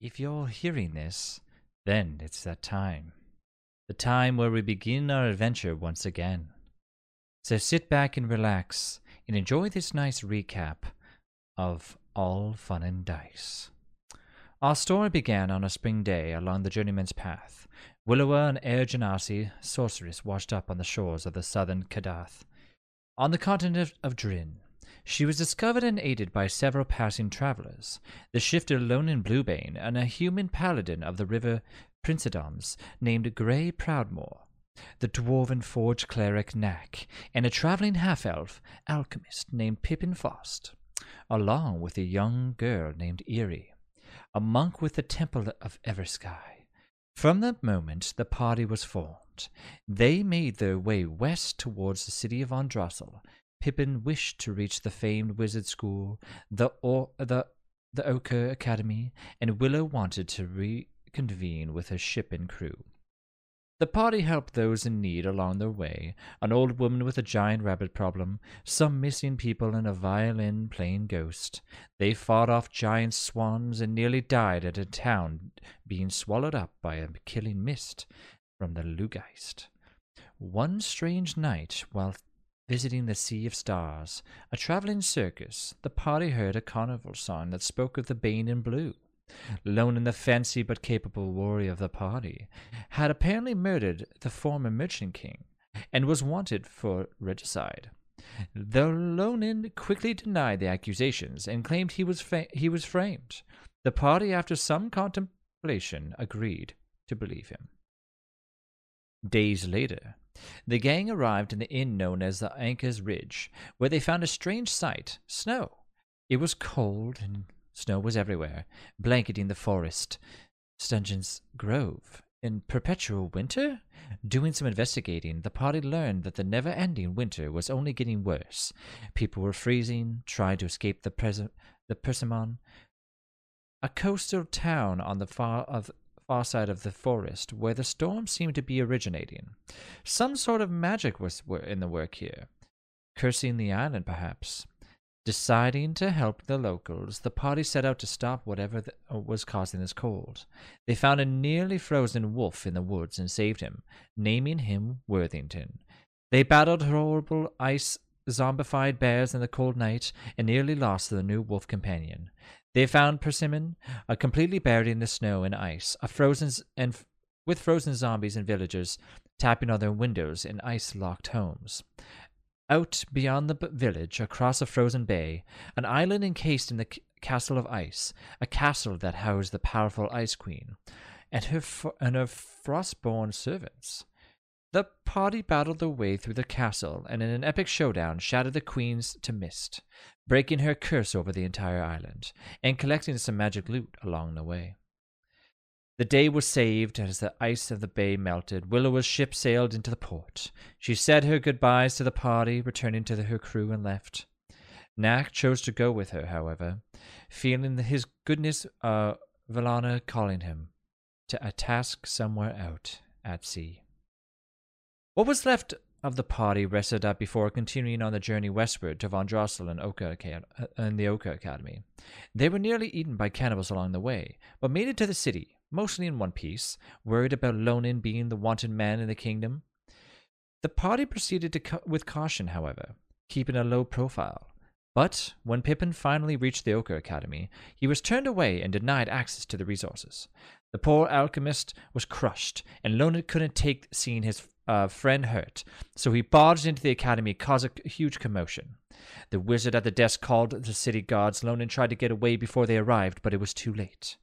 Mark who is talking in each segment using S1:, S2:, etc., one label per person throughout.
S1: If you're hearing this, then it's that time. The time where we begin our adventure once again. So sit back and relax and enjoy this nice recap of All Fun and Dice. Our story began on a spring day along the journeyman's path. Willowa and Air Genasi, sorceress, washed up on the shores of the southern Kadath. On the continent of Drin, she was discovered and aided by several passing travelers, the shifter Lonin Bluebane and a human paladin of the river Princedoms named Grey Proudmore, the dwarven forge cleric Knack, and a traveling half-elf alchemist named Pippin Fost, along with a young girl named Eerie, a monk with the Temple of Eversky. From that moment, the party was formed. They made their way west towards the city of Andrassel, Pippin wished to reach the famed wizard school, the or- the the Ochre Academy, and Willow wanted to reconvene with her ship and crew. The party helped those in need along their way an old woman with a giant rabbit problem, some missing people, and a violin playing ghost. They fought off giant swans and nearly died at a town being swallowed up by a killing mist from the Lugeist. One strange night, while Visiting the Sea of Stars, a traveling circus, the party heard a carnival song that spoke of the Bane in Blue. Lonan, the fancy but capable warrior of the party, had apparently murdered the former merchant king and was wanted for regicide. Though Lonan quickly denied the accusations and claimed he was, fa- he was framed, the party, after some contemplation, agreed to believe him. Days later, the gang arrived in the inn known as the Anchor's Ridge, where they found a strange sight snow. It was cold, and snow was everywhere, blanketing the forest. Stungeon's Grove. In perpetual winter? Doing some investigating, the party learned that the never ending winter was only getting worse. People were freezing, trying to escape the, pres- the Persimmon, a coastal town on the far of far side of the forest where the storm seemed to be originating. Some sort of magic was in the work here, cursing the island perhaps. Deciding to help the locals, the party set out to stop whatever th- was causing this cold. They found a nearly frozen wolf in the woods and saved him, naming him Worthington. They battled horrible ice zombified bears in the cold night and nearly lost their new wolf companion. They found Persimmon, uh, completely buried in the snow and ice, a frozen z- and f- with frozen zombies and villagers tapping on their windows in ice-locked homes. Out beyond the b- village, across a frozen bay, an island encased in the c- castle of ice, a castle that housed the powerful Ice Queen and her fr- and her frostborn servants. The party battled their way through the castle and in an epic showdown shattered the queen's to mist, breaking her curse over the entire island and collecting some magic loot along the way. The day was saved as the ice of the bay melted. Willowa's ship sailed into the port. She said her goodbyes to the party, returning to her crew, and left. Knack chose to go with her, however, feeling that his goodness, uh, Valana calling him to a task somewhere out at sea. What was left of the party rested up before continuing on the journey westward to Von Drossel and, Oka and the Oka Academy. They were nearly eaten by cannibals along the way, but made it to the city, mostly in one piece, worried about Lonin being the wanted man in the kingdom. The party proceeded to ca- with caution, however, keeping a low profile. But when Pippin finally reached the Ochre Academy, he was turned away and denied access to the resources. The poor alchemist was crushed, and Lonin couldn't take seeing his uh, friend hurt, so he barged into the academy, causing a huge commotion. The wizard at the desk called the city guards. Lonin tried to get away before they arrived, but it was too late.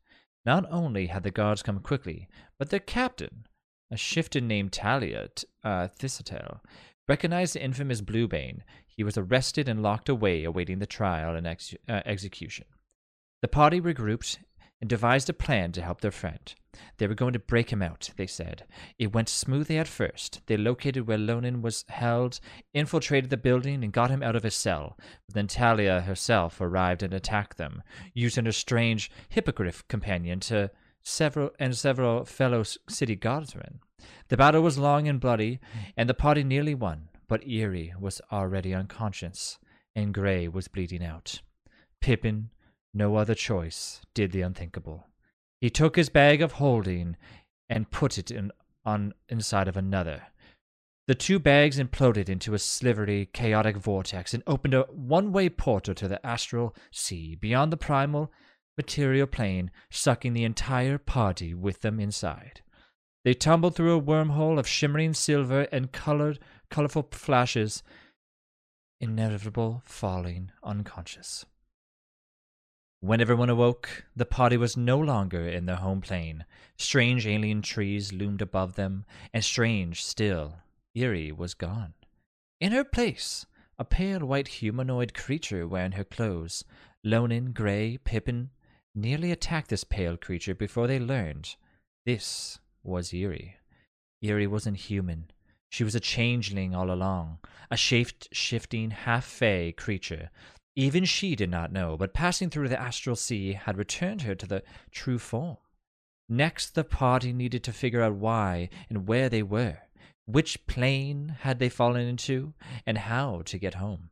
S1: Not only had the guards come quickly, but their captain, a shifter named Talia uh, Thistletel, recognized the infamous Bluebane. He was arrested and locked away, awaiting the trial and ex- uh, execution. The party regrouped and devised a plan to help their friend. They were going to break him out, they said. It went smoothly at first. They located where Lonin was held, infiltrated the building, and got him out of his cell. But then Talia herself arrived and attacked them, using her strange hippogriff companion to several and several fellow city guardsmen. The battle was long and bloody, and the party nearly won, but Eerie was already unconscious, and Grey was bleeding out. Pippin, no other choice, did the unthinkable. He took his bag of holding and put it in, on inside of another. The two bags imploded into a slivery, chaotic vortex and opened a one way portal to the astral sea beyond the primal material plane, sucking the entire party with them inside. They tumbled through a wormhole of shimmering silver and colored, colorful flashes, inevitable falling unconscious. When everyone awoke, the party was no longer in their home plane. Strange alien trees loomed above them, and strange still, Eerie was gone. In her place, a pale white humanoid creature wearing her clothes, Lonin, Grey, Pippin, nearly attacked this pale creature before they learned this was Eerie. Eerie wasn't human. She was a changeling all along, a shift shifting half fey creature. Even she did not know, but passing through the astral sea had returned her to the true form. Next, the party needed to figure out why and where they were, which plane had they fallen into, and how to get home.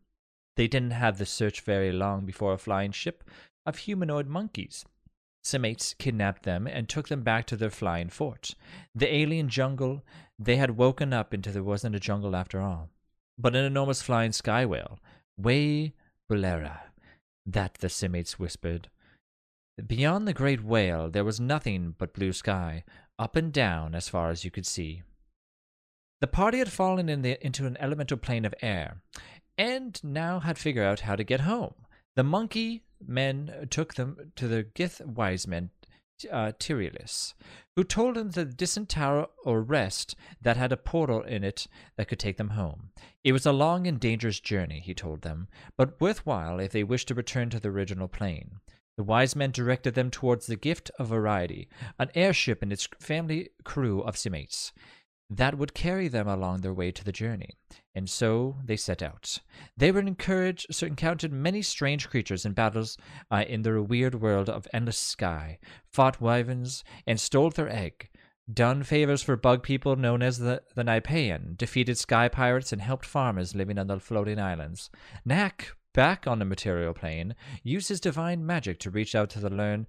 S1: They didn't have the search very long before a flying ship of humanoid monkeys Semates kidnapped them and took them back to their flying fort. The alien jungle, they had woken up into there wasn't a jungle after all, but an enormous flying sky whale, Way Bulera, that the Semates whispered. Beyond the great whale, there was nothing but blue sky, up and down as far as you could see. The party had fallen in the, into an elemental plane of air, and now had figured out how to get home. The monkey men took them to the Gith wise men, uh, Tyrelis, who told them the distant tower or rest that had a portal in it that could take them home. It was a long and dangerous journey, he told them, but worthwhile if they wished to return to the original plane. The wise men directed them towards the Gift of Variety, an airship and its family crew of Simates that would carry them along their way to the journey. And so they set out. They were encouraged, so encountered many strange creatures and battles uh, in their weird world of endless sky, fought wyverns, and stole their egg, done favors for bug people known as the, the Nipaean, defeated sky pirates, and helped farmers living on the floating islands. Nak, back on the material plane, used his divine magic to reach out to the learn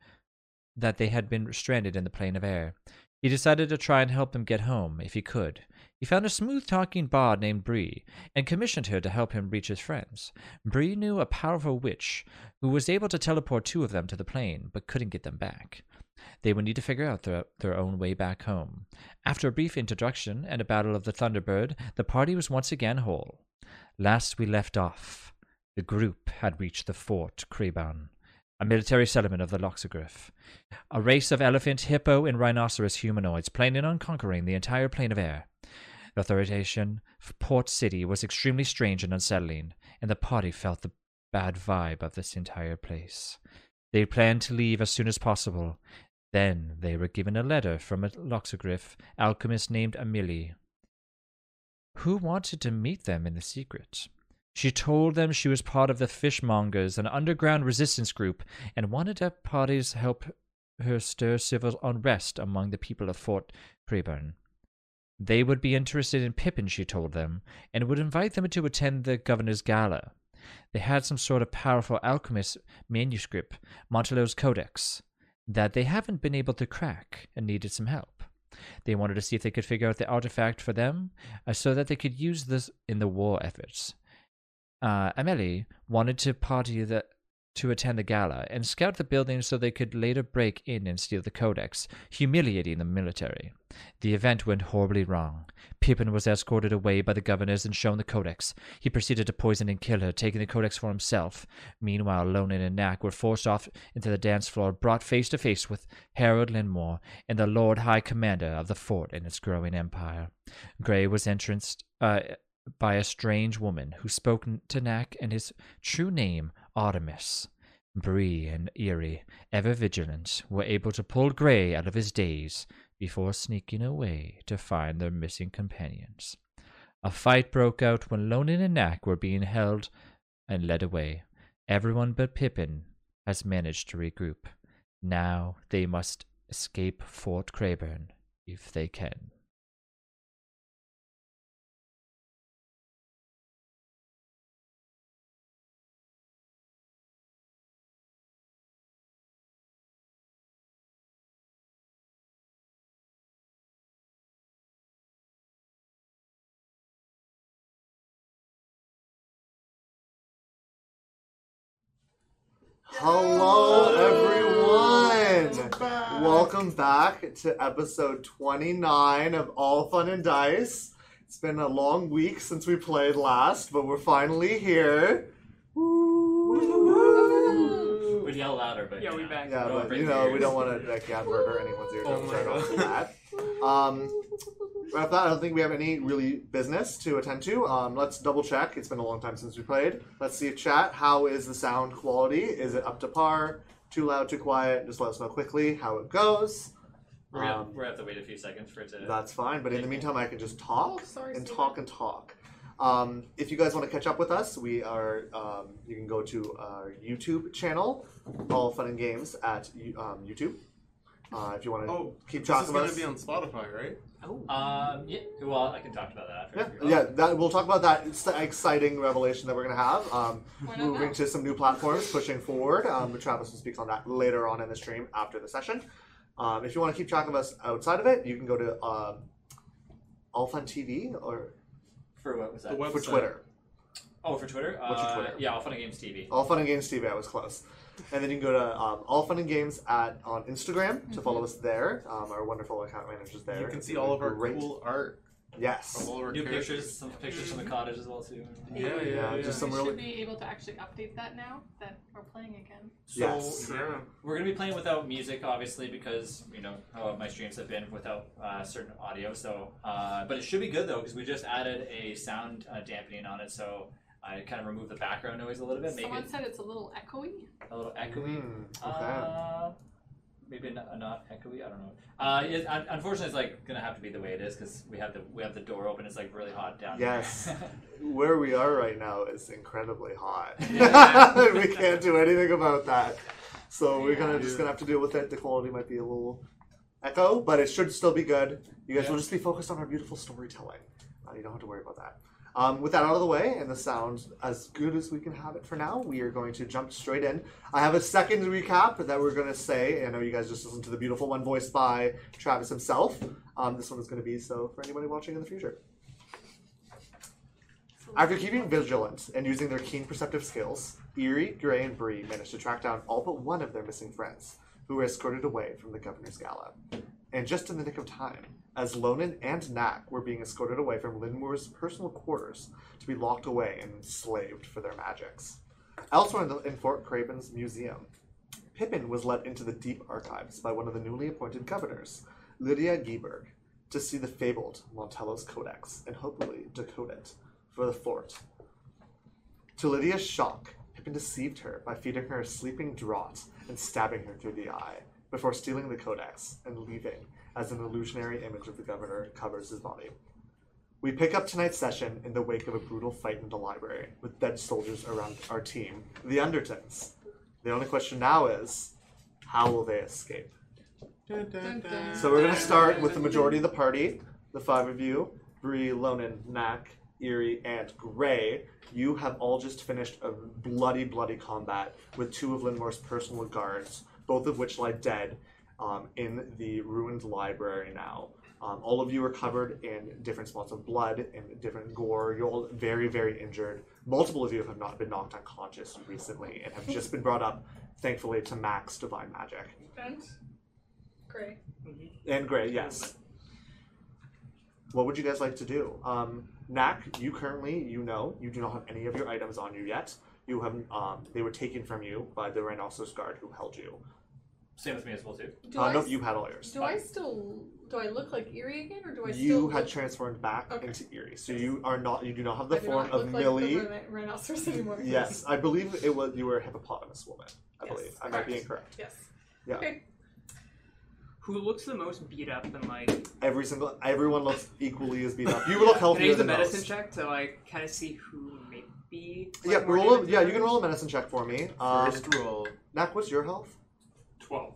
S1: that they had been stranded in the plane of air. He decided to try and help them get home if he could. He found a smooth talking bard named Bree and commissioned her to help him reach his friends. Bree knew a powerful witch who was able to teleport two of them to the plane but couldn't get them back. They would need to figure out their, their own way back home. After a brief introduction and a battle of the Thunderbird, the party was once again whole. Last we left off, the group had reached the fort Kreban a military settlement of the Loxogryph. A race of elephant, hippo, and rhinoceros humanoids planning on conquering the entire plane of air. The authoritation of Port City was extremely strange and unsettling, and the party felt the bad vibe of this entire place. They planned to leave as soon as possible. Then they were given a letter from a Loxogryph alchemist named Amelie, who wanted to meet them in the secret. She told them she was part of the Fishmongers, an underground resistance group, and wanted their parties help her stir civil unrest among the people of Fort Preburn. They would be interested in Pippin, she told them, and would invite them to attend the governor's gala. They had some sort of powerful alchemist manuscript, Montelot's Codex, that they haven't been able to crack and needed some help. They wanted to see if they could figure out the artifact for them uh, so that they could use this in the war efforts uh, Amelie wanted to party the, to attend the gala and scout the building so they could later break in and steal the codex, humiliating the military. The event went horribly wrong. Pippin was escorted away by the governors and shown the codex. He proceeded to poison and kill her, taking the codex for himself. Meanwhile, Lonin and Knack were forced off into the dance floor, brought face to face with Harold Linmore and the Lord High Commander of the fort and its growing empire. Grey was entranced. Uh, by a strange woman who spoke to Nak and his true name, Artemis. Bree and Eerie, ever vigilant, were able to pull Grey out of his daze before sneaking away to find their missing companions. A fight broke out when Lonin and Nak were being held and led away. Everyone but Pippin has managed to regroup. Now they must escape Fort Crayburn if they can.
S2: Hello, everyone. Welcome back to episode 29 of All Fun and Dice. It's been a long week since we played last, but we're finally here.
S3: We'd yell louder, but
S4: Yeah, we
S3: you know.
S4: back.
S2: Yeah,
S3: Don't
S2: but
S3: break
S2: you know,
S3: your
S2: we
S3: ears.
S2: don't want to like, yeah, murder anyone's ears.
S3: Oh
S2: I'm
S3: my
S2: sorry about
S3: God.
S2: that. Um, right off that, I don't think we have any really business to attend to. Um, let's double check. It's been a long time since we played. Let's see if chat. How is the sound quality? Is it up to par? Too loud, too quiet? Just let us know quickly how it goes.
S3: We're gonna,
S2: Um,
S3: we're gonna have to wait a few seconds for it to.
S2: That's fine, but in the meantime, I can just talk
S4: Oh, sorry,
S2: and
S4: Steven.
S2: talk and talk. Um, if you guys want to catch up with us, we are. Um, you can go to our YouTube channel, All Fun and Games at you- um, YouTube. Uh, if you want to
S5: Oh,
S2: keep
S5: This
S2: talking
S5: is
S2: about
S5: going
S2: us.
S5: to be on Spotify, right?
S3: Um. Yeah. Well, I can talk about that after. Oh,
S2: yeah,
S3: if you want.
S2: yeah, that, we'll talk about that ex- exciting revelation that we're going to have. Um, moving to some new platforms, pushing forward. Um, but Travis will speak on that later on in the stream after the session. Um, if you want to keep track of us outside of it, you can go to um, All Fun TV or
S3: For what was that?
S5: The web-
S2: for
S5: Website.
S2: Twitter.
S3: oh, for Twitter.
S2: What's your
S3: Uh,
S2: Twitter?
S3: Yeah, All Fun and Games TV.
S2: All Fun and Games TV. I was close. And then you can go to um, All Fun and Games at on Instagram to follow us there. Um, our wonderful account managers there.
S5: You can
S2: It's
S5: see all of our
S2: great.
S5: cool art
S2: Yes.
S5: from all of our
S3: New pictures,
S5: characters.
S3: some pictures from the cottage as well too.
S5: Yeah, yeah,
S2: Yeah,
S5: yeah.
S2: just some
S4: we
S2: really-
S4: should be able to actually update that now that we're playing again.
S5: So,
S2: Yes.
S5: yeah.
S3: We're gonna be playing without music, obviously, because you know how my streams have been without uh, certain audio. So, uh, but it should be good though, because we just added a sound uh, dampening on it, so I kind of removed the background noise a little bit, make
S4: Someone
S3: it
S4: said it's a little echoey.
S3: a little echoey.
S2: Mm, okay.
S3: Uh, maybe not, not echoey. I don't know. Uh, it, un- unfortunately, it's like gonna have to be the way it is because we have the we have the door open. It's like really hot down.
S2: Yes.
S3: Here.
S2: Where we are right now is incredibly hot.
S3: Yeah.
S2: we can't do anything about that. So we're gonna
S5: Yeah.
S2: just gonna have to deal with it. The quality might be a little echo, but it should still be good. You guys
S3: Yeah.
S2: will just be focused on our beautiful storytelling. Uh, you don't have to worry about that. Um, with that out of the way and the sound as good as we can have it for now, we are going to jump straight in. I have a second recap that we're going to say. I know you guys just listened to the beautiful one voiced by Travis himself. Um, this one is going to be so for anybody watching in the future. After keeping vigilant and using their keen perceptive skills, Eerie, Gray, and Bree managed to track down all but one of their missing friends, who were escorted away from the governor's gala. And just in the nick of time, as Lonan and Knack were being escorted away from Linmore's personal quarters to be locked away and enslaved for their magics. Elsewhere in, the, in Fort Craven's museum, Pippin was led into the deep archives by one of the newly appointed governors, Lydia Geberg, to see the fabled Montello's Codex and hopefully decode it for the fort. To Lydia's shock, Pippin deceived her by feeding her a sleeping draught and stabbing her through the eye before stealing the codex and leaving as an illusionary image of the governor covers his body. We pick up tonight's session in the wake of a brutal fight in the library with dead soldiers around our team, the Undertons. The only question now is how will they escape?
S5: Dun, dun, dun.
S2: So we're gonna start with the majority of the party, the five of you, Bree, Lonan, Knack, Eerie, and Gray. You have all just finished a bloody, bloody combat with two of Linmore's personal guards, both of which lie dead um, in the ruined library now. Um, all of you are covered in different spots of blood and different gore. You're all very, very injured. Multiple of you have not been knocked unconscious recently and have just been brought up, thankfully, to max divine magic.
S4: And great.
S2: And Gray, yes. What would you guys like to do? Um, Knack, you currently, you know, you do not have any of your items on you yet. You have, um, they were taken from you by the Rhinoceros guard who held you.
S3: Same with me as well too.
S4: Do
S2: Uh,
S4: I,
S2: no,
S4: s-
S2: you had all yours.
S4: do I still do I look like Eerie again, or do I still
S2: You had
S4: look,
S2: transformed back
S4: Okay.
S2: into Eerie, so you are not, you do not have
S4: I
S2: the
S4: do
S2: form
S4: not
S2: of
S4: look
S2: Millie.
S4: Like the rhino- rhinoceros anymore.
S2: yes, I believe it was you were a hippopotamus woman. I
S4: Yes,
S2: believe I might be
S4: correct.
S2: incorrect.
S4: Yes.
S6: Who looks the most beat up and like?
S2: Every single everyone looks equally as beat up. You look
S6: Can I
S2: healthier
S6: use a
S2: than
S6: medicine
S2: most.
S6: check to like kind of see who maybe? like,
S2: Yeah,
S6: more
S2: roll. A,
S6: damage
S2: yeah,
S6: than
S2: you can
S6: others?
S2: roll a medicine check for me. Um,
S5: First roll.
S2: Knack, what's your health?
S6: Twelve.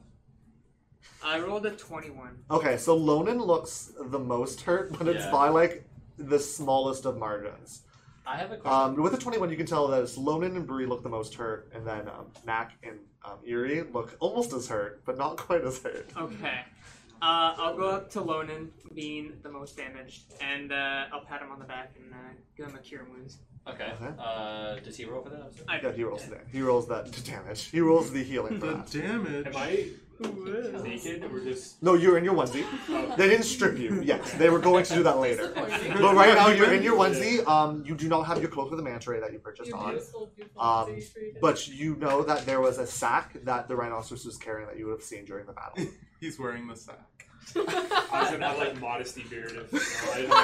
S6: I rolled a twenty-one.
S2: Okay, so Lonan looks the most hurt, but it's
S3: Yeah.
S2: by like the smallest of margins.
S3: I have a question.
S2: Um, with the 21, you can tell that it's Lonan and Bree look the most hurt, and then um, Knack and um, Eerie look almost as hurt, but not quite as hurt.
S6: Okay. Uh, I'll go up to Lonan, being the most damaged, and uh, I'll pat him on the back and uh, give him a cure wounds.
S3: Okay.
S2: Okay.
S3: Uh, does he roll for that? I'm sorry.
S6: I
S2: No, he rolls that. He rolls that damage. He rolls the healing for
S5: The
S2: that.
S5: damage.
S7: Am I
S4: Kills.
S7: naked or just?
S2: No, you're in your onesie.
S7: Oh,
S2: They didn't strip you. Yes, they were going to do that later.
S4: Supporting.
S2: But right now you're in your onesie. Um, you do not have your cloak of the manta ray that you purchased
S4: Your
S2: on.
S4: beautiful, beautiful
S2: Um,
S4: city street.
S2: But you know that there was a sack that the rhinoceros was carrying that you would have seen during the battle.
S5: He's wearing the sack.
S7: I was in
S3: Ah!
S7: that like modesty period of. You know, I didn't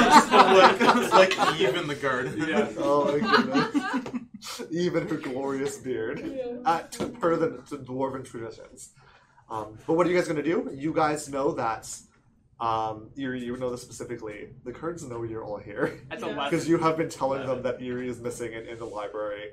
S5: like,
S7: know.
S5: it's like Eve in the garden.
S7: Yeah.
S2: Oh my goodness! Even her glorious beard,
S4: Yeah.
S2: uh, to, per the to dwarven traditions. Um, but what are you guys gonna do? You guys know that. Um, Eerie, you know this specifically. The Kurds know you're all here.
S6: That's
S4: Yeah.
S6: eleven.
S2: Because you have been telling them that Eerie is missing and in the library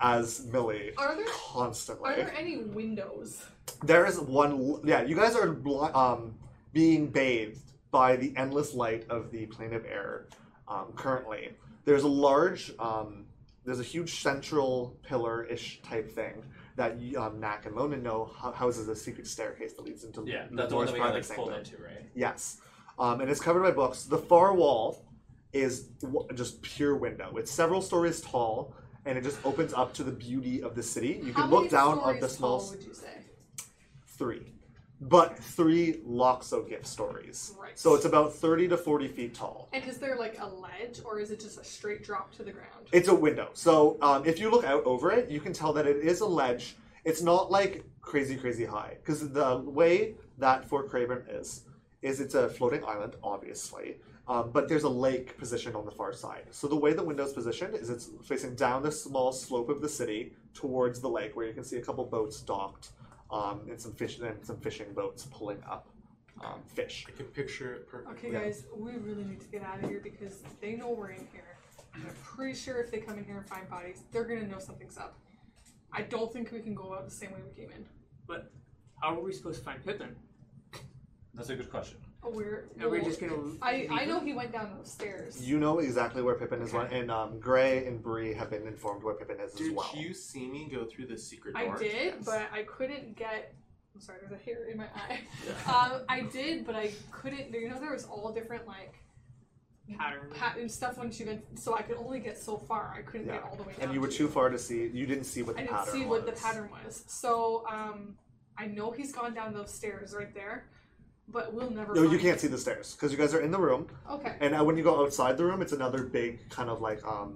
S2: as Millie
S4: Are there
S2: constantly.
S4: are there any windows?
S2: There is one. Yeah, you guys are bl- um, being bathed by the endless light of the plane of air um, currently. There's a large, um, there's a huge central pillar ish type thing that um, Knack and Lona know ho- houses a secret staircase that leads into
S3: Yeah, that's the one
S2: Laura's
S3: that we got,
S2: private
S3: like pulled
S2: sanctum.
S3: into, right?
S2: Yes. Um, and it's covered by books. The far wall is w- just pure window. It's several stories tall, and it just opens up to the beauty of the city. You can
S4: How
S2: look
S4: many
S2: down on
S4: stories
S2: the small
S4: tall
S2: s-
S4: Would you say?
S2: three, but three Loxo gift stories.
S4: Right.
S2: So it's about 30 to 40 feet tall.
S4: And is there like a ledge, or is it just a straight drop to the ground?
S2: It's a window. So um, if you look out over it, you can tell that it is a ledge. It's not like crazy, crazy high. Because the way that Fort Craven is, is it's a floating island, obviously. Um, but there's a lake positioned on the far side. So the way the window's positioned is it's facing down the small slope of the city towards the lake, where you can see a couple boats docked um, and some fish and some fishing boats pulling up um, fish.
S5: I can picture it perfectly.
S4: Okay,
S2: Yeah.
S4: guys, we really need to get out of here because they know we're in here. And I'm pretty sure if they come in here and find bodies, they're gonna know something's up. I don't think we can go out the same way we came in.
S6: How are we supposed to find Pippin?
S3: That's a good question.
S4: Oh, we're.
S6: Are we
S4: well,
S6: just gonna?
S4: I
S6: leave
S4: I know
S6: him?
S4: he went down those stairs.
S2: You know exactly where Pippin is,
S4: Okay.
S2: and um, Gray and Bree have been informed where Pippin is as
S5: Did
S2: well.
S5: you see me go through the secret
S4: I
S5: door?
S4: did, but I couldn't get. I'm sorry, there's a hair in my eye. Um, I did, but I couldn't. You know, there was all different like
S6: Pattern.
S4: pattern stuff once you went, so I could only get so far. I couldn't get
S2: Yeah.
S4: all the way down.
S2: and you were
S4: to
S2: too far to see. You didn't see what the
S4: I didn't
S2: pattern
S4: see
S2: was.
S4: what the pattern was. So um, I know he's gone down those stairs right there, but we'll never.
S2: No, you
S4: find
S2: can't see the stairs because you guys are in the room,
S4: Okay.
S2: and uh, when you go outside the room, it's another big kind of like um,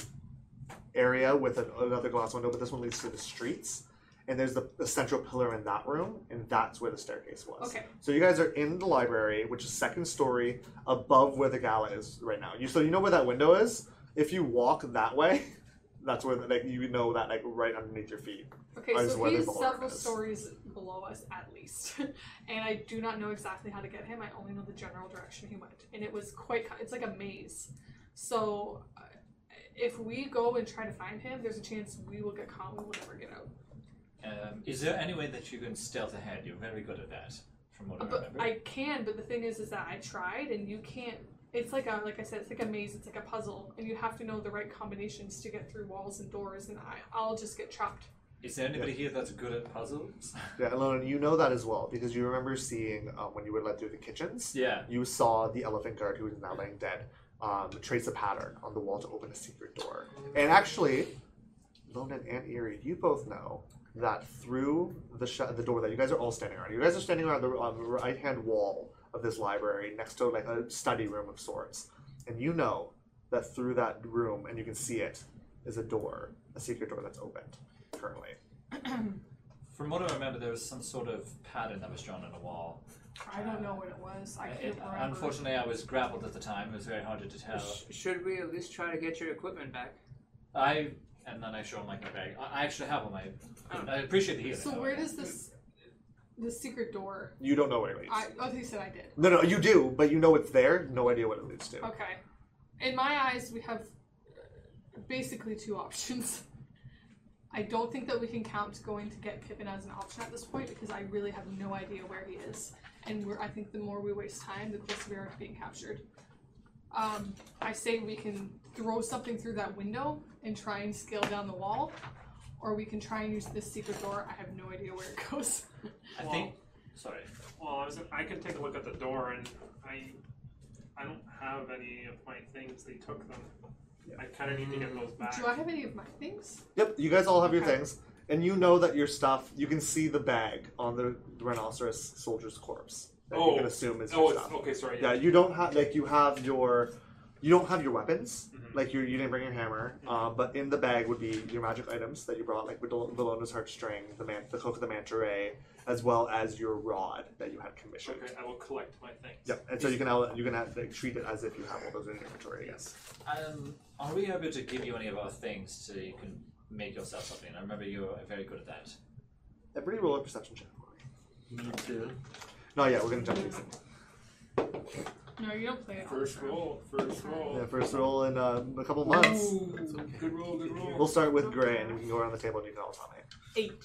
S2: area with an, another glass window, but this one leads to the streets. And there's the, the central pillar in that room, and that's where the staircase was.
S4: Okay.
S2: So you guys are in the library, which is second story above where the gala is right now. You so you know where that window is. If you walk that way, that's where the, like you know that like right underneath your feet.
S4: Okay.
S2: I just
S4: So
S2: wondered
S4: he's
S2: what
S4: several
S2: it is.
S4: stories below us at least, and I do not know exactly how to get him. I only know the general direction he went, and it was quite. co- It's like a maze. So uh, if we go and try to find him, there's a chance we will get caught. We will never get out.
S3: Um, is there any way that you can stealth ahead? You're very good at that, from what I
S4: But
S3: remember.
S4: I can, but the thing is, is that I tried, and you can't. It's like a, like I said, it's like a maze. It's like a puzzle, and you have to know the right combinations to get through walls and doors. And I, I'll just get trapped.
S3: Is there anybody here that's good at puzzles?
S2: Yeah, Alona, you know that as well because you remember seeing um, when you were led through the kitchens.
S3: yeah.
S2: You saw the elephant guard, who is now laying dead, um, trace a pattern on the wall to open a secret door. And actually, Lonan and Eerie, you both know that through the sh- the door that you guys are all standing around, you guys are standing around the, on the right hand wall of this library next to like a study room of sorts. And you know that through that room, and you can see it, is a door, a secret door that's opened currently.
S3: From what I remember, there was some sort of pattern that was drawn on the wall.
S4: I don't know what it was. I can't
S3: Uh, It-
S4: remember.
S3: unfortunately, I was grappled at the time. It was very hard to tell.
S6: Sh- should we at least try to get your equipment back?
S3: I and then I show him like my bag. I, I actually have one. I, I appreciate the healing.
S4: So
S3: though.
S4: where does this, the secret door?
S2: You don't know where it leads.
S4: I oh, you said I did.
S2: No, no, you do, but you know it's there. No idea what it leads to.
S4: Okay. In my eyes, we have uh, basically two options. I don't think that we can count going to get Pippin as an option at this point because I really have no idea where he is, and we're, I think the more we waste time, the closer we are to being captured. Um, I say we can throw something through that window and try and scale down the wall, or we can try and use this secret door. I have no idea where it goes.
S3: I think. Sorry.
S7: Well, was I can take a look at the door, and I, I don't have any of my things. They took them. I kind of need to get those back.
S4: Mm. Do I have any of my things?
S2: Yep, you guys all have your
S4: Okay.
S2: things, and you know that your stuff. You can see the bag on the rhinoceros soldier's corpse that you
S7: Oh.
S2: can assume is
S7: oh,
S2: your
S7: it's,
S2: stuff.
S7: okay. Sorry.
S2: Yeah,
S7: Yeah.
S2: you don't have like you have your, you don't have your weapons.
S7: Mhm.
S2: Like you, you didn't bring your hammer.
S7: Mm-hmm.
S2: Uh, but in the bag would be your magic items that you brought, like Val- Valona's heartstring, the man, the hook of the manta ray, as well as your rod that you had commissioned.
S7: Okay. I will collect my things.
S2: Yep, and so you can now you can have, like, treat it as if you have all those in your inventory. Yes.
S3: Um, are we able to give you any of our things so you can make yourself something? I remember you were very good at that.
S2: Everybody roll a perception check. for me.
S5: Me too.
S2: No, yeah, we're gonna jump these.
S4: No, you don't play it. all the
S7: First
S4: time.
S7: roll. First roll.
S2: Yeah, first roll in uh, a couple months.
S7: Ooh, good roll. Good roll.
S2: We'll start with Gray, and we can go around the table and you can all tell me.
S6: Eight.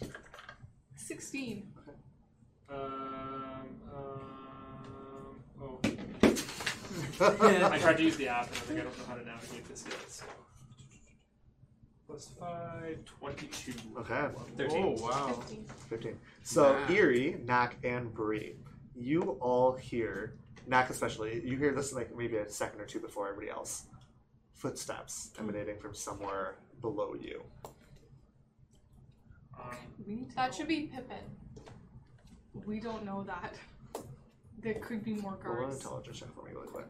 S4: Sixteen.
S7: Um, um, oh. I tried to use the app and I think I don't know how to navigate this yet, so. Plus 5, 22.
S2: Okay,
S3: Thirteen.
S5: Oh wow.
S4: Fifteen.
S2: 15. So,
S5: Knack.
S2: Eerie, Knack, and Bree, you all hear, Knack especially, you hear this like maybe a second or two before everybody else. Footsteps emanating from somewhere below you.
S7: Um,
S4: We need to that should be Pippin. We don't know that. There could be more
S2: Roll an
S4: guards.
S2: intelligence check for me really quick.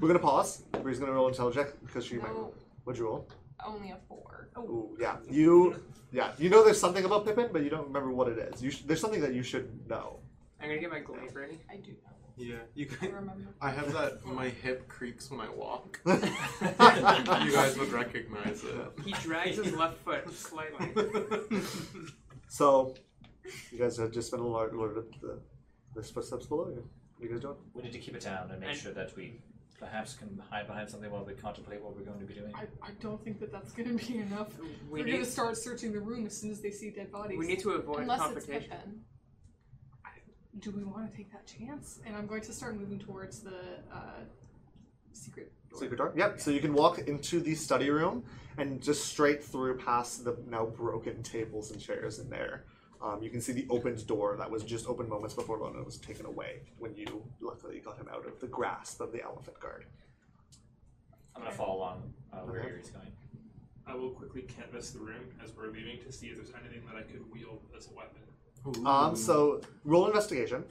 S2: We're gonna pause. Bree's gonna roll an intelligence check because she might.
S8: No,
S2: What'd you roll?
S8: only a four.
S4: Oh,
S2: Ooh, yeah. You, yeah. You know there's something about Pippin, but you don't remember what it is. You sh- there's something that you should know.
S6: I'm gonna get my glaive ready.
S8: I do know.
S5: Yeah. You
S8: I
S5: guys,
S8: remember.
S5: I have that. My hip creaks when I walk.
S2: you
S5: You guys would recognize it.
S6: He drags his left foot slightly.
S2: So, you guys have just been alerted alert the, the footsteps below you. What are you guys doing?
S3: We need to keep it down and make
S6: And-
S3: sure that we perhaps can hide behind something while we contemplate what we're going to be doing.
S4: I, I don't think that that's gonna be enough.
S6: We
S4: They're gonna
S6: need,
S4: start searching the room as soon as they see dead bodies.
S6: we need to avoid
S8: Unless it's
S6: confrontation.
S8: Pippin.
S4: Do we want to take that chance? And I'm going to start moving towards the uh, secret door.
S2: Secret door? Yep. So you can walk into the study room and just straight through past the now broken tables and chairs in there. Um, you can see the opened door that was just open moments before Lona was taken away when you luckily got him out of the grasp of the elephant guard.
S3: I'm going to follow along uh, where
S2: Okay.
S3: Erie's going.
S7: I will quickly canvas the room as we're leaving to see if there's anything that I could wield as a weapon.
S2: Um, so roll investigation.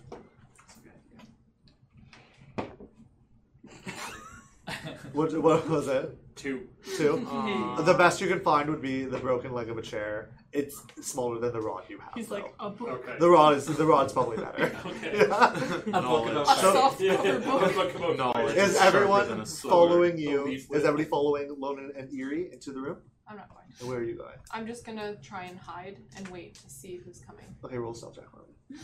S2: What, what was it?
S7: Two.
S2: Two?
S5: Aw.
S2: The best you can find would be the broken leg of a chair. It's smaller than the rod you have.
S4: He's
S2: though.
S4: like a book,
S7: Okay.
S2: the rod is the rod's probably better.
S7: okay.
S2: Yeah.
S3: of
S4: a
S2: So-
S4: soft
S7: Yeah,
S4: cover book.
S7: Look about
S5: Knowledge.
S2: Is
S5: It's sharper than
S2: everyone
S5: a sword.
S2: following
S7: A
S2: you? Is
S7: leaf will.
S2: everybody following Lonan and Eerie into the room?
S8: I'm not going.
S2: And where are you going?
S8: I'm just gonna try and hide and wait to see who's coming.
S2: Okay, roll stealth check. Lonan.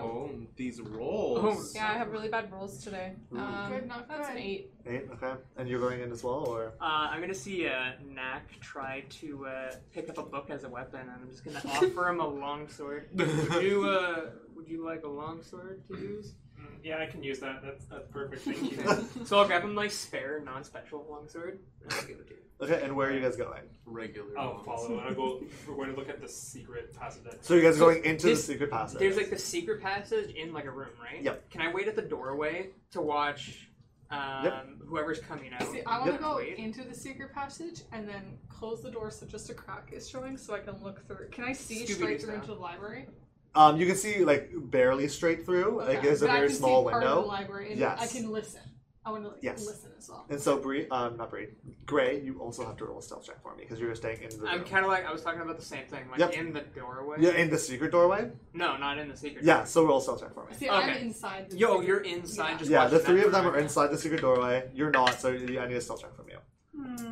S5: Oh, these rolls.
S4: Oh,
S8: Yeah, I have really bad rolls today.
S2: Ooh.
S8: Um,
S4: Good, not
S8: that's an
S4: good.
S8: eight.
S2: Eight. Okay, and you're going in as well, or
S6: Uh, I'm gonna see uh, Knack try to uh, pick up a book as a weapon, and I'm just gonna offer him a long sword. Would you, uh, would you like a long sword to use?
S7: Mm, Yeah, I can use that. That's, that's perfect. Thank you.
S6: Okay. so I'll grab him my spare, non-special long sword. And I'll give it to you.
S2: okay? And where are you guys going?
S5: Regular.
S7: I'll
S5: rolls.
S7: follow and I'll go. We're going to look at the secret passage. that-
S2: So you guys are going into
S6: This-
S2: the secret passage.
S6: There's like the secret passage in like a room, right?
S2: Yep.
S6: Can I wait at the doorway to watch um,
S2: Yep.
S6: whoever's coming out?
S4: See, I want
S2: Yep.
S4: to go
S6: Wait.
S4: into the secret passage and then close the door so just a crack is showing so I can look through. Can I see
S6: Scooby-Doo
S4: straight through
S6: style.
S4: into the library?
S2: um, you can see like barely straight through. Like there's a
S4: But I
S2: very
S4: can see
S2: small
S4: part of the
S2: window.
S4: library and
S2: Yes.
S4: I can listen. I want to like,
S2: Yes.
S4: listen as well.
S2: And so Bree, um, not Bree, Gray, you also have to roll a stealth check for me because you're staying in the
S6: I'm
S2: room.
S6: kind of like I was talking about the same thing, like
S2: Yep.
S6: in the doorway.
S2: yeah, in the secret doorway.
S6: No, not in the secret.
S2: Yeah, so roll a stealth check for me.
S4: See,
S6: Okay.
S4: I'm inside. The
S6: Yo,
S4: secret-
S6: you're inside.
S4: Yeah.
S6: Just
S2: Yeah, the
S6: watching
S2: three
S6: that
S2: of them
S6: door.
S2: are inside the secret doorway. You're not, so you- I need a stealth check from you.
S8: Hmm.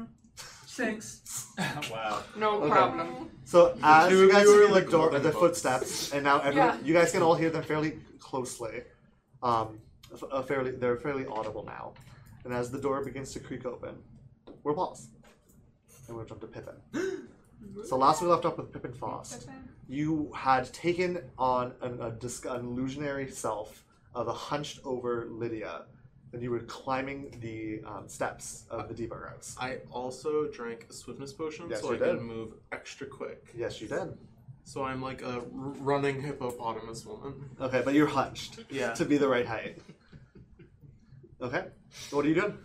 S6: Six.
S3: wow.
S6: No
S2: Okay.
S6: problem.
S2: So as
S5: Dude,
S2: you guys
S5: you were
S2: hear the
S5: like
S2: door,
S5: golden
S2: the
S5: boats.
S2: footsteps, and now everyone,
S4: Yeah.
S2: you guys can all hear them fairly closely. Um, f- uh, fairly, they're fairly audible now. And as the door begins to creak open, we're pause, and we're jump to Pippin. so last we left off with Pippin Frost. You had taken on an, a dis- an illusionary self uh, of a hunched-over Lydia, and you were climbing the um, steps of the Debugger House.
S5: I also drank a swiftness potion,
S2: Yes,
S5: so
S2: you
S5: I can
S2: did.
S5: move extra quick.
S2: Yes, you did.
S5: So I'm like a r- running hippopotamus woman.
S2: Okay, but you're hunched
S5: Yeah.
S2: to be the right height. Okay, what are you doing?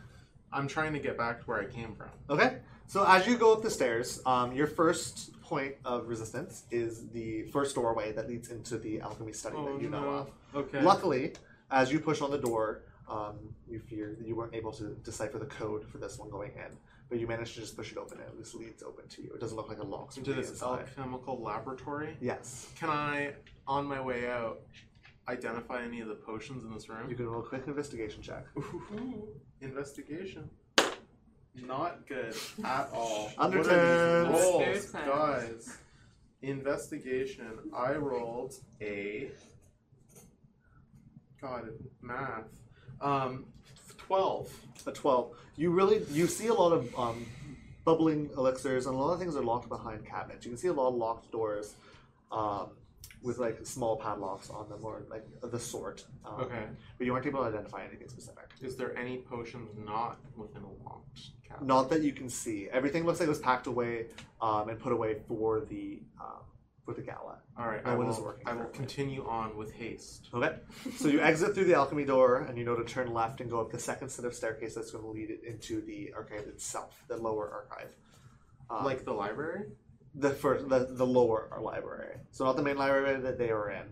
S5: I'm trying to get back to where I came from.
S2: Okay. So as you go up the stairs, um, your first point of resistance is the first doorway that leads into the alchemy study that you know of.
S5: Okay.
S2: Luckily, as you push on the door, um, you fear that you weren't able to decipher the code for this one going in, but you managed to just push it open and this leads open to you. It doesn't look like a lock. from
S5: Into
S2: the
S5: this
S2: inside.
S5: alchemical laboratory.
S2: Yes.
S5: Can I, on my way out, identify any of the potions in this
S2: You
S5: room?
S2: can roll a quick investigation check.
S5: Ooh, investigation. Not good at all.
S2: Under
S5: What are
S2: ten.
S5: these
S6: Let's
S5: rolls,
S6: do ten.
S5: guys? Investigation. I rolled a. God, math. Um, twelve.
S2: a 12 you really you see a lot of um, bubbling elixirs and a lot of things are locked behind cabinets you can see a lot of locked doors um, with like small padlocks on them or like the sort um,
S5: Okay.
S2: but you aren't able to identify anything specific
S5: Is there any potions not within a locked cabinet?
S2: not that you can see everything looks like it was packed away um, and put away for the um, for the gala
S5: All right.
S2: No
S5: I
S2: one
S5: will.
S2: is working
S5: I will
S2: currently.
S5: continue on with haste.
S2: Okay. So you exit through the alchemy door and you know to turn left and go up the second set of staircase that's going to lead it into the archive itself, the lower archive. Um,
S5: Like the library.
S2: the first the, the lower library. So not the main library that they are in.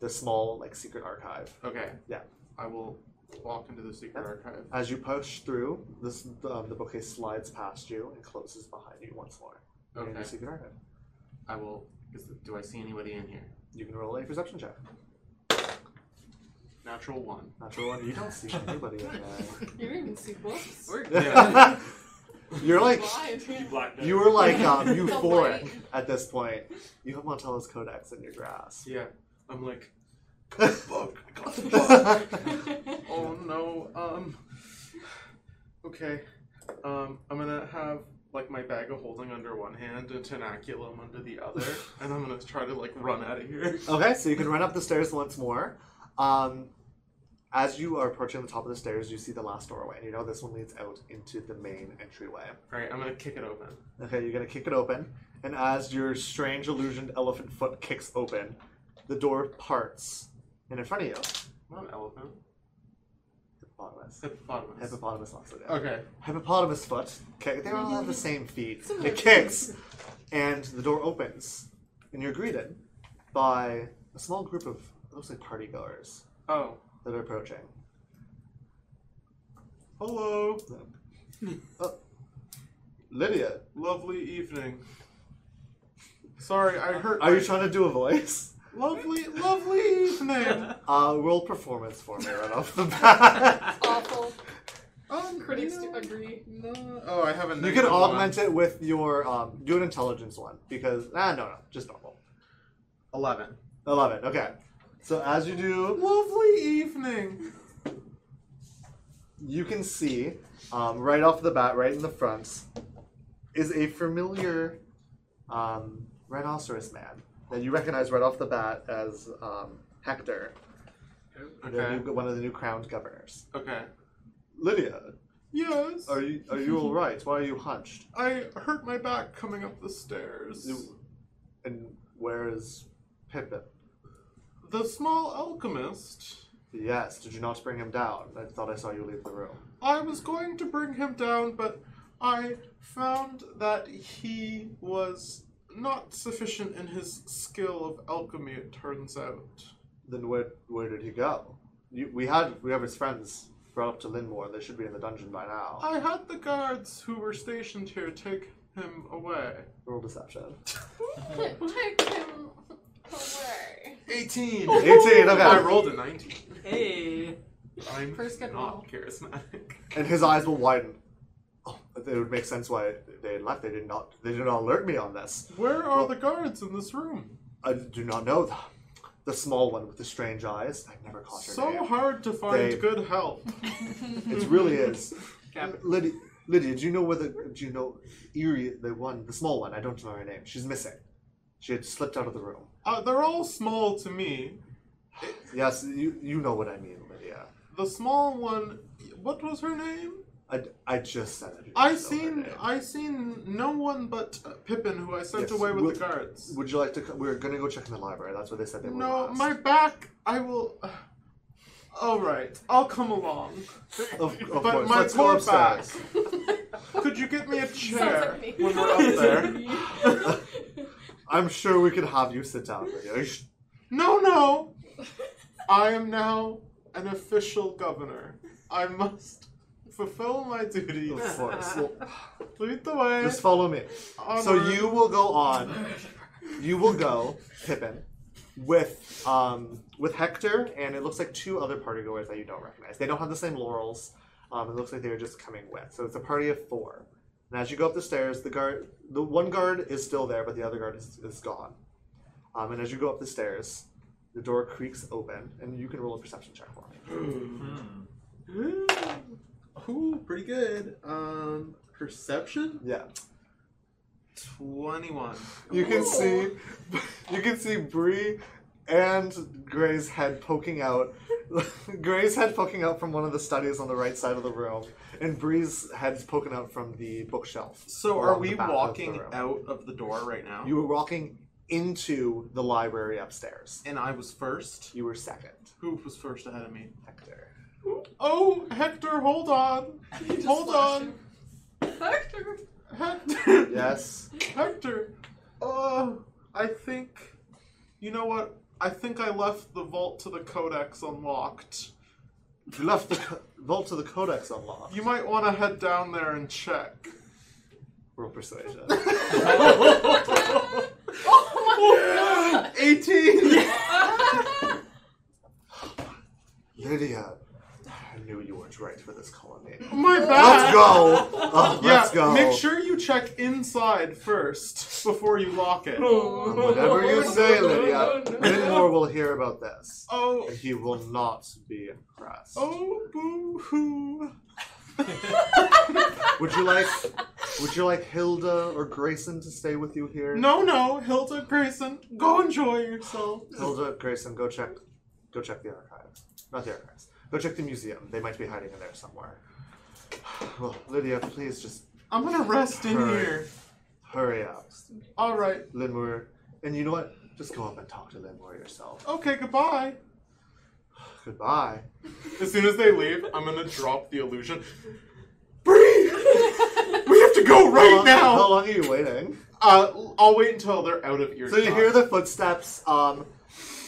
S2: The small like secret archive.
S5: Okay.
S2: Yeah.
S5: I will walk into the secret archive.
S2: As you push through, this um, the bookcase slides past you and closes behind you once more. You're In
S5: Okay.
S2: the secret archive.
S5: I will. Is, do I see anybody in here?
S2: You can roll a perception check.
S5: Natural one.
S2: Natural one. You don't see anybody in there.
S8: You don't even see books.
S6: We're
S5: Yeah.
S2: You're like
S8: Live.
S7: You blacked out.
S2: you were like um,
S8: The
S2: euphoric
S8: light.
S2: at this point. You have Montella's codex in your grasp.
S5: Yeah. I'm like,
S2: Book.
S5: I got the book. oh no. Um. Okay. Um. I'm gonna have like my bag of holding under one hand and Tanaculum under the other, and I'm gonna try to like run out of here.
S2: Okay, so you can run up the stairs once more. Um, as you are approaching the top of the stairs, you see the last doorway, and you know this one leads out into the main entryway.
S5: All right. I'm gonna kick it open.
S2: Okay, you're gonna kick it open, and as your strange illusioned elephant foot kicks open, the door parts, and in front of you,
S5: Not an elephant.
S2: hippopotamus.
S5: Hippopotamus.
S2: Hippopotamus also did.
S5: Okay.
S2: Hippopotamus foot. Okay, they all have the same feet.
S8: Similar
S2: It kicks, and the door opens, and you're greeted by a small group of it looks like party goers.
S5: Oh.
S2: that are approaching.
S5: Hello.
S2: Oh. Lydia,
S5: Lovely evening. Sorry, I hurt.
S2: are you trying to do a voice?
S5: Lovely, lovely evening.
S2: Uh, roll performance for me right off the bat.
S8: Awful.
S4: Oh,
S5: Um,
S8: Critics
S5: no,
S8: do agree.
S5: no. Oh, I have a.
S2: you can
S5: negative
S2: augment it with your um, do an intelligence one because ah no no just normal.
S5: one. Eleven.
S2: Eleven okay. So as you do,
S5: Lovely evening.
S2: you can see um, right off the bat, right in the front, is a familiar um, rhinoceros man that you recognize right off the bat as um, Hector, the
S5: Okay.
S2: new, one of the new crowned governors.
S5: Okay.
S2: Lydia,
S5: Yes.
S2: Are you are you all right? Why are you hunched?
S5: I hurt my back coming up the stairs.
S2: You- And where is Pippin?
S5: The small alchemist.
S2: Yes. Did you not bring him down? I thought I saw you leave the room.
S5: I was going to bring him down, but I found that he was not sufficient in his skill of alchemy. It turns out.
S2: Then where where did he go? You, we had we have his friends brought up to Linmore. They should be in the dungeon by now.
S5: I had the guards who were stationed here take him away.
S2: Roll deception.
S8: Take him away.
S5: 18.
S2: Eighteen.
S5: I
S2: Okay.
S5: rolled a 19.
S6: hey.
S5: I'm
S8: First good
S5: not
S8: roll.
S5: charismatic.
S2: And his eyes will widen. Oh, it would make sense why they left. They did not. They did not alert me on this.
S5: Where are the guards in this room?
S2: I do not know them. The small one with the strange eyes. I've never caught her
S5: So
S2: name.
S5: hard to find
S2: They-
S5: good help.
S2: It really is.
S6: Cap-
S2: Lydia, Lydia, do you know whether do you know Erie, the one, the small one? I don't know her name. She's missing. She had slipped out of the room.
S5: Uh, they're all small to me.
S2: Yes, you you know what I mean, Lydia.
S5: The small one, what was her name?
S2: I, I just said it.
S5: I
S2: It's over
S5: seen
S2: there.
S5: I seen no one but uh, Pippin, who I
S2: Yes,
S5: sent away with
S2: we'll-
S5: the guards.
S2: Would you like to? co- We're gonna go check in the library. That's where they said they were.
S5: No,
S2: last.
S5: my back. I will. all right, I'll come along.
S2: Of, of
S5: but
S2: course.
S5: my
S2: Let's go
S5: poor
S2: upstairs.
S5: Could you get me a
S4: Sounds
S5: chair
S4: like me.
S5: when we're up there?
S2: I'm sure we could have you sit down. Brioche.
S5: No, no. I am now an official governor. I must fulfill my duties.
S2: Of course. Well,
S5: Lead the way.
S2: just follow me. So
S5: Onward.
S2: you will go on. You will go, Pippin, with um with Hector, and it looks like two other party goers that you don't recognize. They don't have the same laurels. Um, it looks like they're just coming with. So it's a party of four. And as you go up the stairs, the guard, the one guard is still there, but the other guard is, is gone. Um, and as you go up the stairs, the door creaks open, and you can roll a perception check for me.
S5: Hmm. Ooh, pretty good. Um, perception
S2: Yeah.
S5: twenty-one.
S2: You can see, you can see Bree and Gray's head poking out. Gray's head poking out from one of the studies on the right side of the room, and Bree's head's poking out from the bookshelf.
S5: So
S2: along
S5: are we
S2: the back of the
S5: walking
S2: room.
S5: out of the door right now?
S2: You were walking into the library upstairs.
S5: and I was first.
S2: You were second,
S5: Who was first ahead of me?
S2: Hector.
S5: Oh, Hector, hold on, hold on,
S4: Hector.
S5: Hector,
S2: Yes.
S5: Hector. Oh, I think, you know what? I think I left the vault to the codex unlocked.
S2: You left the co- vault to the codex unlocked.
S5: You might want to head down there and check.
S2: Roll persuasion. Oh
S5: Eighteen.
S2: Lydia, I knew you weren't right for this colony.
S5: My bad.
S2: Let's go. Oh,
S5: Yeah,
S2: let's go.
S5: make sure you check inside first before you lock it.
S2: And Whatever you say, Lydia, Winmore will hear about this.
S5: Oh,
S2: And he will not be impressed.
S5: oh, boo hoo.
S2: Would you like would you like Hilda or Grayson to stay with you here?
S5: No, no, Hilda Grayson, go enjoy yourself.
S2: Hilda, Grayson, go check go check the archive. Not the archives. Go check the museum. They might be hiding in there somewhere. Well, Lydia, please just
S5: I'm gonna rest in
S2: Hurry.
S5: here.
S2: hurry up.
S5: All right.
S2: Linmore and you know what? Just go up and talk to Linmore yourself.
S5: Okay, goodbye.
S2: Goodbye.
S5: As soon as they leave, I'm gonna drop the illusion. Bree, we have to go
S2: How
S5: right
S2: long- How
S5: now.
S2: long are you waiting?
S5: Uh, I'll wait until they're out of earshot.
S2: So you hear the footsteps, um,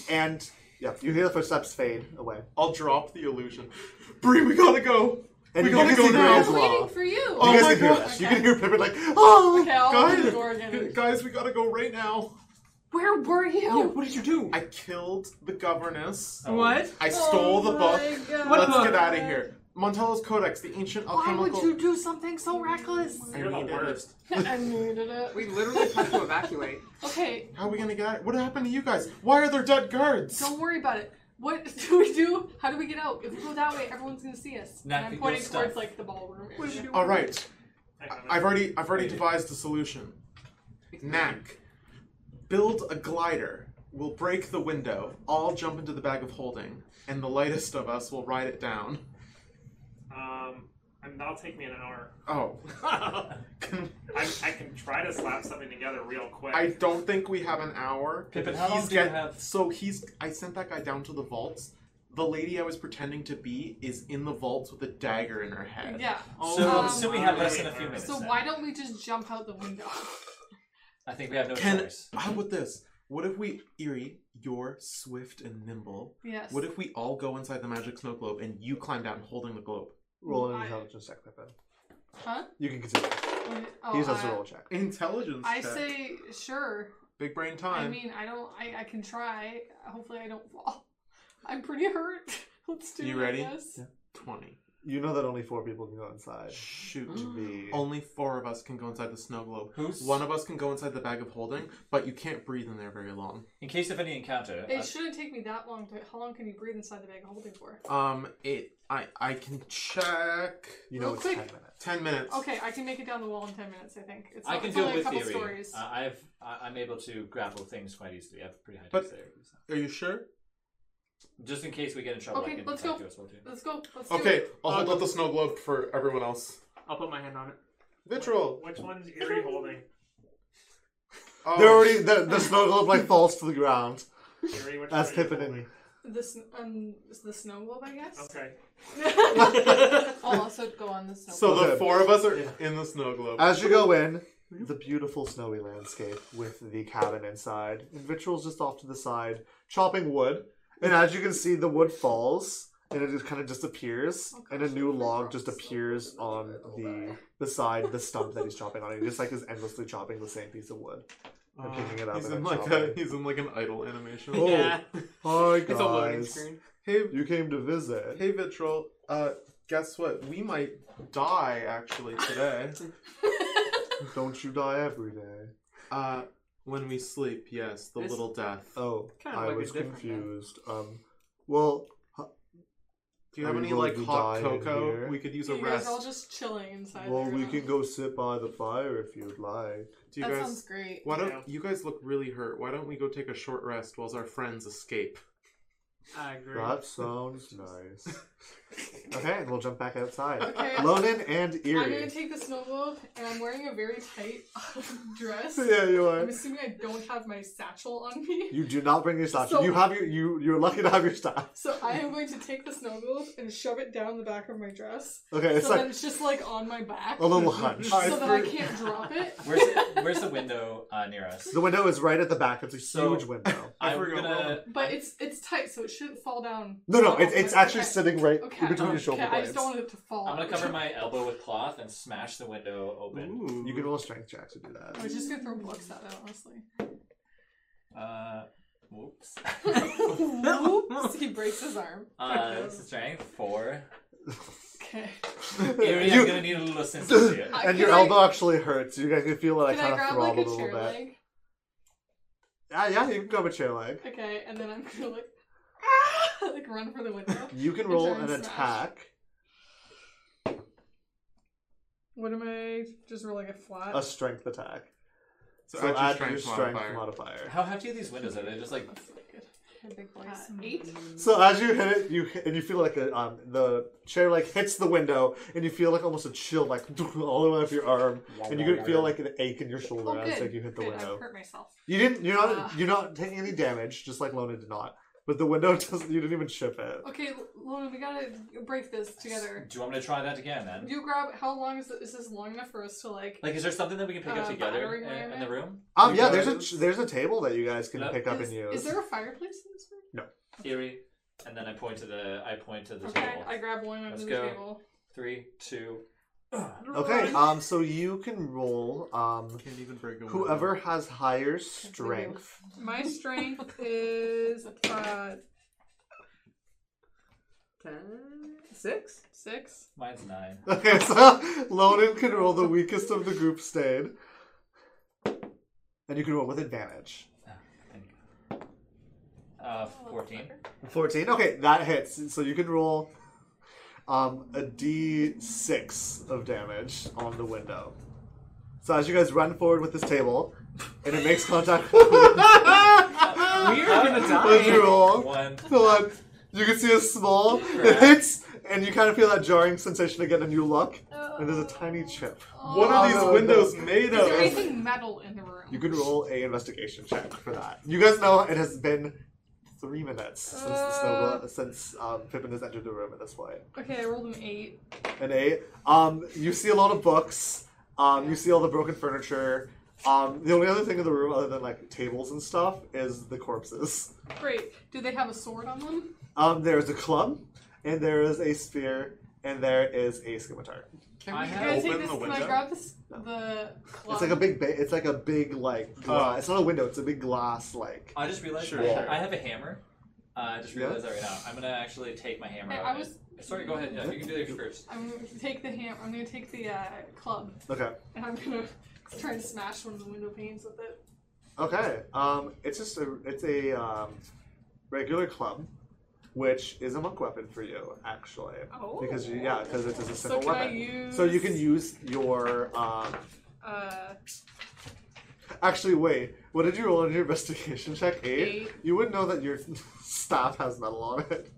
S2: and yeah, you hear the footsteps fade away.
S5: I'll drop the illusion. Bree, we gotta go.
S2: And
S5: we
S2: you
S5: gotta
S2: can
S5: go
S2: see
S5: now.
S2: Gray's
S4: I'm waiting for you.
S5: Oh
S2: you guys
S5: my
S2: can hear
S5: God.
S2: that. You can hear Pippin like, oh,
S4: okay, I'll open the
S5: Guys,
S4: door again.
S5: guys, we gotta go right now.
S4: Where were you?
S6: what did you do?
S5: I killed the governess.
S6: What?
S4: Oh
S5: I stole the book.
S6: What
S5: Let's
S6: book?
S5: get out of here. Montello's Codex, the ancient
S4: Why
S5: alchemical.
S4: would you do something so reckless?
S5: I
S7: You're the
S5: needed it.
S7: worst.
S8: I needed it.
S6: We literally had to evacuate.
S4: Okay,
S5: How are we gonna get out? What happened to you guys? Why are there dead guards?
S4: don't worry about it. What do we do? How do we get out? If we go that way, everyone's gonna see us.
S3: Not
S4: and I'm
S3: the
S4: pointing
S3: good
S4: towards
S3: stuff.
S4: like the ballroom. area.
S5: All right,
S7: Hang on.
S5: I've already, I've already devised a solution. Knack, build a glider. We'll break the window. I'll jump into the bag of holding, and the lightest of us will ride it down.
S7: Um, and that'll take me an hour.
S5: Oh,
S7: I, I can try to slap something together real quick.
S5: I don't think we have an hour.
S3: Pippin, how long
S5: he's
S3: do you
S5: get-
S3: have?
S5: So he's. I sent that guy down to the vaults. The lady I was pretending to be is in the vaults with a dagger in her head.
S4: Yeah.
S2: Oh.
S3: So,
S4: Um,
S3: so we have less than a few minutes.
S4: So
S3: then.
S4: why don't we just jump out the window?
S3: I think we have no
S5: Can
S3: choice.
S5: how about this? What if we, Eerie, you're swift and nimble.
S4: Yes.
S5: What if we all go inside the magic snow globe and you climb down holding the globe?
S2: Roll an
S4: I-
S2: intelligence check, Pippin.
S4: Huh?
S2: You can continue.
S4: Oh,
S2: he just has
S4: I-
S2: to roll a check.
S5: Intelligence.
S4: I
S5: check.
S4: say sure.
S5: big brain time.
S4: I mean, I don't. I, I can try. Hopefully, I don't fall. I'm pretty hurt. Let's do
S5: You
S4: it.
S5: ready?
S4: Yes.
S5: Twenty.
S2: You know that only four people can go inside.
S5: Shoot.
S4: Mm.
S2: The-
S5: Only four of us can go inside the snow globe.
S3: Who's
S5: One of us can go inside the bag of holding, but you can't breathe in there very long.
S3: in case of any encounter?
S4: It
S3: uh,
S4: shouldn't take me that long. To, how long can you breathe inside the bag of holding for?
S5: Um, it. I I can check.
S2: you know
S4: real
S2: it's
S4: quick.
S2: ten minutes.
S5: Ten minutes.
S4: Okay, I can make it down the wall in ten minutes. I think it's,
S3: I
S4: not-
S3: can
S4: it's
S3: do
S4: only
S3: it with
S4: a couple
S3: theory.
S4: stories.
S3: Uh, I've I- I'm able to grapple things quite easily. I have pretty high
S5: But-
S3: dexterity. so.
S5: Are you sure?
S3: Just in case we get in trouble,
S4: Okay,
S3: I can
S4: let's
S3: talk
S4: go.
S3: to us well too.
S4: Let's go. Let's do
S2: Okay,
S4: it.
S2: I'll hold up the snow globe for everyone else.
S6: I'll put my hand on it.
S2: Vitriol.
S7: Which one's Eerie holding?
S5: Oh,
S2: They're already the, the snow globe like falls to the ground
S7: Eerie,
S2: as
S7: which one are you
S2: Pippin and
S7: holding?
S4: The sn- um the snow globe, I guess.
S7: Okay.
S4: Oh,
S8: I'll also go on the snow.
S5: So the
S2: Okay.
S5: four of us are in the snow globe.
S2: As you go in, the beautiful snowy landscape with the cabin inside, and Vitriol's just off to the side, chopping wood. And as you can see, the wood falls, and it just kind of disappears, and a new log just appears on the beside the stump that he's chopping on. He just like is endlessly chopping the same piece of wood. I'm picking it up
S5: Uh, he's
S2: and
S5: in
S2: I'm
S5: like a,
S2: chopping.
S5: he's in like an idle animation.
S2: Oh,
S6: yeah,
S2: Hi
S6: it's a loading
S2: guys,
S6: screen.
S5: Hey,
S2: you came to visit.
S5: hey, Vitrol. Uh, guess what? We might die actually today.
S2: Don't you die every day?
S5: Uh, when we sleep, yes, the
S6: This-
S5: little death.
S2: Oh,
S6: Kinda
S2: I
S6: like a
S2: was
S6: different death.
S2: confused. Um, well,
S5: Do you
S2: Are
S5: have
S2: we
S5: any
S2: going
S5: like
S2: to
S5: hot
S2: die in
S5: cocoa?
S2: here?
S5: We could use a
S4: you guys
S5: rest.
S4: are all just chilling inside.
S2: well,
S4: the
S2: we
S4: room.
S2: can go sit by the fire if you'd like.
S5: Do you
S8: that
S5: guys?
S8: sounds great.
S5: Why don't
S7: Yeah.
S5: you guys look really hurt? Why don't we go take a short rest while our friends escape?
S6: I agree.
S2: That sounds nice. Okay, and we'll jump back outside.
S4: Okay.
S2: Lonan and
S4: I'm gonna
S2: Eerie.
S4: take the snow globe, and I'm wearing a very tight dress.
S2: Yeah, you
S4: I'm
S2: are.
S4: assuming I don't have my satchel on me.
S2: You do not bring your staff.
S4: So-
S2: you have your you. You're lucky to have your staff.
S4: So I am going to take the snow globe and shove it down the back of my dress.
S2: Okay, it's
S4: so
S2: like
S4: then it's just like on my back.
S2: a little hunch.
S4: so that I can't drop it.
S3: Where's, where's the window uh, near us?
S2: The window is right at the back. It's a
S3: So-
S2: huge window.
S5: I
S3: I'm
S5: forgot
S3: gonna.
S4: But it's it's tight, so it shouldn't fall down.
S2: No, no,
S4: Oh, Okay.
S2: it, it's actually
S4: Okay.
S2: sitting right
S4: Okay.
S2: between your shoulder
S4: Okay, I
S2: blades.
S4: just don't want it to fall.
S3: I'm gonna
S4: out.
S3: cover my elbow with cloth and smash the window open.
S5: Ooh.
S2: You can roll a strength check to do
S4: I
S2: that.
S4: was just gonna throw books at it, honestly.
S3: Uh, whoops.
S8: Oops, he breaks his arm.
S3: Uh, strength four.
S4: Okay.
S3: Eerie, I'm gonna
S2: you,
S3: need a little assistance here.
S4: I-
S2: and
S4: Uh, Can
S2: your
S4: I-
S2: elbow actually hurts. You guys can feel it. I
S4: Can I
S2: kind of
S4: grab like
S2: throttled a
S4: a
S2: little
S4: chair
S2: bit.
S4: leg?
S2: Yeah, yeah, you can grab a chair leg.
S4: Okay, and then I'm gonna like like run for the window.
S2: You can
S4: And
S2: roll
S4: try
S2: an
S4: and smash.
S2: attack,
S4: What am I just rolling a flat?
S2: a strength attack.
S5: So,
S2: So
S5: add
S2: add
S5: your
S2: your
S5: strength modifier.
S2: modifier.
S3: How hefty are these windows? Are they just like
S4: That's not good.
S8: The big boy.
S4: Uh,
S8: snow
S4: eight?
S8: globe.
S2: So as you hit it, you hit, and you feel like a, um, the chair like hits the window, and you feel like almost a chill like all the way up your arm, and you can feel like an ache in your shoulder
S4: Oh,
S2: as
S4: good.
S2: like you hit the
S4: good.
S2: window.
S4: I've hurt myself.
S2: You didn't. You're
S4: Ah.
S2: not. You're not taking any damage, just like Lona did not. But the window doesn't. You didn't even chip it.
S4: Okay, L- Lona, we gotta break this together.
S3: Do you want me to try that again then?
S4: You grab. How long is this? Is this long enough for us to like?
S3: Like, is there something that we can pick up
S4: Uh,
S3: together
S4: battering
S3: in,
S4: ram
S3: in the
S4: it?
S3: room?
S2: Um.
S5: You
S2: Yeah. There's a
S5: guys-
S2: there's a table that you guys can
S3: Yep.
S2: pick up
S4: is,
S2: and use.
S4: is there a fireplace in this room?
S3: Eerie, and then I point to the I point to the
S4: Okay,
S3: table.
S4: I grab one under
S3: Let's
S4: the
S3: go.
S4: table.
S3: Three, two.
S2: Okay. Um. So you can roll. Um.
S5: Can't even break a window.
S2: Whoever has higher strength.
S4: My strength is uh,
S6: Ten, six.
S4: six.
S3: Mine's nine.
S2: Okay, so Lonan can roll the weakest of the group stayed. And you can roll with advantage.
S4: Oh,
S3: Uh, fourteen.
S2: 14. Okay, that hits. So you can roll um, a d6 of damage on the window. So as you guys run forward with this table, and it makes contact with
S6: We are gonna
S2: your
S6: die.
S2: roll.
S3: Uh, One.
S2: Hold on. You can see a small, it hits, and you kind of feel that jarring sensation again, and you look,
S6: Oh.
S2: and there's a tiny chip.
S5: What are
S2: Oh,
S5: these
S2: no,
S5: windows made
S4: Is there
S5: of?
S4: anything metal in the room?
S2: You can roll a investigation check for that. You guys know it has been three minutes since the snow
S4: Uh.
S2: since um, Pippin has entered the room at this point.
S4: Okay, I rolled an eight.
S2: An eight. Um, you see a lot of books. Um, you see all the broken furniture. Um, the only other thing in the room, other than like tables and stuff, is the corpses.
S4: Great. Do they have a sword on them?
S2: Um, there is a club, and there is a spear, and there is a scimitar.
S5: Can
S3: I
S5: we
S3: have-
S4: Can I take
S5: open
S4: this?
S5: the
S4: Can I
S5: window?
S4: grab this? The club.
S2: It's like a big, ba- it's like a big like. Glass.
S5: Oh.
S2: It's not a window. It's a big glass like.
S3: I just realized
S5: Sure,
S3: I,
S5: sure.
S3: I have a hammer. Uh, I just
S2: Yeah.
S3: realized that right now. I'm gonna actually take my hammer.
S4: Okay,
S3: out
S4: I
S3: of it.
S4: was.
S3: Sorry, go ahead. Yeah, you can do it first.
S4: I'm gonna take the ham. I'm gonna take the uh, club,
S2: Okay.
S4: and I'm gonna try and smash one of the window panes with it.
S2: Okay. Um, it's just a it's a um, regular club, which is a monk weapon for you actually,
S4: Oh.
S2: because you, yeah, because it's just a
S4: so
S2: simple
S4: can I
S2: weapon.
S4: use?
S2: So you can use your um,
S4: Uh,
S2: Actually, wait. What did you roll in your investigation check? Eight.
S8: Eight.
S2: You wouldn't know that your staff has metal on it.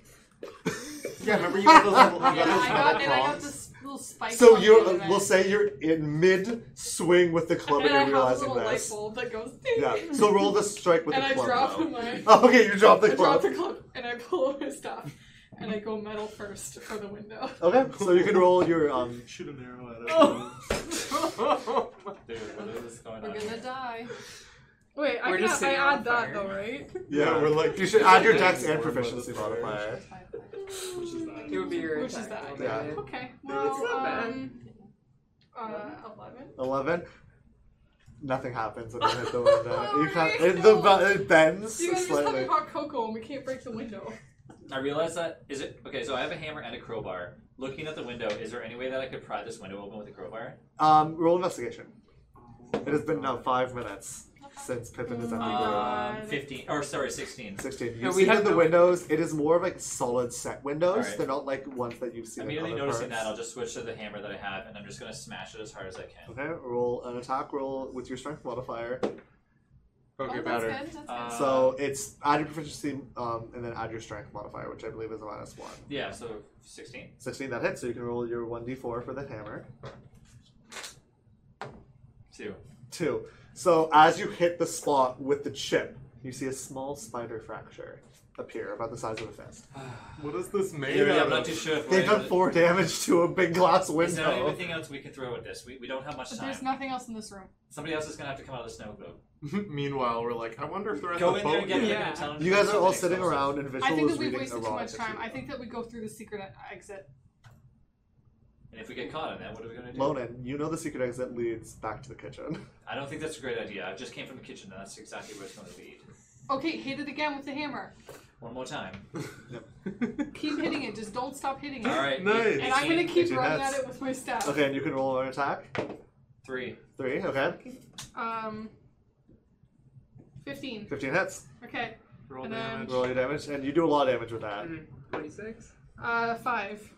S5: Yeah, remember you got those little,
S4: Yeah,
S5: you got those
S4: I got, and
S5: metal
S4: I got
S5: prongs?
S4: this little spike.
S2: So
S4: on the
S2: you're,
S4: end of it.
S2: we'll say you're in mid swing with the club, and
S4: and I
S2: you're
S4: have a
S2: realizing
S4: little light
S2: this.
S4: bulb that goes.
S2: Yeah. So roll the strike with
S4: and
S2: the
S4: I
S2: club.
S4: drop
S2: though.
S4: my.
S2: Oh, okay, you drop the
S4: I drop
S2: club.
S4: the club and I pull out my staff and I go metal first for the window.
S2: Okay, so you can roll your um.
S5: Shoot an arrow at it.
S3: Oh. Dude, what is going
S8: We're
S3: on?
S8: gonna die.
S4: Wait,
S6: We're
S4: I,
S6: just
S4: can, I
S6: sitting on
S4: add that
S6: fire.
S4: though, right?
S2: Yeah, we're like you should
S5: Yeah.
S2: add your dex
S5: Yeah.
S2: and proficiency modifier.
S7: Which is that?
S6: It would be your
S4: Which is
S6: attack
S4: that?
S6: roll,
S2: Yeah.
S6: right?
S4: Okay. Well,
S6: not bad.
S4: um, uh, eleven.
S2: Eleven. Nothing happens when you hit the window. You can't.
S4: Alright.
S2: It, the bu- it bends
S4: You guys just
S2: slightly.
S4: having hot cocoa and we can't break the window.
S3: I realize that is it. Okay, so I have a hammer and a crowbar. Looking at the window, is there any way that I could pry this window open with a crowbar?
S2: Um, roll investigation. It has been now five minutes since Pippin
S4: Uh,
S2: is at the door.
S3: Um, fifteen or sorry, sixteen.
S2: Sixteen.
S6: No,
S2: You've
S6: we
S2: seen
S6: have
S2: in the
S6: no-
S2: windows. It is more of like solid set windows.
S3: Alright.
S2: They're not like ones that you've seen.
S3: Immediately
S2: in other
S3: noticing that,
S2: parts.
S3: I'll just switch to the hammer that I have, and I'm just gonna smash it as hard as I can.
S2: Okay, roll an attack roll with your strength modifier.
S5: Okay,
S8: oh, that's
S5: better.
S8: good. That's good.
S3: Uh,
S2: so it's add your proficiency um, and then add your strength modifier, which I believe is a minus one.
S3: Yeah, so sixteen.
S2: 16 that hits, so you can roll your 1d4 for the hammer.
S3: Two.
S2: Two. So as you hit the spot with the chip, you see a small spider fracture appear about the size of a fist.
S5: What is this made
S3: Yeah,
S5: out
S3: I'm not
S5: of?
S3: too sure. if
S2: They've
S3: we're
S2: done
S3: able
S2: four damage to a big glass
S3: to- Is there
S2: window.
S3: anything else we can throw at this? We, we don't have much
S8: but
S3: time.
S8: there's nothing else in this room.
S3: Somebody else is gonna have to come out of the snow globe.
S5: Meanwhile, we're like, I wonder if they're at
S3: Go
S5: the
S3: in
S5: boat.
S3: there and get
S5: yet.
S3: them
S6: Yeah.
S3: and tell them to
S2: You
S3: do
S2: guys are all
S3: something
S2: sitting
S3: explosive.
S2: around, and Visual
S8: I think
S2: is
S8: that we've
S2: reading
S8: wasted
S2: a
S8: too
S2: raw
S8: much time.
S2: material.
S8: I think that we go through the secret e- exit.
S3: And if we get caught in that, what are we gonna do?
S2: Lonan, you know the secret exit leads back to the kitchen.
S3: I don't think that's a great idea. I just came from the kitchen, and that's exactly where it's gonna lead.
S8: Okay, hit it again with the hammer.
S3: One more time.
S8: Keep hitting it. Just don't stop hitting it.
S3: All right.
S5: Nice.
S3: eight-
S8: And I'm gonna
S3: 18,
S8: keep
S2: Did you
S8: running
S2: nuts?
S8: at it with my staff.
S2: Okay, and you can roll an attack.
S3: three.
S2: Three, okay.
S8: Um, fifteen.
S2: 15 hits.
S8: Okay.
S5: Roll
S8: And then-
S5: damage.
S2: Roll your damage, and you do a lot of damage with that.
S6: mm, Twenty-six.
S8: Uh, five.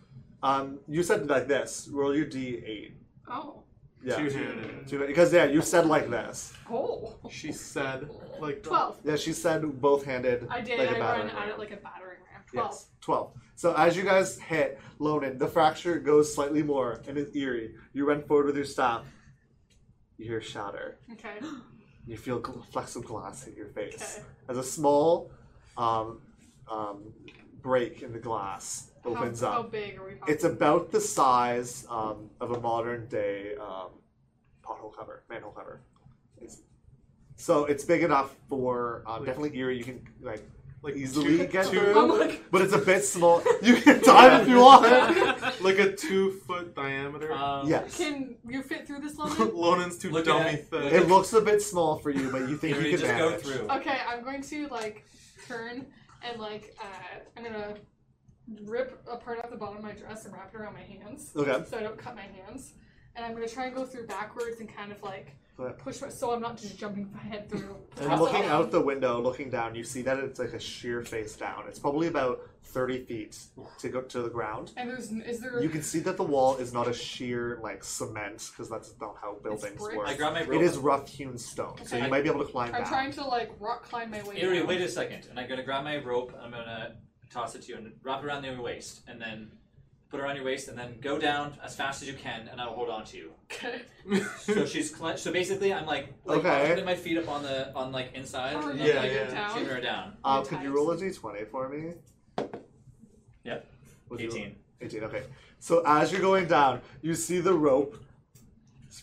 S2: Um, you said like this. Roll your d8.
S8: Oh.
S2: Yeah.
S5: Two-handed.
S2: Two- Because yeah, you said like this.
S8: Oh.
S5: She said, like,
S8: Twelve.
S2: Yeah, she said both handed.
S4: I did.
S2: Like a
S4: I run
S2: battering
S4: at
S2: ram.
S4: it like a battering ram. Twelve.
S2: Yes, twelve. So as you guys hit Lonan, the fracture goes slightly more and is eerie. You run forward with your staff. You hear shatter.
S4: Okay.
S2: You feel gl- flecks of glass hit your face
S4: Okay.
S2: as a small um, um, break in the glass opens
S4: how,
S2: up.
S4: How big are we talking?
S2: It's about the size um, of a modern day um, pothole cover, manhole cover. It's, so it's big enough for um,
S5: Like-
S2: definitely eerie. You can like,
S5: like
S2: Easily
S5: two,
S2: get
S5: two,
S2: through.
S4: I'm like,
S2: but it's a bit small. You can dive if you want.
S5: like a two foot diameter.
S3: Um,
S2: Yes,
S4: can you fit through this lemon?
S5: Lonan's too
S3: Look
S5: dummy
S3: at-
S5: thin.
S2: it looks a bit small for you, but you think
S3: Yuri,
S2: you can
S3: just
S2: manage.
S3: go through.
S4: okay, I'm going to like turn and like uh, I'm gonna rip a part off the bottom of my dress and wrap it around my hands
S2: Okay.
S4: so I don't cut my hands. And I'm gonna try and go through backwards and kind of like
S2: Right.
S4: push my, so I'm not just jumping my head through.
S2: And looking out the window, looking down, you see that it's like a sheer face down. It's probably about thirty feet to go to the ground.
S4: And there's n- is there
S2: You can see that the wall is not a sheer like cement because that's not how buildings
S4: brick.
S2: work.
S3: I grab my rope.
S2: It is rough hewn stone, so
S4: Okay.
S2: you might be able to climb
S4: I'm
S2: down.
S4: trying to like rock climb my way.
S3: Eerie,
S4: down.
S3: wait a
S2: Um,
S3: second. And I'm gonna grab my rope. and I'm gonna toss it to you and wrap it around your waist, and then put it around your waist, and then go down as fast as you can, and I'll hold on to you.
S4: Okay.
S3: so she's clen- so basically, I'm like, like
S2: Okay.
S3: putting my feet up on the on like inside,
S4: Are
S3: and
S4: you
S3: then,
S5: Yeah,
S3: like
S5: yeah.
S4: down?
S3: shooting her down.
S2: Uh,
S4: Three
S2: could you
S4: times.
S2: roll a d20 for me?
S3: Yep.
S2: Would you-
S3: Eighteen.
S2: 18, okay. So as you're going down, you see the rope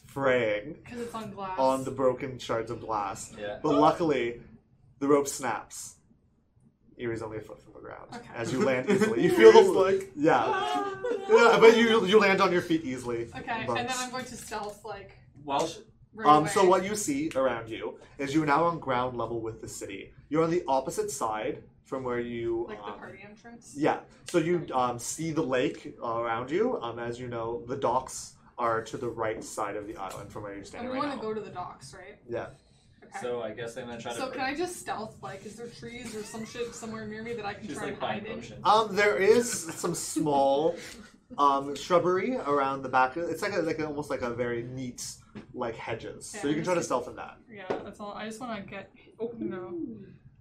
S2: fraying
S4: Because it's on glass.
S2: on the broken shards of glass.
S3: Yeah.
S2: But luckily, the rope snaps. Erie's only a foot from the ground.
S4: Okay. Oh,
S2: As you land easily. You feel the
S5: Erie's like-
S2: Yeah. yeah. But you you land on your feet easily.
S4: Okay,
S2: But-
S4: and then I'm going to stealth like
S3: While she-
S4: right
S2: Um, so
S4: away.
S2: what you see around you is you're now on ground level with the city. You're on the opposite side from where you
S4: like the
S2: um,
S4: party entrance.
S2: Yeah. So you um, see the lake around you. Um, as you know, the docks are to the right side of the island from where you're
S4: And
S2: standing
S4: we
S2: right
S4: want
S2: now.
S4: to go to the docks, right?
S2: Yeah.
S4: Okay. So,
S3: so I guess I'm gonna try to.
S4: can I just stealth? Like, is there trees or some shit somewhere near me that I can
S3: She's
S4: try
S3: like
S4: and hide
S3: buying
S4: in?
S3: potions.
S2: Um, there is some small um, shrubbery around the back. It's like a, like a, almost like a very neat like hedges. so
S4: Okay,
S2: you can
S4: I'm
S2: try to
S4: just-
S2: stealth in that.
S4: Yeah, that's all. I just want to get, oh, you know,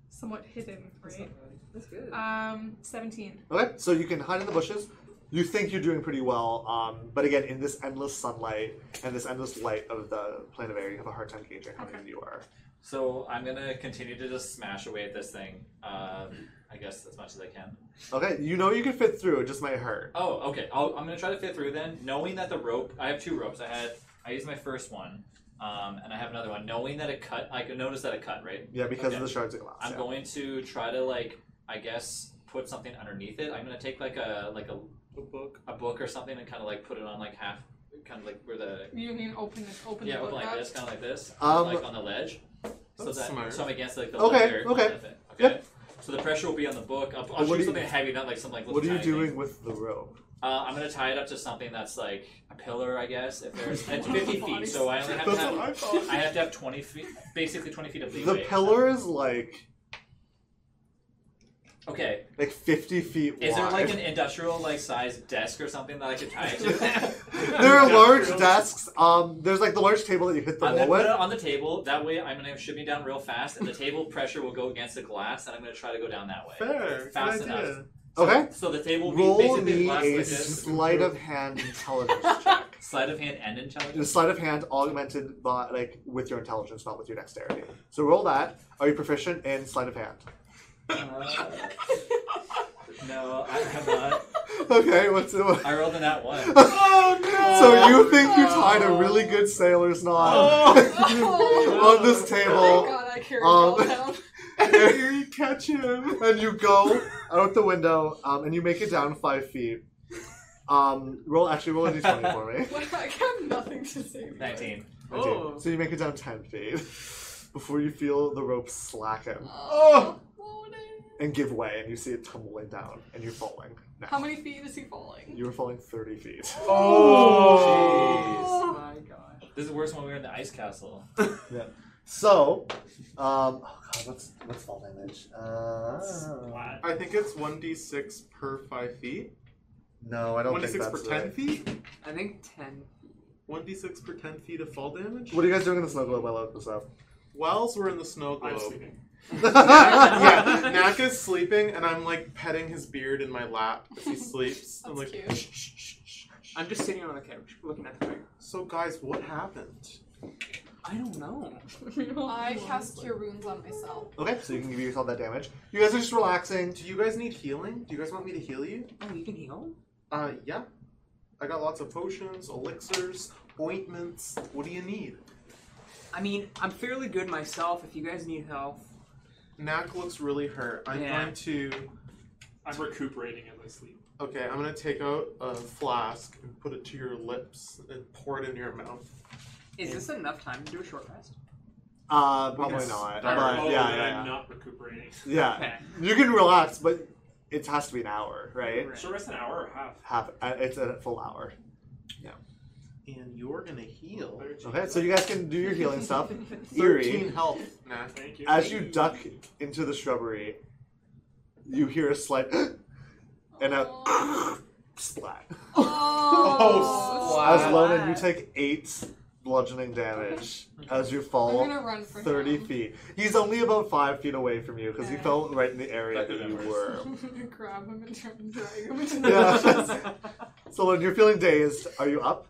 S4: somewhat hidden, right?
S6: That's good.
S4: Um, 17.
S2: Okay, so you can hide in the bushes. You think you're doing pretty well, um, but again, in this endless sunlight and this endless light of the plane of air, you have a hard time gauging how
S4: Okay.
S2: good you are.
S3: So I'm gonna continue to just smash away at this thing. Um, I guess as much as I can.
S2: Okay, you know you can fit through. It just might hurt.
S3: Oh, okay. I'll, I'm gonna try to fit through then, knowing that the rope. I have two ropes. I had. I used my first one, um, and I have another one. Knowing that it cut, I can notice that it cut. Right.
S2: Yeah, because
S3: Okay.
S2: of the shards of glass.
S3: I'm
S2: yeah.
S3: going to try to like, I guess, put something underneath it. I'm gonna take like a like a,
S5: The book.
S3: a book or something and kind of like put it on like half, kind of like where the
S4: You mean open the open
S3: yeah
S4: the book
S3: like
S4: up?
S3: this, kind of like this,
S2: Um,
S3: like on the ledge. So
S5: That's
S3: that
S5: smart.
S3: so I'm against like the
S2: Okay,
S3: leather
S2: okay.
S3: kind of thing. Okay.
S2: Yep. Uh,
S3: So the pressure will be on the book. I'll, I'll
S2: What do
S3: shoot
S2: you-
S3: something heavy, not like something like.
S2: What are you
S3: tiny thing.
S2: doing with the rope?
S3: Uh, I'm gonna tie it up to something that's like a pillar, I guess. If there's it's 50 feet, so I only have to
S2: That's
S3: have,
S2: what I thought.
S3: I have to have 20 feet, basically 20 feet of leeway.
S2: The pillar is like
S3: Okay.
S2: like 50 feet wide.
S3: Is there like an industrial like size desk or something that I could tie it to?
S2: there are large desks. Um, there's like the large table that you hit the
S3: I'm gonna
S2: wall
S3: put
S2: with.
S3: it on the table. That way, I'm gonna shimmy down real fast, and the table pressure will go against the glass, and I'm gonna try to go down that way.
S5: Fair.
S3: Fast
S5: good
S3: enough.
S5: idea.
S3: So-
S2: Okay.
S3: So the table will be
S2: Roll
S3: basically
S2: me
S3: glass
S2: a
S3: like this.
S2: sleight of hand intelligence check.
S3: Sleight of hand and
S2: A
S3: intelligence.
S2: sleight of hand augmented by like with your intelligence, not with your dexterity. So roll that. Are you proficient in sleight of hand?
S3: Uh, no, I have not.
S2: Okay, what's the
S3: I rolled an at one.
S2: Oh, So you think you tied a really good sailor's knot on this
S4: Oh my
S2: table,
S4: god, I
S2: Um,
S4: carried it all down.
S5: Harry, catch him.
S2: and you go out the window, um, and you make it down five feet. Um, roll actually roll a d20 for me.
S4: What, I have nothing to say.
S3: 19.
S6: Oh.
S2: So you make it down ten feet before you feel the rope slacken
S4: Oh.
S2: and give way, and you see it tumbling down, and you're falling. Now.
S4: How many feet is he falling?
S2: You were falling thirty feet.
S3: Oh,
S6: my gosh.
S3: jeez. This is worse when we were in the ice castle.
S2: So, um, oh god, what's what's fall damage? Uh,
S5: I think it's 1d6 per 5 feet.
S2: no, I don't think
S5: 1d6
S2: that's
S5: per 10
S2: right.
S5: feet?
S6: I think 10.
S5: 1d6 per 10 feet of fall damage?
S2: What are you guys doing in the snow globe? I love this up.
S5: Whilst we're in the snow
S7: I'm
S5: globe.
S7: sleeping.
S5: yeah, Nak is sleeping, and I'm like petting his beard in my lap as he sleeps. I'm
S4: That's
S5: like,
S4: cute.
S5: "Shh, shh, shh, shh, shh."
S6: I'm just sitting on the couch looking at the fire.
S5: so guys, what happened?
S6: I don't know.
S8: I cast cure runes on myself.
S2: Okay, so you can give yourself that damage. You guys are just relaxing.
S5: Do you guys need healing? Do you guys want me to heal you?
S6: Oh, you can heal?
S5: Uh, yeah. I got lots of potions, elixirs, ointments. What do you need?
S6: I mean, I'm fairly good myself if you guys need help.
S5: Nak looks really hurt. I'm
S6: Yeah.
S5: going to.
S7: I'm recuperating as I sleep.
S5: Okay, I'm gonna take out a flask and put it to your lips and pour it in your mouth.
S6: Is this enough time to do a short rest?
S2: Uh,
S5: We can
S2: probably not.
S5: start.
S2: But
S7: oh,
S2: yeah,
S7: then
S2: yeah,
S7: I'm
S2: yeah.
S7: not recuperating.
S2: yeah. You can relax, but it has to be an hour, right?
S6: Right.
S7: Should rest an hour or half.
S2: Half. uh, It's a full hour.
S5: And you're gonna heal.
S7: Better change
S2: Okay,
S7: it.
S2: so you guys can do your healing stuff.
S5: 13
S2: Eerie.
S5: health, Nak.
S7: Thank you.
S2: As you duck into the shrubbery, you hear a slight and
S4: Oh.
S2: a splat.
S5: Oh,
S2: As
S5: Wow.
S2: Lonan, you take eight bludgeoning damage as you
S4: I'm
S2: fall
S4: gonna run for
S2: 30
S4: him.
S2: feet. He's only about five feet away from you because you
S4: Okay.
S2: fell right in the area
S7: That could
S2: that
S7: have
S2: you
S7: been
S2: were.
S4: I'm gonna grab him and try and drag him into the bushes.
S2: Yeah. so when you're feeling dazed, are you up?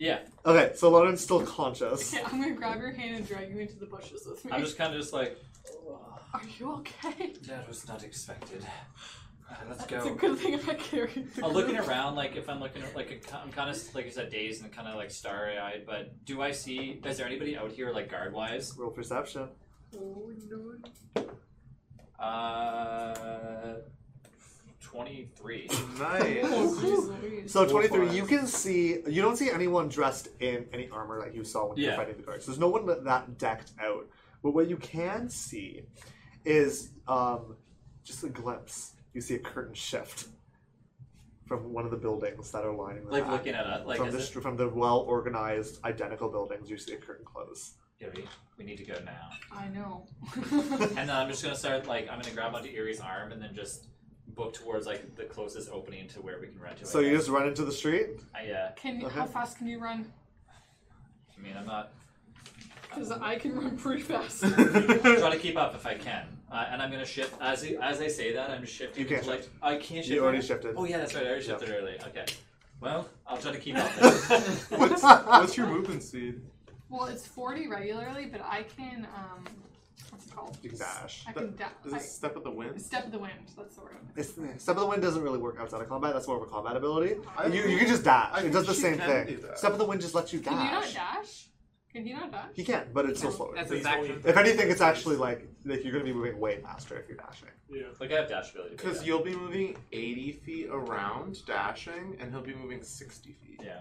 S3: Yeah,
S2: Okay, so Lonan's still conscious.
S4: Yeah, I'm gonna grab your hand and drag you into the bushes with me.
S3: I'm just kind of just like,
S4: Are you okay?
S3: that was not expected. Uh, let's
S4: It's a
S3: go.
S4: good thing I carried the
S3: I'm looking
S4: group.
S3: around, like if I'm looking, at- like I'm kind of like I said, dazed and kind of like starry-eyed. But do I see? Is there anybody out here like guard-wise?
S2: Roll perception.
S4: Oh,
S3: Uh, twenty-three.
S5: Nice.
S4: Oh, geez Louise.
S2: So
S5: Roll
S2: 23,
S5: five.
S2: you can see, you don't see anyone dressed in any armor like you saw when you were
S3: Yeah.
S2: fighting the guards. There's no one that, that decked out. But what you can see is um, just a glimpse. You see a curtain shift from one of the buildings that are lining the
S3: Like
S2: back.
S3: looking at us, like
S2: from,
S3: is
S2: the,
S3: it-
S2: str- from the well-organized, identical buildings, you see a curtain close.
S3: Yeah, we- we need to go now.
S4: I know.
S3: And then I'm just gonna start like I'm gonna grab onto Erie's arm and then just book towards like the closest opening to where we can rent to.
S2: So
S3: I
S2: you
S3: guess.
S2: just run into the street?
S3: I, uh,
S4: Can you,
S2: Okay.
S4: how fast can you run?
S3: I mean, I'm not
S4: Because I can run pretty fast.
S3: trying to keep up if I can, uh, and I'm gonna shift as I- as I say that. I'm shifting.
S2: You can't
S3: to, like I can't shift.
S2: You already
S3: right
S2: shifted.
S3: now? Oh yeah, that's right. I already
S2: Yep.
S3: shifted earlier. Okay. Well, I'll try to keep up. then.
S5: What's, what's your movement speed?
S4: well, it's 40 regularly, but I can, um, what's it called?
S2: You can dash.
S4: I can da-
S5: Is this step of the
S4: I,
S5: wind?
S4: step of the wind. That's the word.
S2: It's, Step of the Wind doesn't really work outside of combat. That's more of a combat ability.
S5: I
S2: you, you
S5: think-
S2: can just dash.
S5: I
S2: it does
S5: think
S2: the
S5: she
S2: same
S5: can
S2: thing.
S5: do that.
S2: Step of the Wind just lets you dash.
S4: Can you not dash? Can you not dash?
S2: He can, but it's still
S4: No,
S2: slower.
S6: That's
S7: Please
S6: his action.
S7: don't
S2: If anything, it's actually like like you're gonna be moving way faster if you're dashing.
S7: Yeah.
S3: like I have dash ability. but
S5: Because
S3: yeah.
S5: you'll be moving 80 feet around, dashing, and he'll be moving 60 feet.
S3: Yeah.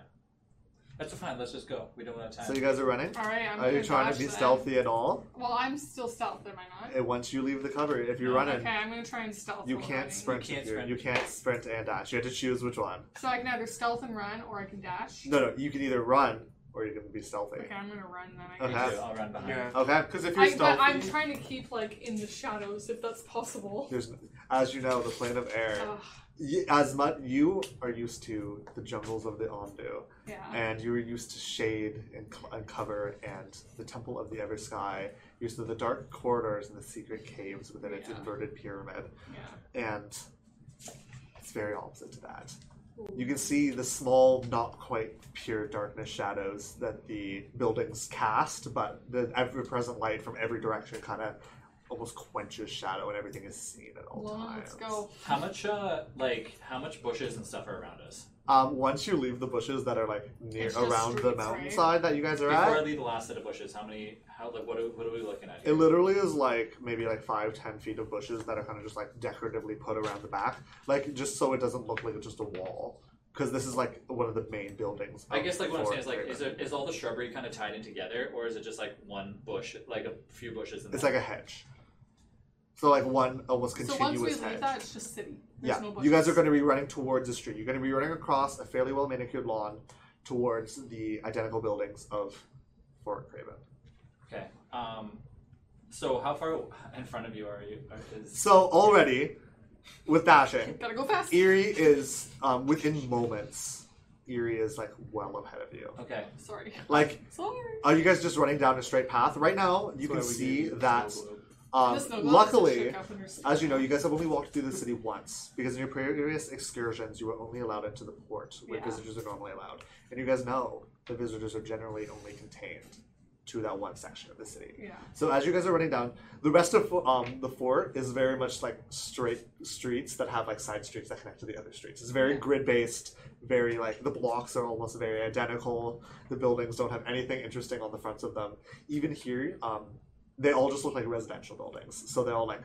S3: That's fine. Let's just go. We don't have time.
S2: So you guys are running.
S4: All right, I'm
S2: Are you
S4: gonna
S2: trying
S4: dash
S2: to be
S4: then.
S2: stealthy at all?
S4: Well, I'm still stealth, am I not?
S2: And once you leave the cover, if you're
S3: No.
S2: running,
S4: Okay, I'm gonna try and stealth.
S2: you
S4: while
S2: can't
S4: running.
S2: sprint.
S3: You can't
S2: if you're-
S3: sprint.
S2: You can't sprint and dash. You have to choose which one.
S4: So I can either stealth and run, or I can dash.
S2: No, no. You can either run or you can be stealthy.
S4: Okay, I'm gonna run then. I
S3: Me
S4: guess.
S3: too,
S2: Okay.
S3: I'll run behind.
S5: Yeah.
S2: Okay.
S5: Because if you're
S4: I,
S5: stealthy,
S4: but I'm trying to keep like in the shadows if that's possible.
S2: There's, as you know, the plane of air.
S4: Ugh,
S2: y as much you are used to the jungles of the Omdu,
S4: yeah.
S2: and you are used to shade and, cl- and cover, and the Temple of the Ever Sky. Used to the dark corridors and the secret caves within its
S4: Yeah.
S2: inverted pyramid.
S4: Yeah.
S2: and it's very opposite to that. You can see the small, not quite pure darkness shadows that the buildings cast, but the ever-present light from every direction kind of almost quenches shadow, and everything is seen at all
S4: Well,
S2: times.
S4: let's go.
S3: How much, uh, like, how much bushes and stuff are around us?
S2: Um, once you leave the bushes that are like near
S4: It's just
S2: around
S4: streets,
S2: the
S4: right?
S2: mountainside that you guys are
S3: Before I
S2: at,
S3: leave the last set of bushes, how many? How like what are, what are we looking at?
S2: it
S3: Here?
S2: literally is like maybe like five, ten feet of bushes that are kind of just like decoratively put around the back, like just so it doesn't look like it's just a wall. Because this is like one of the main buildings.
S3: I
S2: of
S3: guess like what I'm
S2: Fort
S3: saying is like,
S2: Craven.
S3: is it is all the shrubbery kind of tied in together, or is it just like one bush, like a few bushes? And
S2: It's
S3: then-
S2: like a hedge. So like one almost
S4: So once we
S2: continuous
S4: leave
S2: hedge.
S4: that, it's just city. There's
S2: yeah,
S4: no
S2: you guys
S4: bushes.
S2: are going to be running towards the street. You're going to be running across a fairly well manicured lawn towards the identical buildings of Fort Craven.
S3: okay. Um, so how far in front of you are you? Are, is,
S2: So already, with dashing,
S4: Gotta go fast.
S2: Erie is um, within moments. Erie is like well ahead of you.
S3: okay.
S4: Sorry.
S2: Like,
S4: Sorry.
S2: are you guys just running down a straight path right now? You
S5: that's why
S2: can
S5: we
S2: see
S5: gave you the
S2: that.
S5: snow globe.
S2: Um,
S4: This no-go
S2: luckily,
S4: shook up in her sleep.
S2: As you know, you guys have only walked through the city once because in your previous excursions, you were only allowed into the port where
S4: Yeah.
S2: visitors are normally allowed. And you guys know the visitors are generally only contained to that one section of the city.
S4: Yeah.
S2: So as you guys are running down, the rest of um, the fort is very much like straight streets that have like side streets that connect to the other streets. It's very grid based, very like the blocks are almost very identical. The buildings don't have anything interesting on the fronts of them. Even here, um, they all just look like residential buildings. So they're all like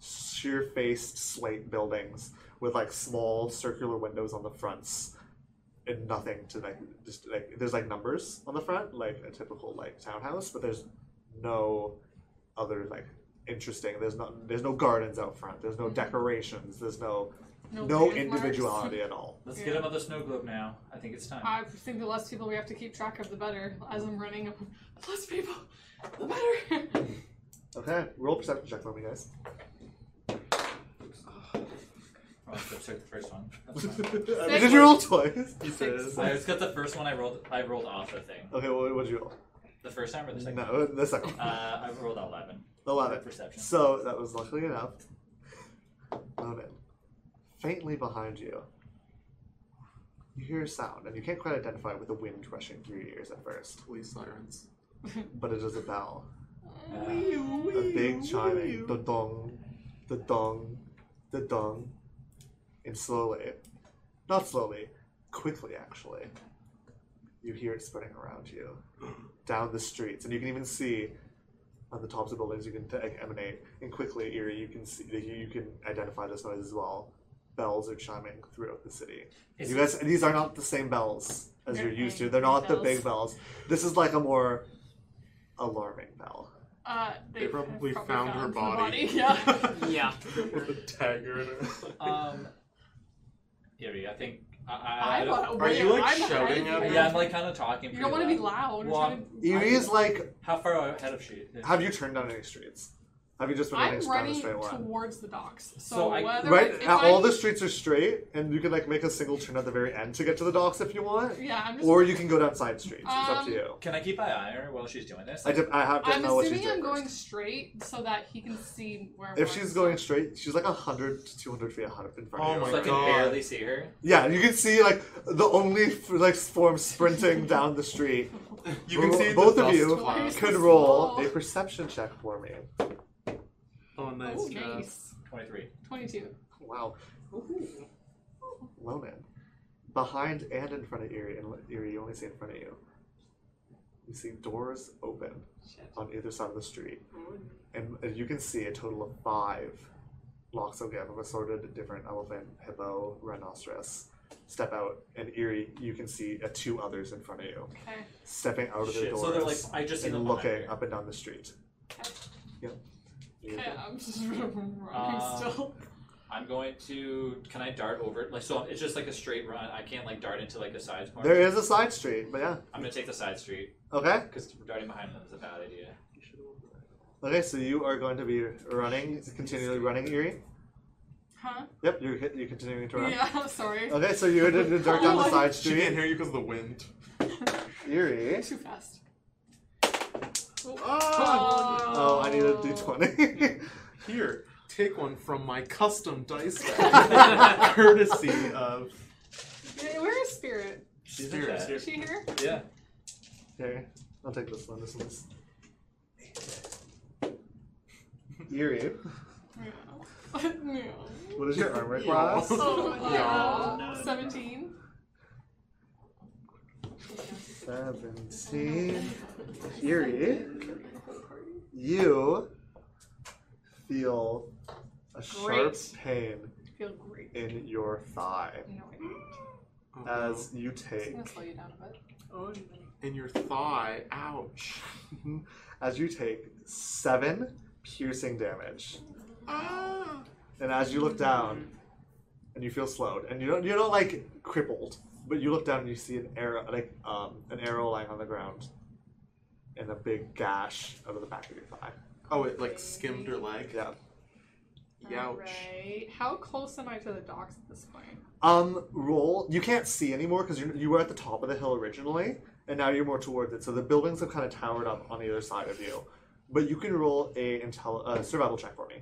S2: sheer faced slate buildings with like small circular windows on the fronts and nothing to like just like there's like numbers on the front like a typical like townhouse but there's no other like interesting there's not there's no gardens out front there's no decorations there's no no,
S4: Mm-hmm. landmarks.
S2: individuality at all
S3: Let's
S4: Yeah. Uh,
S3: get another snow globe now. I think it's time.
S4: I think the less people we have to keep track of, the better. As I'm running, I'm the less people, the better.
S2: okay roll perception check for me guys
S3: Oh, I took the first one. That's fine.
S2: did you roll twice
S5: He
S4: Six.
S5: says,
S3: I just got the first one. I rolled. I rolled off the thing.
S2: okay well, what did you roll
S3: The first time or the second?
S2: no the second
S3: Uh, I rolled out eleven.
S2: eleven
S3: Perception.
S2: so that was luckily enough oh no faintly behind you you hear a sound and you can't quite identify it with the wind rushing through your ears at first
S5: police sirens.
S2: but it is a bell
S3: Uh,
S2: a big chiming, the dong, the dong, the dong, and slowly, not slowly, quickly actually, you hear it spreading around you, down the streets, and you can even see on the tops of buildings you can like, emanate, and quickly, Eerie, you can see you can identify this noise as well. Bells are chiming throughout the city.
S3: Is
S2: you
S3: it-
S2: guys, these are not the same bells as
S4: They're
S2: you're used to.
S4: big
S2: They're not the
S4: bells.
S2: big bells. This is like a more alarming bell.
S4: Uh, they,
S5: They probably found her
S4: the
S5: body. Uh,
S4: Yeah.
S6: Yeah.
S5: With a dagger in it.
S3: um, Eerie, I think. I, I, I
S4: I'm,
S3: don't-
S4: uh,
S5: Are you, like,
S4: I'm ahead
S5: shouting
S4: of
S5: at
S4: you.
S5: her?
S3: Yeah, I'm like kind of talking.
S4: You don't want to
S3: pretty
S4: be loud. You're
S3: Well,
S4: trying to-
S2: Eerie is like
S3: How far ahead of she?
S2: Have you turned down any streets? Have you just been running
S4: I'm
S2: down a
S4: running
S2: straight line?
S4: towards the docks. So,
S3: So I-
S4: whether
S2: Right,
S4: if
S2: now all
S4: I'm-
S2: the streets are straight, and you can like make a single turn at the very end to get to the docks if you want,
S4: yeah, I'm just.
S2: or you can go down side streets. it's up to
S4: Um,
S2: you.
S3: Can I keep my eye on her while she's doing this?
S2: I, did, I have to
S4: I'm
S2: know what she's doing.
S4: assuming I'm going
S2: first.
S4: straight so that he can see where. I'm
S2: If she's going straight, she's like hundred to two hundred feet ahead in front
S5: Oh
S2: of you.
S5: my
S3: so I can
S5: God.
S3: barely see her.
S2: Yeah, you can see like the only f- like form sprinting down the street.
S5: You can
S2: Bo-
S5: see the
S2: both of
S5: dust
S2: you
S5: cloud.
S4: Nice.
S2: could roll
S4: Small.
S2: a perception check for me.
S5: Oh, nice.
S4: Oh,
S5: Jeff.
S4: nice.
S3: 23.
S4: Twenty-two.
S2: Wow. Lonan. Behind and in front of Erie, and Erie, you only see in front of you. You see doors open on either side of the street, and, and you can see a total of five locks of of assorted different elephant, hippo, rhinoceros. Step out, and Erie, you can see uh, two others in front of you
S4: Okay.
S2: stepping out of their
S3: Shit,
S2: doors
S3: so they're like, I just see
S2: and
S3: them
S2: looking
S3: behind her.
S2: up and down the street.
S4: Okay.
S2: Yep. You-
S4: Okay. I'm just running
S3: Uh,
S4: still.
S3: I'm going to. Can I dart over? Like, so it's just like a straight run. I can't like dart into like a side corner.
S2: There is a side street, but yeah.
S3: I'm gonna take the side street
S2: Okay.
S3: because darting behind them is a bad idea.
S2: Okay, so you are going to be running, continually running, Erie.
S4: Huh?
S2: Yep, you're you're continuing to run.
S4: Yeah. Sorry.
S2: Okay, so you're going to dart down the
S4: Oh,
S2: side
S5: She can't
S2: street.
S5: hear you because of the wind.
S2: Uh, Erie.
S4: Too fast.
S2: Oh, I need a d20.
S5: Here, take one from my custom dice bag, courtesy of
S4: Yeah, Where is Spirit?
S3: She's
S5: Spirit.
S3: in
S4: Is she here?
S3: chat. Yeah.
S2: okay, I'll take this one. This one's. Erie,
S4: Yeah. no.
S2: what is your armor
S5: Yeah.
S2: class?
S4: Oh,
S5: Yeah.
S4: uh, 17.
S2: Seventeen. Erie, you feel a sharp
S6: Great.
S2: pain
S4: I feel great.
S2: in your thigh
S4: No, I don't.
S2: as you
S8: I'm
S2: take
S8: gonna slow you down a bit.
S6: Oh,
S5: in your thigh. Ouch.
S2: as you take seven piercing damage. And as you look down, and you feel slowed, and you don't you're not like crippled, but you look down and you see an arrow like um, an arrow lying on the ground, and a big gash out of the back of your thigh.
S5: Oh, it like skimmed her leg.
S2: Yeah.
S5: Youch.
S4: Alright. How close am I to the docks at this point?
S2: Um, roll. You can't see anymore because you you were at the top of the hill originally, and now you're more towards it. So the buildings have kind of towered up on either side of you, but you can roll a intel uh, survival check for me.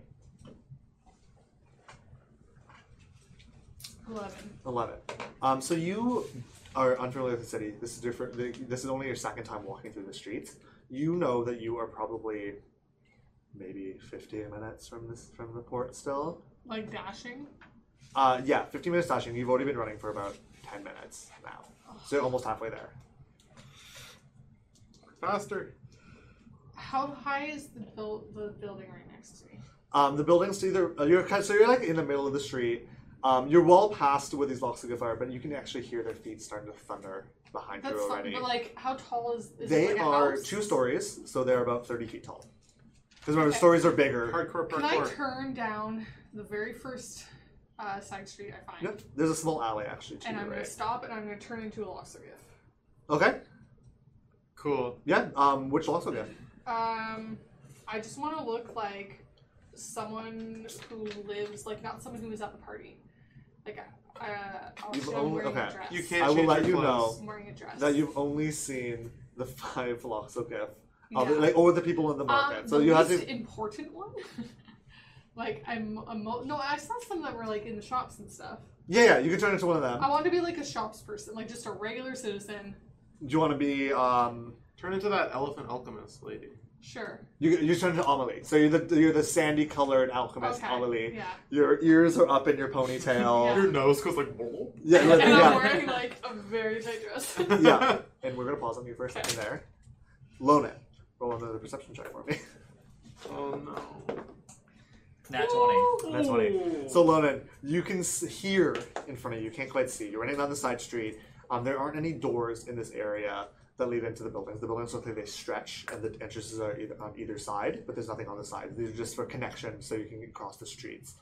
S4: 11.
S2: 11. Um, so you are unfamiliar with the city. This is different. This is only your second time walking through the streets. You know that you are probably maybe 50 minutes from this from the port still.
S4: Like dashing?
S2: Uh, yeah, 15 minutes dashing. You've already been running for about 10 minutes now. So you're almost halfway there.
S5: Faster.
S4: How high is the, buil- the building right next to me?
S2: Um, the buildings to either uh, you're kind so you're like in the middle of the street. Um, you're well past where these locks of good fire, but you can actually hear their feet starting to thunder behind
S4: That's
S2: you already.
S4: fun, but like, how tall is, is
S2: They
S4: it? Like a
S2: are
S4: house?
S2: two stories, so they're about 30 feet tall. Because remember,
S4: Okay.
S2: stories are bigger.
S5: Hardcore
S4: Can I
S5: parkour.
S4: turn down the very first uh, side street I find?
S2: Yep. There's a small alley actually to
S4: And
S2: your
S4: I'm gonna
S2: right.
S4: stop and I'm gonna turn into a Loxogift.
S2: Okay.
S5: cool.
S2: Yeah. Um. Which locks will
S4: Um, I just want to look like someone who lives, like not someone who was at the party. Like, uh, obviously
S2: You've
S4: I'm
S2: only-
S4: wearing
S2: okay.
S4: a dress.
S5: You can't
S2: I will
S5: change
S2: let
S5: your
S2: you
S5: clothes.
S2: know
S4: I'm wearing a dress.
S2: that you've only seen the five locks of gift,
S4: Yeah.
S2: of the- like or the people in the market.
S4: Um,
S2: so
S4: the
S2: you have
S4: least
S2: to.
S4: important one. like I'm, a mo- no, I saw some that were like in the shops and stuff.
S2: Yeah, yeah. You can turn into one of them.
S4: I want to be like a shops person, like just a regular citizen.
S2: Do you want to be? Um.
S5: Turn into that elephant alchemist lady.
S4: Sure.
S2: You you turn into Amelie. So you're the you're the sandy colored alchemist
S4: okay.
S2: Amelie.
S4: Yeah.
S2: Your ears are up in your ponytail.
S5: Your nose goes like. "Whoa."
S2: yeah.
S4: And
S2: like-
S4: I'm
S2: yeah.
S4: wearing like a very tight dress.
S2: yeah. And we're gonna pause on you for a second there. Lona, roll another perception check for me.
S5: Oh no.
S3: Nat 20.
S2: That's funny. So Lonan, you can s- hear in front of you. You can't quite see. You're running down the side street. Um, there aren't any doors in this area that lead into the buildings. The buildings look like they stretch, and the entrances are either on either side, but there's nothing on the sides. These are just for connection, so you can cross the streets.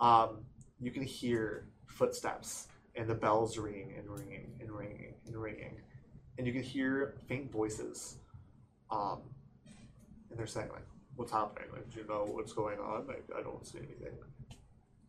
S2: Um, you can hear footsteps and the bells ringing and ringing and ringing and ringing, and you can hear faint voices. Um, and they're saying like, what's happening? Like, do you know what's going on? Like, I don't see anything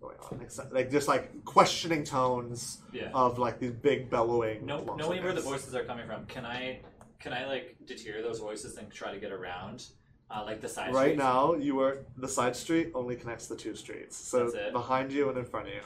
S2: going on. Except, like, just like questioning tones
S3: Yeah.
S2: of like these big bellowing.
S3: No,
S2: lobsters.
S3: knowing where the voices are coming from, can I can I like deter those voices and try to get around, uh, like the side
S2: Right
S3: streets?
S2: now, you are the side street only connects the two streets, so
S3: That's it.
S2: behind you and in front of you,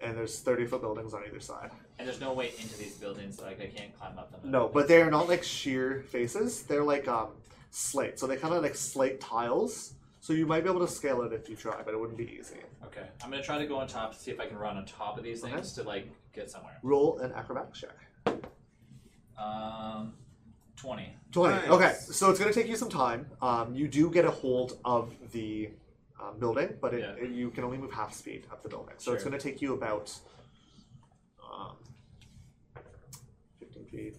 S2: and there's thirty foot buildings on either side.
S3: And there's no way into these buildings. Like I can't climb up them.
S2: No, but they are not like sheer faces. They're like um slate, so they kind of like slate tiles. So you might be able to scale it if you try, but it wouldn't be easy.
S3: Okay, I'm gonna try to go on top to see if I can run on top of these
S2: Okay.
S3: things to like get somewhere.
S2: Roll an acrobatics check.
S3: Um, twenty.
S2: 20.
S5: Nice.
S2: Okay, so it's going to take you some time. Um, you do get a hold of the uh, building, but it,
S3: Yeah.
S2: it- you can only move half speed up the building. So it's
S3: Sure.
S2: going to take you about um, 15 feet.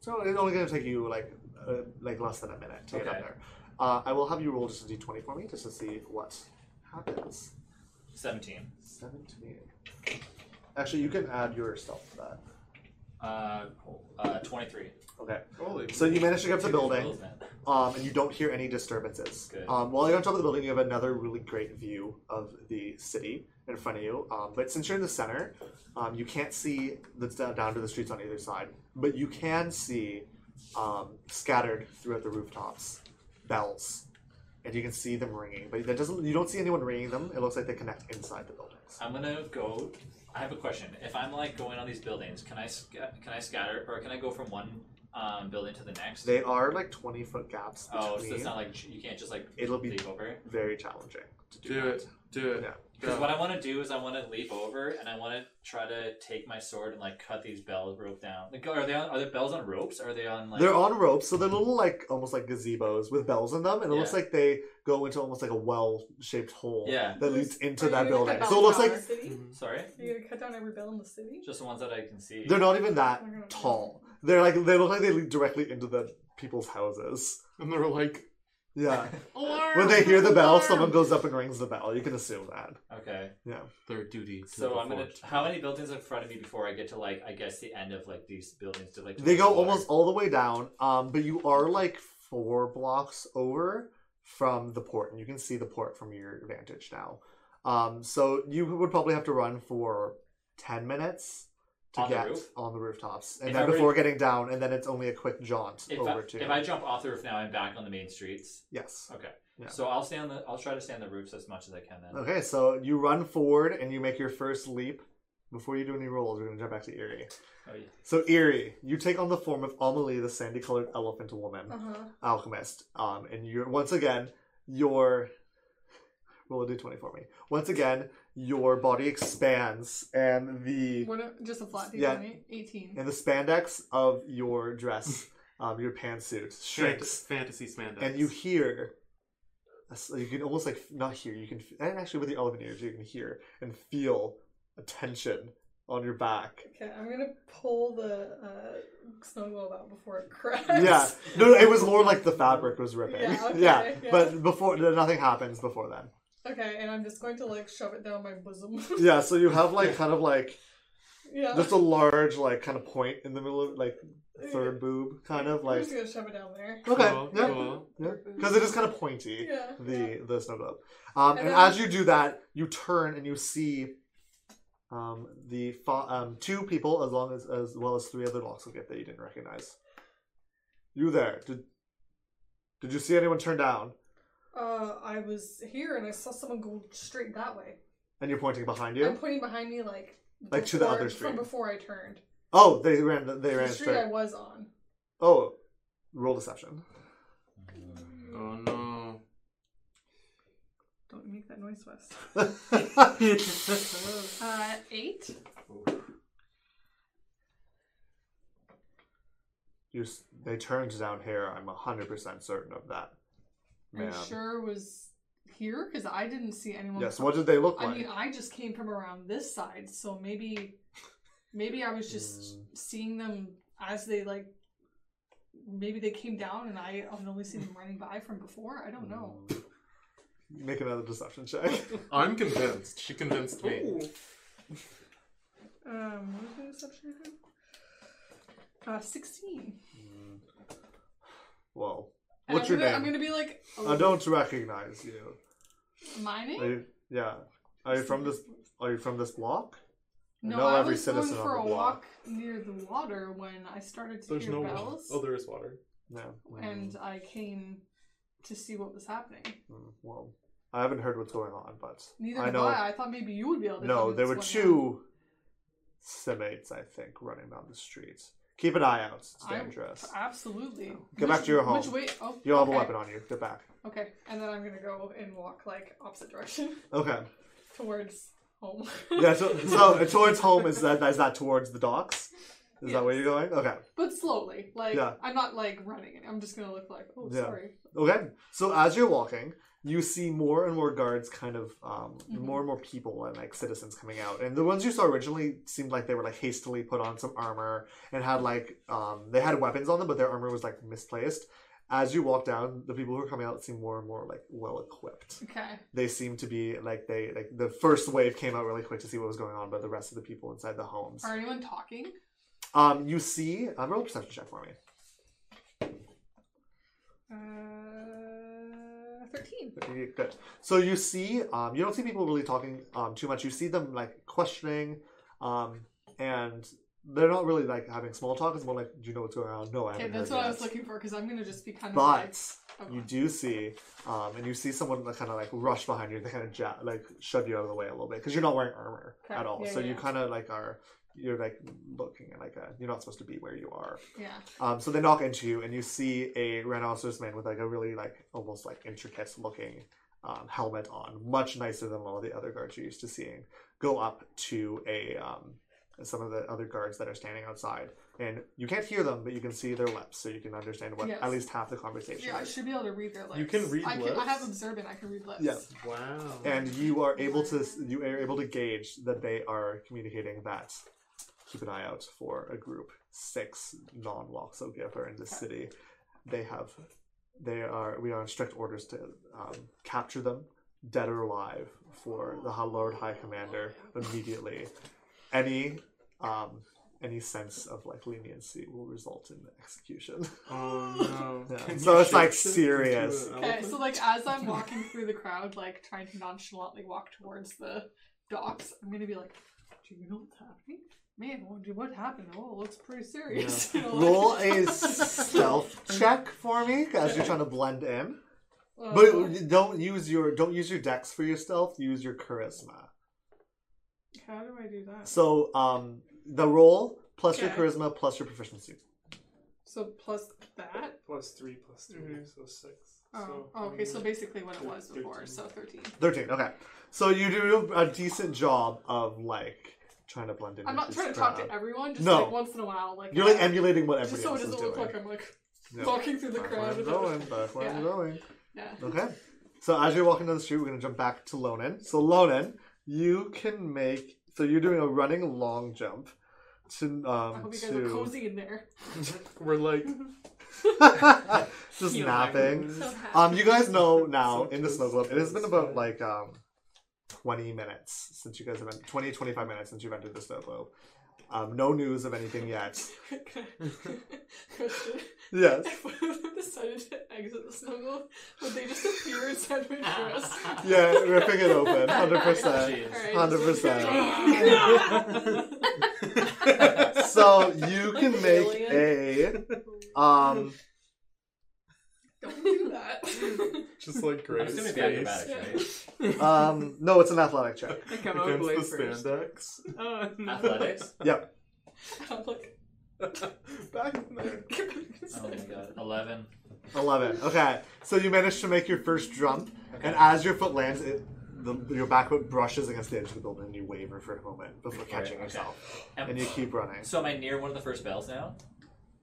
S2: So it's only going to take you like uh, like less than a minute to get
S3: Okay.
S2: up there. Uh, I will have you roll just a d20 for me just to see what happens.
S3: Seventeen.
S2: 17. Actually, you can add your stealth to that.
S3: Uh, uh, twenty-three.
S2: Okay.
S5: Holy
S2: So you manage to get up the building.
S3: Bills, man.
S2: um, and you don't hear any disturbances.
S3: Good.
S2: Um, while you're on top of the building, you have another really great view of the city in front of you. Um, but since you're in the center, um, you can't see the d- down to the streets on either side, but you can see um, scattered throughout the rooftops bells, and you can see them ringing. But that doesn't you don't see anyone ringing them. It looks like they connect inside the buildings.
S3: I'm gonna go. I have a question. If I'm like going on these buildings, can I sca- can I scatter or can I go from one um, building to the next?
S2: They are like twenty foot gaps between.
S3: oh, so it's not like you can't just like
S2: It'll be
S3: leap over.
S2: very challenging to do,
S5: Do
S2: that.
S5: it. Do it.
S2: Yeah.
S3: Because
S5: Go.
S3: what I want to do is I want to leap over and I want to try to take my sword and like cut these bells rope down. Like, are they on, are the bells on ropes? Are they on like?
S2: they're on ropes, so they're little like almost like gazebos with bells in them, and it looks
S3: Yeah.
S2: like they go into almost like a well-shaped hole
S3: Yeah.
S2: that leads into
S4: Are you
S2: that
S4: gonna
S2: building.
S4: cut down
S2: So it looks
S4: every bell
S2: like
S4: in the city?
S3: Sorry,
S4: Are you gonna cut down every bell in the city?
S3: just the ones that I can see.
S2: they're not even that
S4: They're gonna-
S2: tall. They're like they look like they lead directly into the people's houses.
S5: And they're like,
S2: Yeah.
S5: alarm!
S2: when they hear the bell,
S5: alarm!"
S2: someone goes up and rings the bell. You can assume that.
S3: Okay,
S9: Their duty. To
S3: so
S9: the
S3: I'm gonna.
S9: fort.
S3: How many buildings are in front of me before I get to like I guess the end of like these buildings to like?
S2: They
S3: towards
S2: go
S3: the water?
S2: almost all the way down, um, but you are like four blocks over from the port, and you can see the port from your vantage now. Um, so you would probably have to run for ten minutes to
S3: On the
S2: get
S3: roof?
S2: on the rooftops, and
S3: If I
S2: then
S3: were-
S2: before getting down, and then it's only a quick jaunt
S3: If
S2: over
S3: I,
S2: to
S3: if I jump off the roof now, I'm back on the main streets.
S2: yes.
S3: Okay.
S2: Yeah.
S3: So I'll stay on the. I'll try to stay on the roofs as much as I can. Then.
S2: Okay, so you run forward and you make your first leap. Before you do any rolls, we're gonna jump back to Erie.
S3: Oh, yeah.
S2: So Erie, you take on the form of Amalie, the sandy-colored elephant woman.
S4: Uh-huh.
S2: alchemist. Um, and you're once again your roll a d20 for me. Once again, your body expands, and the
S4: What a, just a flat d20?
S2: Yeah.
S4: 18.
S2: and the spandex of your dress, um, your pantsuit
S5: Shrinks.
S2: shrinks,
S5: Fantasy spandex.
S2: and you hear. a s- You can almost like not hear. You can and actually with the elephant ears, you can hear and feel a tension on your back.
S4: Okay, I'm gonna pull the uh, snow globe out before it cracks.
S2: Yeah, no, no, it was more like the fabric was ripping.
S4: Yeah, okay,
S2: yeah.
S4: yeah.
S2: but before nothing happens before then.
S4: Okay, and I'm just going to like shove it down my bosom.
S2: Yeah, so you have like kind of like
S4: yeah.
S2: just a large like kind of point in the middle of like third boob kind of
S4: I'm
S2: like
S4: just gonna shove it down there.
S2: okay
S5: Cool,
S2: yeah
S5: cool.
S2: because it is kind of pointy
S4: Yeah. yeah.
S2: the the snow globe um,
S4: And
S2: and
S4: then-
S2: as you do that you turn and you see um, the fa- um, two people as long as as well as three other dogs will get that you didn't recognize you there did did you see anyone turn down
S4: Uh, I was here and I saw someone go straight that way.
S2: and you're pointing behind
S4: I'm
S2: you
S4: pointing behind me, like
S2: Like to the
S4: before-
S2: other
S4: from
S2: street.
S4: before I turned.
S2: oh they ran they
S4: The
S2: ran
S4: street I
S2: straight
S4: was on.
S2: oh roll deception
S5: Oh no.
S4: Don't make that noise, Wes.
S2: okay
S4: Uh, eight.
S2: You, s- they turned down here. I'm hundred percent certain of that. Man.
S4: I sure was here because I didn't see anyone.
S2: Yes.
S4: from-
S2: What did they look
S4: I
S2: like?
S4: mean, I just came from around this side, so maybe, maybe I was just
S2: Mm.
S4: seeing them as they like. Maybe they came down and I have only seen them running by from before. I don't know.
S2: Mm. Make another deception check.
S5: I'm convinced. She convinced me.
S2: Mm.
S4: Um, what was my deception? again? Uh, sixteen.
S2: Mm. well,
S4: And
S2: What's your
S4: I'm gonna,
S2: name?
S4: I'm gonna be like, oh,
S2: I don't recognize you.
S4: my name?
S2: Are you yeah. Are you from this? Are you from this block?
S4: No,
S2: know
S4: I
S2: every
S4: was
S2: citizen
S4: going
S2: on
S4: for
S2: the
S4: a
S2: block.
S4: walk near the water when I started to
S5: There's
S4: hear
S5: no water.
S4: bells,
S5: Oh, there is water.
S2: No.
S4: and I came to see what was happening.
S2: Mm, Well, I haven't heard what's going on, but
S4: Neither
S2: I
S4: did
S2: know.
S4: I. I thought maybe you would be able to. tell
S2: No,
S4: me
S2: there were
S4: what's going on.
S2: two semates, I think, running down the street. Keep an eye out. Stay
S4: I-
S2: dressed.
S4: Absolutely.
S2: Go back to your home.
S4: Which way? Oh,
S2: You'll have
S4: okay.
S2: a weapon on you. Get back.
S4: Okay, and then I'm gonna go and walk like opposite direction
S2: Okay.
S4: towards home.
S2: Yeah. So, so towards home is that is that towards the docks? Is that where you're going? Okay.
S4: but slowly. Like
S2: Yeah.
S4: I'm not like running. I'm just gonna look like, oh,
S2: Yeah.
S4: sorry.
S2: Okay. So as you're walking, you see more and more guards, kind of um,
S4: Mhm.
S2: more and more people and like citizens coming out. And the ones you saw originally seemed like they were like hastily put on some armor and had like um, they had weapons on them, but their armor was like misplaced. As you walk down, the people who are coming out seem more and more like well equipped.
S4: Okay.
S2: They seem to be like they like the first wave came out really quick to see what was going on, but the rest of the people inside the homes.
S4: Are anyone talking?
S2: Um, you see, um, roll a perception check for me.
S4: Uh, thirteen.
S2: Okay, Good. So you see, um, you don't see people really talking um, too much. You see them like questioning, um, and they're not really like having small talk. It's more like, "Do you know what's going on?" No, I
S4: Okay,
S2: haven't.
S4: that's
S2: heard
S4: what I
S2: yet."
S4: was looking for because I'm gonna just be kind of like,
S2: But
S4: oh,
S2: you do see, um, and you see someone like, kind of like rush behind you. They kind of ja- like shove you out of the way a little bit because you're not wearing armor
S4: Correct.
S2: at all.
S4: Yeah,
S2: so
S4: yeah,
S2: you
S4: yeah.
S2: kind of like are you're like looking and like uh you're not supposed to be where you are.
S4: yeah.
S2: Um, so they knock into you, and you see a rhinoceros man with like a really like almost like intricate looking um, helmet on, much nicer than all the other guards you're used to seeing, go up to a um, some of the other guards that are standing outside, and you can't hear them, but you can see their lips, so you can understand what
S4: Yes.
S2: at least half the conversation.
S4: Yeah, I
S2: is.
S4: should be able to read their lips.
S5: You can read
S4: I, Can, I
S5: lips?
S4: have observant. I can read lips.
S2: Yeah.
S5: Wow.
S2: and you are able to you are able to gauge that they are communicating that keep an eye out for a group six non-walks of Gipper in this city they have they are we are on strict orders to um, capture them dead or alive for the High- lord high commander immediately any um any sense of like leniency will result in execution
S5: Oh no.
S2: Yeah.
S5: Can
S2: So
S5: you
S2: it's, like,
S5: shapeshift into an
S2: serious.
S4: Okay,
S5: elephant?
S4: so like as I'm walking through the crowd, like trying to nonchalantly walk towards the docks, I'm gonna be like, "Do you know what's happening? Man, what, what happened? Oh, it looks pretty serious." You know, like-
S2: roll a stealth check for me as you're trying to blend in
S4: Uh, okay,
S2: But don't use your don't use your dex for your stealth. Use your charisma.
S4: how do I do that?
S2: So um, the roll plus
S4: Okay.
S2: your charisma plus your proficiency.
S4: So plus that.
S5: Plus three, plus 3
S6: Mhm.
S5: so six.
S4: Oh,
S5: So,
S4: oh, okay. So
S5: um,
S4: basically, what it was before.
S5: Thirteen.
S4: So thirteen.
S2: Thirteen. Okay. So you do a decent job of like trying to blend in.
S4: I'm
S2: with
S4: not
S2: this
S4: trying to talk
S2: crowd.
S4: to everyone. Just
S2: No.
S4: like once in a while, like
S2: You're like
S4: uh,
S2: emulating what
S4: just
S2: everybody
S4: so it
S2: else is
S4: doesn't
S2: doing.
S4: look like I'm like
S2: Yeah.
S4: walking through the
S2: That's where
S4: crowd.
S2: I'm
S4: with
S2: going. That's where
S4: Yeah.
S2: I'm going.
S4: Yeah.
S2: Okay. So as you're walking down the street, we're gonna jump back to Lonan. So Lonan, you can make. So you're doing a running long jump to um
S4: I hope you guys are
S2: to
S4: cozy in there.
S5: We're like
S2: just
S6: You know,
S2: napping.
S4: So happy.
S2: Um, you guys know now
S5: So
S2: in the
S5: close,
S2: snow globe, it has been
S5: close,
S2: about
S5: yeah.
S2: like um, 20 minutes since you guys have been 20 25 minutes since you've entered the snow globe. Um, no news of anything yet.
S4: Question.
S2: Yes.
S4: If one of them decided to exit the snow globe, would they just appear inside my dress?
S2: Yeah, ripping it open, 100%.
S4: Alright.
S2: 100%. So you can make a um
S4: Don't do that.
S5: just like
S3: I'm
S5: great
S3: assuming it'd be
S5: space
S3: acrobatics,
S2: um no, it's an athletic check.
S6: I come out late
S5: against the spandex.
S6: first. Oh,
S3: right?
S6: no.
S3: Athletics.
S4: I'm like,
S5: Back in there.
S3: Oh my god. Eleven.
S2: 11. Okay. So you manage to make your first jump, and as your foot lands, it, the, your back foot brushes against the edge of the building, and you waver for a moment before catching
S3: okay.
S2: yourself.
S3: Am-
S2: And you keep running.
S3: so am I near one of the first bells now?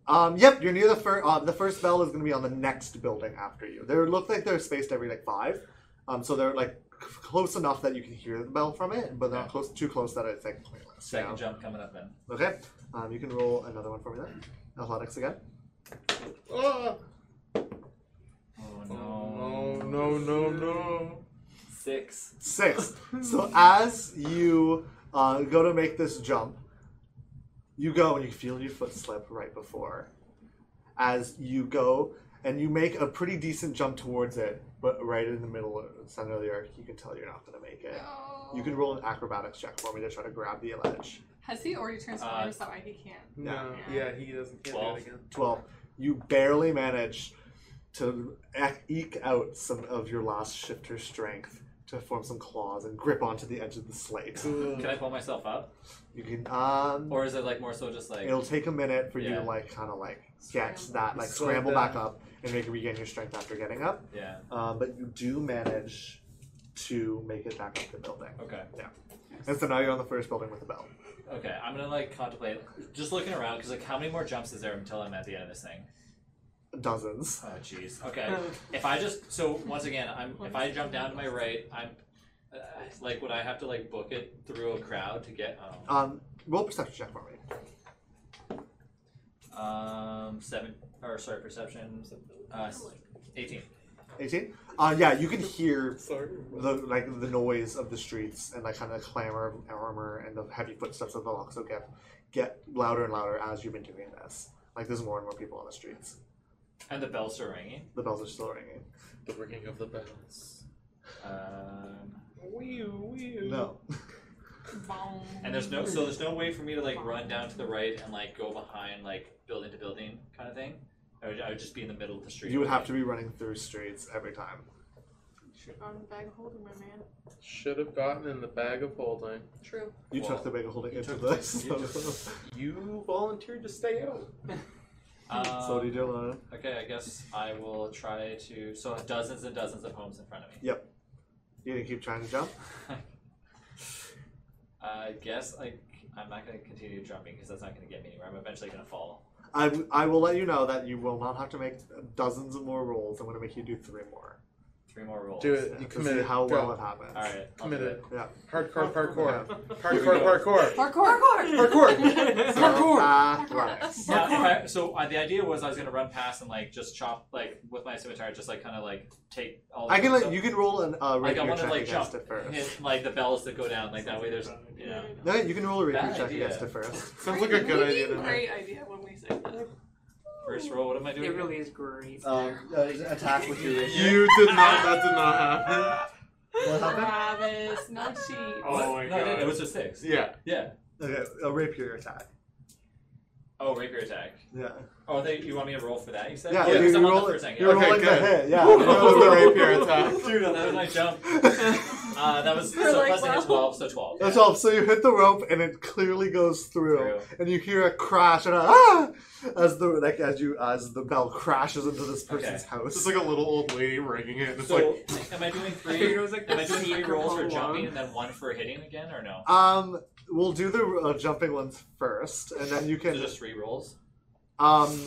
S2: Um, yep, you're near the first. Uh, the first bell is going to be on the next building after you. They look like they're spaced every like five, um, so they're like c- close enough that you can hear the bell from it, but not
S3: Okay.
S2: close too close that it's like pointless. you
S3: Second
S2: know?
S3: jump coming up then.
S2: Okay, um, you can roll another one for me then. Athletics again.
S5: Ah!
S3: Oh
S5: No, no, no, no.
S3: Six.
S2: Six. so as you uh, go to make this jump, you go and you feel your foot slip right before. As you go and you make a pretty decent jump towards it, but right in the middle of the center of the arc, you can tell you're not going to make it. You can roll an acrobatics check for me to try to grab the ledge.
S4: Has he already transformed
S3: Uh,
S4: himself? I he can't.
S5: No, yeah, he doesn't can't
S3: Twelve.
S5: do it again.
S2: 12. You barely manage to ec- eke out some of your last shifter strength to form some claws and grip onto the edge of the slate.
S3: Can I pull myself up,
S2: You can, um,
S3: or is it like more so just like?
S2: it'll take a minute for you to
S3: Yeah.
S2: like kind of like get
S4: Scramble.
S2: that, like
S5: Slow
S2: scramble
S5: down.
S2: back up and make regain your strength after getting up.
S3: Yeah.
S2: Um, but you do manage to make it back up the building.
S3: Okay.
S2: And so now you're on the first building with a bell.
S3: Okay. I'm gonna like contemplate, just looking around, because like, how many more jumps is there until I'm at the end of this thing?
S2: Dozens.
S3: Oh, jeez. Okay. If I just so once again, I'm if I jump down to my right, I'm uh, like, would I have to like book it through a crowd to get? Oh.
S2: Um, roll perception check for me.
S3: Um, seven or sorry, perception. Uh, s- eighteen.
S2: 18? Uh, yeah, you can hear
S5: Sorry.
S2: the like the noise of the streets and the kind of clamor of armor and the heavy footsteps of the Loxo get get louder and louder as you've been doing this. Like there's more and more people on the streets.
S3: And the bells are ringing.
S2: The bells are still ringing.
S5: The ringing of the bells.
S3: Um,
S2: No.
S4: Boom.
S3: and there's no so there's no way for me to like run down to the right and like go behind like building to building kind of thing. I would, I would just be in the middle of the street.
S2: You would have to be running through streets every time.
S8: On the bag of holding, my man.
S5: Should have gotten in the bag of holding.
S8: True.
S2: You
S3: Well,
S2: took the big holding into
S3: took-
S2: this.
S3: you
S5: You volunteered to stay out.
S3: Um,
S2: so what are you doing? Lana?
S3: Okay, I guess I will try to. So dozens and dozens of homes in front of me.
S2: You gonna keep trying to jump?
S3: I guess like I'm not gonna continue jumping because that's not gonna get me anywhere. I'm eventually gonna fall.
S2: I, w- I will let you know that you will not have to make dozens of more rolls. I'm gonna make you do three more.
S3: Three more rolls.
S5: Do it.
S2: Yeah,
S5: You
S2: to see
S5: committed.
S2: how
S5: Go.
S2: well it happens.
S3: All right. I'll do
S5: Committed.
S3: it.
S2: Yeah.
S5: Hardcore parkour.
S2: Here we
S5: Hardcore
S2: go.
S5: parkour.
S8: Parkour.
S5: Parkour. Parkour.
S2: Athletics.
S3: Now, if I, so uh, the idea was I was gonna run past and like just chop like with my scimitar, just like kind of like take all. The
S2: I can
S3: like
S2: let you can roll an uh,
S3: Like
S2: rapier
S3: I want to
S2: check
S3: like
S2: against
S3: jump
S2: it first.
S3: hit like the bells that go down like that way. There's you know.
S2: No, you can roll a rapier
S3: Bad
S2: check
S3: idea.
S2: against it first.
S5: Sounds like a good idea to me.
S4: Great idea when we say that.
S3: First roll. What am I doing?
S6: It really is great.
S2: Um, uh, attack with your rapier.
S5: You did not. That did not happen.
S2: What happened?
S4: Travis, no cheat.
S7: Oh my
S3: no, no,
S7: god.
S3: it was just six.
S5: Yeah.
S3: Yeah.
S2: Okay, a rapier attack.
S3: Oh, rapier attack.
S2: Yeah.
S3: Oh, they, you want me to roll for that? You said.
S2: Yeah,
S3: Oh,
S2: you-
S3: because I'm
S2: you
S3: on the
S2: roll it-
S3: first angle.
S2: You're
S5: Okay,
S2: rolling
S5: good.
S2: the hit. Yeah.
S5: That was a rapier attack.
S3: Dude, that was my jump. Uh, that was so
S8: We're like,
S3: plus I hit
S8: wow.
S3: twelve, so twelve.
S2: That's
S3: Yeah.
S2: all. So you hit the rope and it clearly goes through,
S3: Through.
S2: and you hear a crash and a ah as the like as you as the bell crashes into this person's
S3: Okay.
S5: It's
S2: house.
S5: just like a little old lady ringing it. And it's
S3: So,
S5: like,
S3: am I doing
S6: I figured it
S3: three?
S6: was like
S3: Am I
S6: the
S3: doing three
S6: secret
S3: rolls for
S6: all
S3: jumping
S6: along.
S3: and then one for hitting again, or no?
S2: Um, we'll do the uh, jumping ones first, and then you
S3: So
S2: can
S3: just three rolls.
S2: um,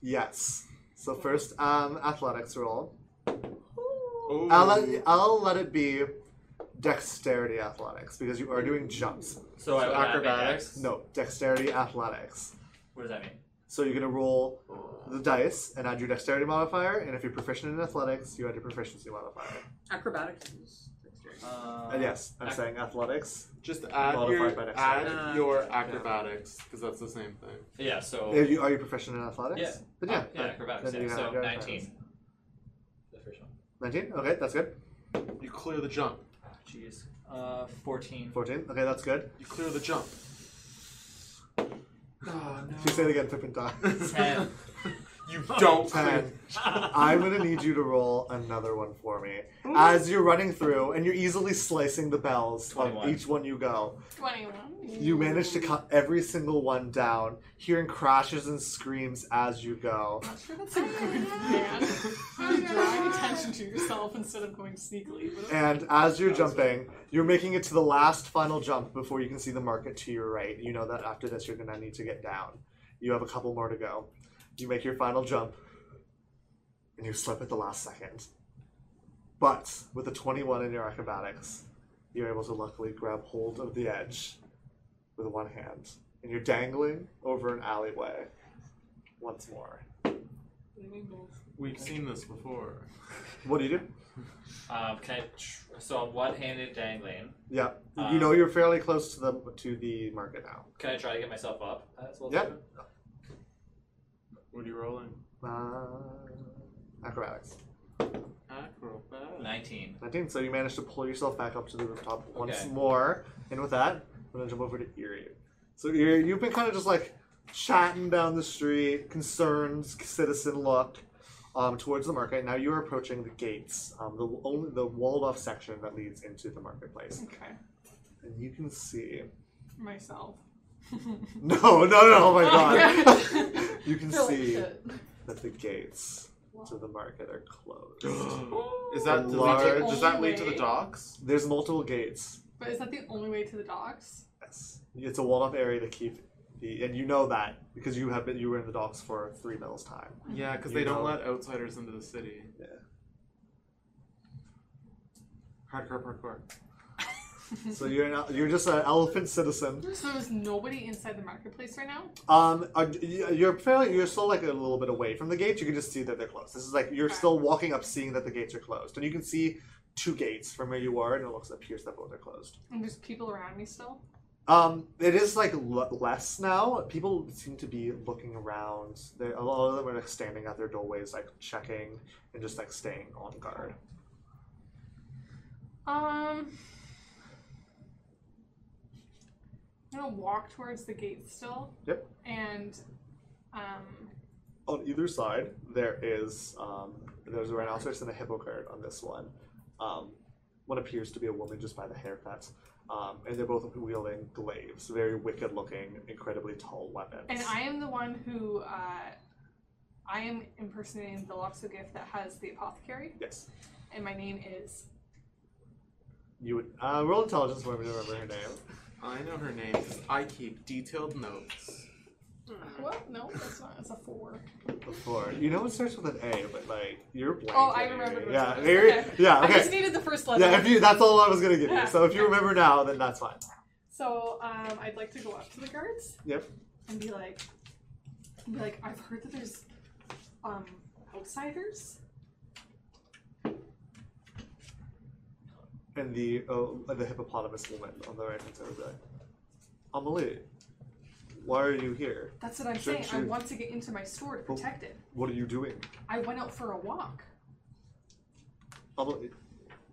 S2: yes. So first, um, athletics roll.
S5: ooh.
S2: I'll let, I'll let it be dexterity athletics because you are doing jumps.
S3: So, I would
S5: So
S3: add my
S5: acrobatics?
S3: dex.
S2: No, dexterity athletics.
S3: What does that mean?
S2: So you're gonna roll
S3: Oh.
S2: the dice and add your dexterity modifier, and if you're proficient in athletics, you add your proficiency modifier.
S6: Acrobatics is dexterity.
S3: Uh,
S2: and yes, I'm
S3: ac-
S2: saying athletics.
S5: just add
S2: Modified
S5: your,
S2: by dexterity.
S5: add
S6: Uh,
S5: your acrobatics because that's the same thing.
S3: Yeah. So.
S2: Are you, are you proficient in athletics?
S3: Oh. Yeah.
S2: Then yeah.
S3: yeah,
S2: then-
S3: acrobatics.
S2: then
S3: Yeah.
S2: you have
S3: So
S2: your
S3: nineteen.
S2: athletics.
S3: The first one.
S2: 19? Okay, that's good.
S5: You clear the jump.
S3: Ah, Jeez. Uh, fourteen.
S2: 14? Okay, that's good.
S5: You clear the jump.
S3: Oh, no.
S2: If you say it again, Pippin dies.
S3: Ten.
S5: You don't clear.
S2: 10. I'm gonna need you to roll another one for me. As you're running through and you're easily slicing the bells of
S3: 21.
S2: each one you go,
S4: 21.
S2: you manage to cut every single one down, hearing crashes and screams as you go.
S4: I'm sure that's a good man. You're drawing attention to yourself instead of going sneakily. But
S2: And as you're jumping, you're making it to the last final jump before you can see the market to your right. You know that after this, you're gonna need to get down. You have a couple more to go. You make your final jump, and you slip at the last second. But with a 21 in your acrobatics, you're able to luckily grab hold of the edge with one hand, and you're dangling over an alleyway once more.
S5: We've seen this before.
S2: What do you do?
S3: Um, can I? Tr- so I'm one-handed dangling.
S2: Yeah, you
S3: Um,
S2: know you're fairly close to the to the market now.
S3: Can I try to get myself up? As well
S2: Yeah.
S5: What are you rolling?
S2: Uh, Acrobatics.
S3: Uh,
S5: Acrobat.
S3: 19.
S2: 19. So you manage to pull yourself back up to the rooftop once
S3: Okay.
S2: more. And with that, we're going to jump over to Erie. So, Erie, you've been kind of just like chatting down the street, concerned citizen look um, towards the market. Now you are approaching the gates, um, the only the walled off section that leads into the marketplace.
S4: Okay.
S2: And you can see.
S4: Myself.
S2: No, no, no, oh my god.
S4: Okay.
S2: you can
S8: Feel like
S2: see
S8: shit.
S2: that the gates to the market are closed.
S5: Is that does,
S2: Large.
S5: that does that lead to the
S4: Only way.
S5: docks?
S2: There's multiple gates.
S4: But is that the only way to the docks?
S2: Yes. It's a walled off area to keep the and you know that because you have been you were in the docks for three mills time.
S5: Yeah, because
S2: You
S5: they don't
S2: know.
S5: let outsiders into the city.
S2: Yeah.
S5: Hardcore parkour.
S2: So you're an, you're just an elephant citizen.
S4: So there's nobody inside the marketplace right now?
S2: Um, are- you're fairly you're still like a little bit away from the gates. You can just see that they're closed. This is like you're still walking up, seeing that the gates are closed, and you can see two gates from where you are, and it looks appears that both are closed.
S4: And there's people around me still?
S2: Um, it is like l- less now. People seem to be looking around. They, a lot of them are like standing at their doorways, like checking and just like staying on guard.
S4: Um. I'm gonna walk towards the gate still.
S2: Yep.
S4: And, um,
S2: on either side there is um, there's a rhinoceros and a hippo guard on this one um, one appears to be a woman just by the haircut um, and they're both wielding glaives very wicked looking incredibly tall weapons
S4: and I am the one who, uh, I am impersonating the Loxo gift that has the apothecary,
S2: yes
S4: and my name is
S2: you would uh, roll intelligence for me to remember her name
S5: I know her name. 'cause I keep detailed notes.
S4: What? No, that's not. It's a four.
S2: before you know it starts with an A but like you're blank
S4: Oh, I remembered what it
S2: yeah
S4: was.
S2: very-
S4: Okay.
S2: yeah
S4: I just
S2: okay
S4: needed the first letter.
S2: yeah if you that's all I was gonna give you
S4: Yeah.
S2: so if you remember now then that's fine
S4: So um, I'd like to go up to the guards
S2: yep
S4: and be like, and be like, I've heard that there's um, outsiders.
S2: and the oh, the hippopotamus woman on the right hand side would be like Amelie why are you here
S4: That's what I'm
S2: Sure,
S4: saying. I
S2: sure.
S4: want to get into my store to
S2: Well-
S4: protect it.
S2: What are you doing?
S4: I went out for a walk.
S2: Emily,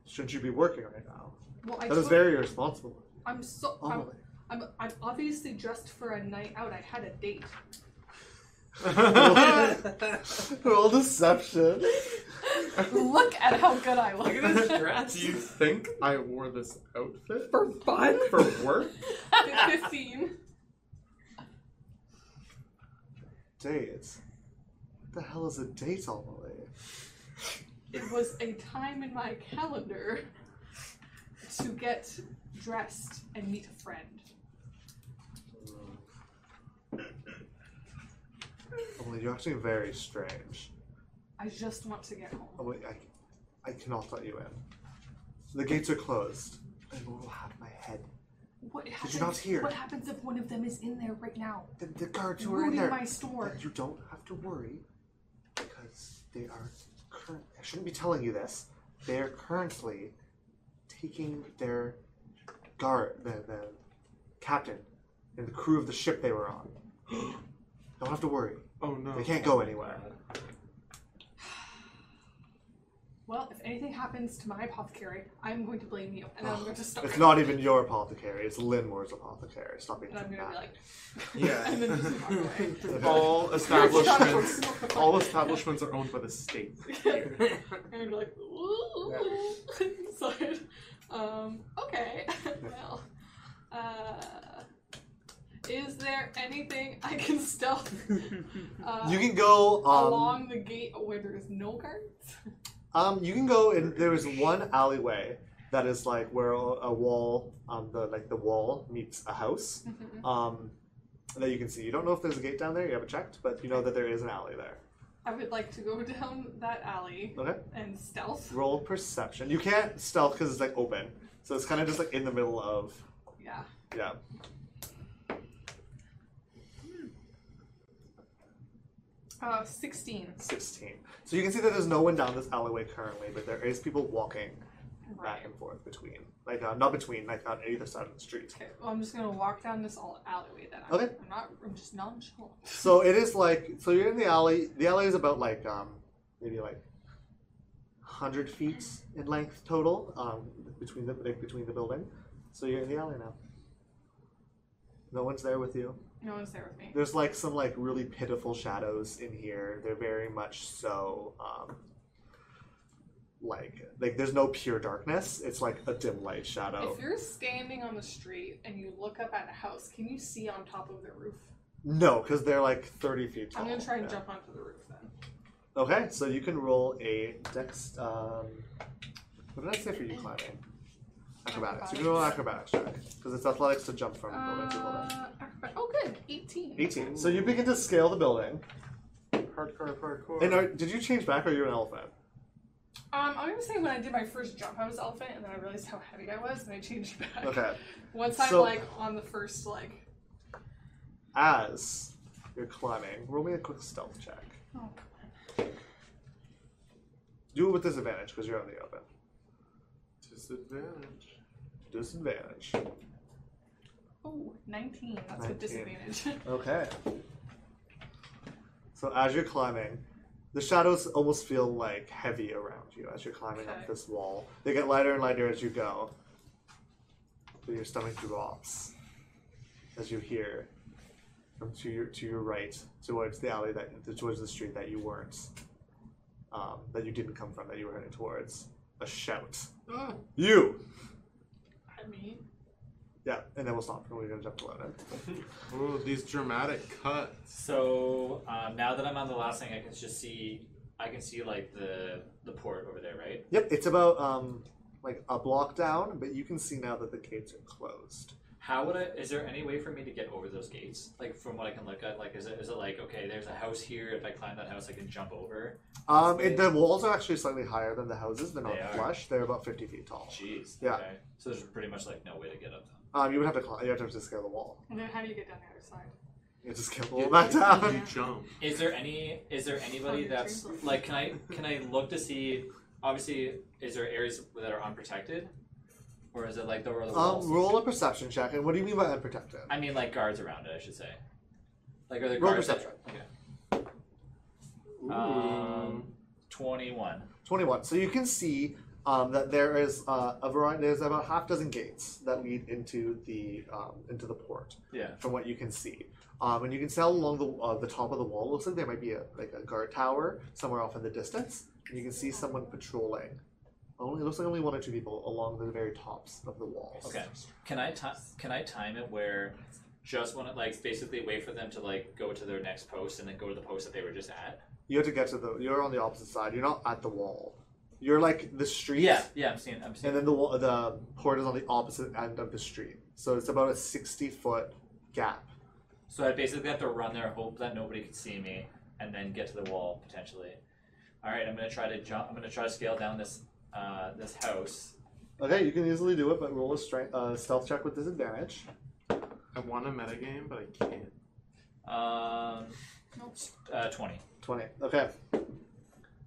S2: shouldn't you be working right now?
S4: Well, I
S2: That is
S4: told-
S2: very irresponsible.
S4: I'm so. I'm,
S2: Emily.
S4: I'm, I'm obviously dressed for a night out. I had a date. Oh.
S2: Roll deception.
S8: Look at how good I look.
S6: Look at this dress.
S5: Do you think I wore this outfit
S6: for fun?
S5: for work?
S4: Fifteen.
S2: Date? What the hell is a date, Emily?
S4: It was a time in my calendar to get dressed and meet a friend.
S2: Emily, you're acting very strange.
S4: I just want to get home.
S2: Emily, I, I cannot let you in. The gates are closed. I will have my head.
S4: What happens,
S2: not hear?
S4: What happens if one of them is in there right now,
S2: The, the guards who are in
S4: ruining
S2: there.
S4: my store?
S2: But you don't have to worry because they are current. I shouldn't be telling you this. They are currently taking their guard, the, the captain, and the crew of the ship they were on. don't have to worry.
S5: Oh no.
S2: They can't go anywhere.
S4: Well, if anything happens to my apothecary, I'm going to blame you, and then I'm going to start.
S2: It's not even your apothecary. It's Linmore's apothecary. Stop being
S4: And I'm going to be
S2: dramatic.
S4: like, and then just walk
S5: Yeah.
S4: away.
S5: all establishments,
S4: Establishments.
S5: all establishments are owned by the state.
S4: And I'm like, ooh, sorry. Um, okay, well, uh, is there anything I can stealth? Uh,
S2: You can go um,
S4: along the gate where there is no guards.
S2: Um, you can go in. There is one alleyway that is like where a a wall, um, the like the wall meets a house. Um, that you can see. You don't know if there's a gate down there. You haven't checked, but you know that there is an alley there.
S4: I would like to go down that alley
S2: Okay.
S4: and stealth.
S2: Roll perception. You can't stealth because it's like open, so it's kind of just like in the middle of
S4: Yeah.
S2: yeah.
S4: Uh, sixteen.
S2: 16. So you can see that there's no one down this alleyway currently, but there is people walking back
S4: Right.
S2: and forth between, like uh, not between, like on either side of the street.
S4: Okay. Well, I'm just gonna walk down this all alleyway then. I'm,
S2: Okay.
S4: I'm not. I'm just nonchalant.
S2: So it is like so you're in the alley. The alley is about like um maybe like hundred feet in length total um, between the between the building. So you're in the alley now. No one's there with you.
S4: No one's there with me.
S2: There's like some like really pitiful shadows in here. They're very much so um, like like there's no pure darkness. It's like a dim light shadow.
S4: If you're standing on the street and you look up at a house, can you see on top of the roof?
S2: No, because they're like thirty feet tall.
S4: I'm gonna try and
S2: Yeah.
S4: jump onto the roof then.
S2: Okay, so you can roll a dex. Um, what did I say for you climbing? Acrobatics. You can roll an acrobatics check because it's athletics to jump from building to building.
S4: Uh, acrobat- oh, good, 18.
S2: 18. So you begin to scale the building.
S5: Hardcore, parkour.
S2: And are, did you change back or are you an elephant?
S4: Um, I'm gonna say when I did my first jump, I was elephant, and then I realized how heavy I was, and I changed back.
S2: Okay.
S4: Once I'm
S2: So-
S4: like on the first like.
S2: As you're climbing, roll me a quick stealth check.
S4: Oh, come
S2: Do it with disadvantage because you're on the open.
S5: Disadvantage.
S2: Disadvantage.
S4: on. Ooh, 19. Oh, That's with
S2: 19.
S4: disadvantage.
S2: Okay. So as you're climbing, the shadows almost feel like heavy around you as you're climbing up
S4: Okay.
S2: this wall. They get lighter and lighter as you go. But your stomach drops as you hear from to your to your right towards the alley that towards the street that you weren't um, that you didn't come from that you were heading towards a shout.
S5: Ah.
S2: You
S4: I mean,
S2: yeah, and then we'll stop. We're gonna jump to eleven.
S5: Oh, these dramatic cuts.
S3: So um, now that I'm on the last thing, I can just see. I can see like the the port over there, right?
S2: Yep, it's about um like a block down, but you can see now that the gates are closed.
S3: How would I? Is there any way for me to get over those gates? Like from what I can look at, like is it is it like okay, there's a house here. If I climb that house, I can jump over.
S2: Um, it, the walls are actually slightly higher than the houses. They're not
S3: They are.
S2: flush. They're about fifty feet tall.
S3: Jeez.
S2: Yeah.
S3: Okay. So there's pretty much like no way to get up. Them.
S2: Um, you would have to climb, you have to, have to scale the wall.
S4: and then how do you get down the other side?
S2: You have to scale the wall
S3: Yeah.
S2: back
S5: You
S2: down.
S5: jump.
S3: Is there any? Is there anybody
S4: Fucking
S3: that's
S4: dream.
S3: like? Can I can I look to see? Obviously, is there areas that are unprotected, or is it like the where the walls?
S2: Um, roll a perception check. And what do you mean by unprotected?
S3: I mean, like guards around it. I should say. Like are there
S2: Roll
S3: guards? that-
S2: perception.
S3: okay. Um, twenty-one.
S2: Twenty-one. So you can see um, that there is uh, a variety. There's about half dozen gates that lead into the um, into the port.
S3: Yeah.
S2: from what you can see. Um, and you can tell along the, uh, the top of the wall, looks like there might be a, like a guard tower somewhere off in the distance. And you can see someone patrolling. Only it looks like only one or two people along the very tops of the walls.
S3: Okay. Can I time? Can I time it where just want to like basically wait for them to like go to their next post and then go to the post that they were just at?
S2: You have to get to the. You're on the opposite side. You're not at the wall. You're like the street.
S3: Yeah. Yeah. I'm seeing. I'm
S2: And
S3: seeing.
S2: then the wa- the port is on the opposite end of the street. So it's about a sixty foot gap.
S3: So I basically have to run there, hope that nobody can see me, and then get to the wall potentially. All right. I'm gonna try to jump. I'm gonna try to scale down this uh, this house.
S2: Okay, you can easily do it, but roll a strength uh, stealth check with disadvantage.
S5: I want a metagame, but I can't.
S3: Um, uh, twenty.
S2: 20. Okay.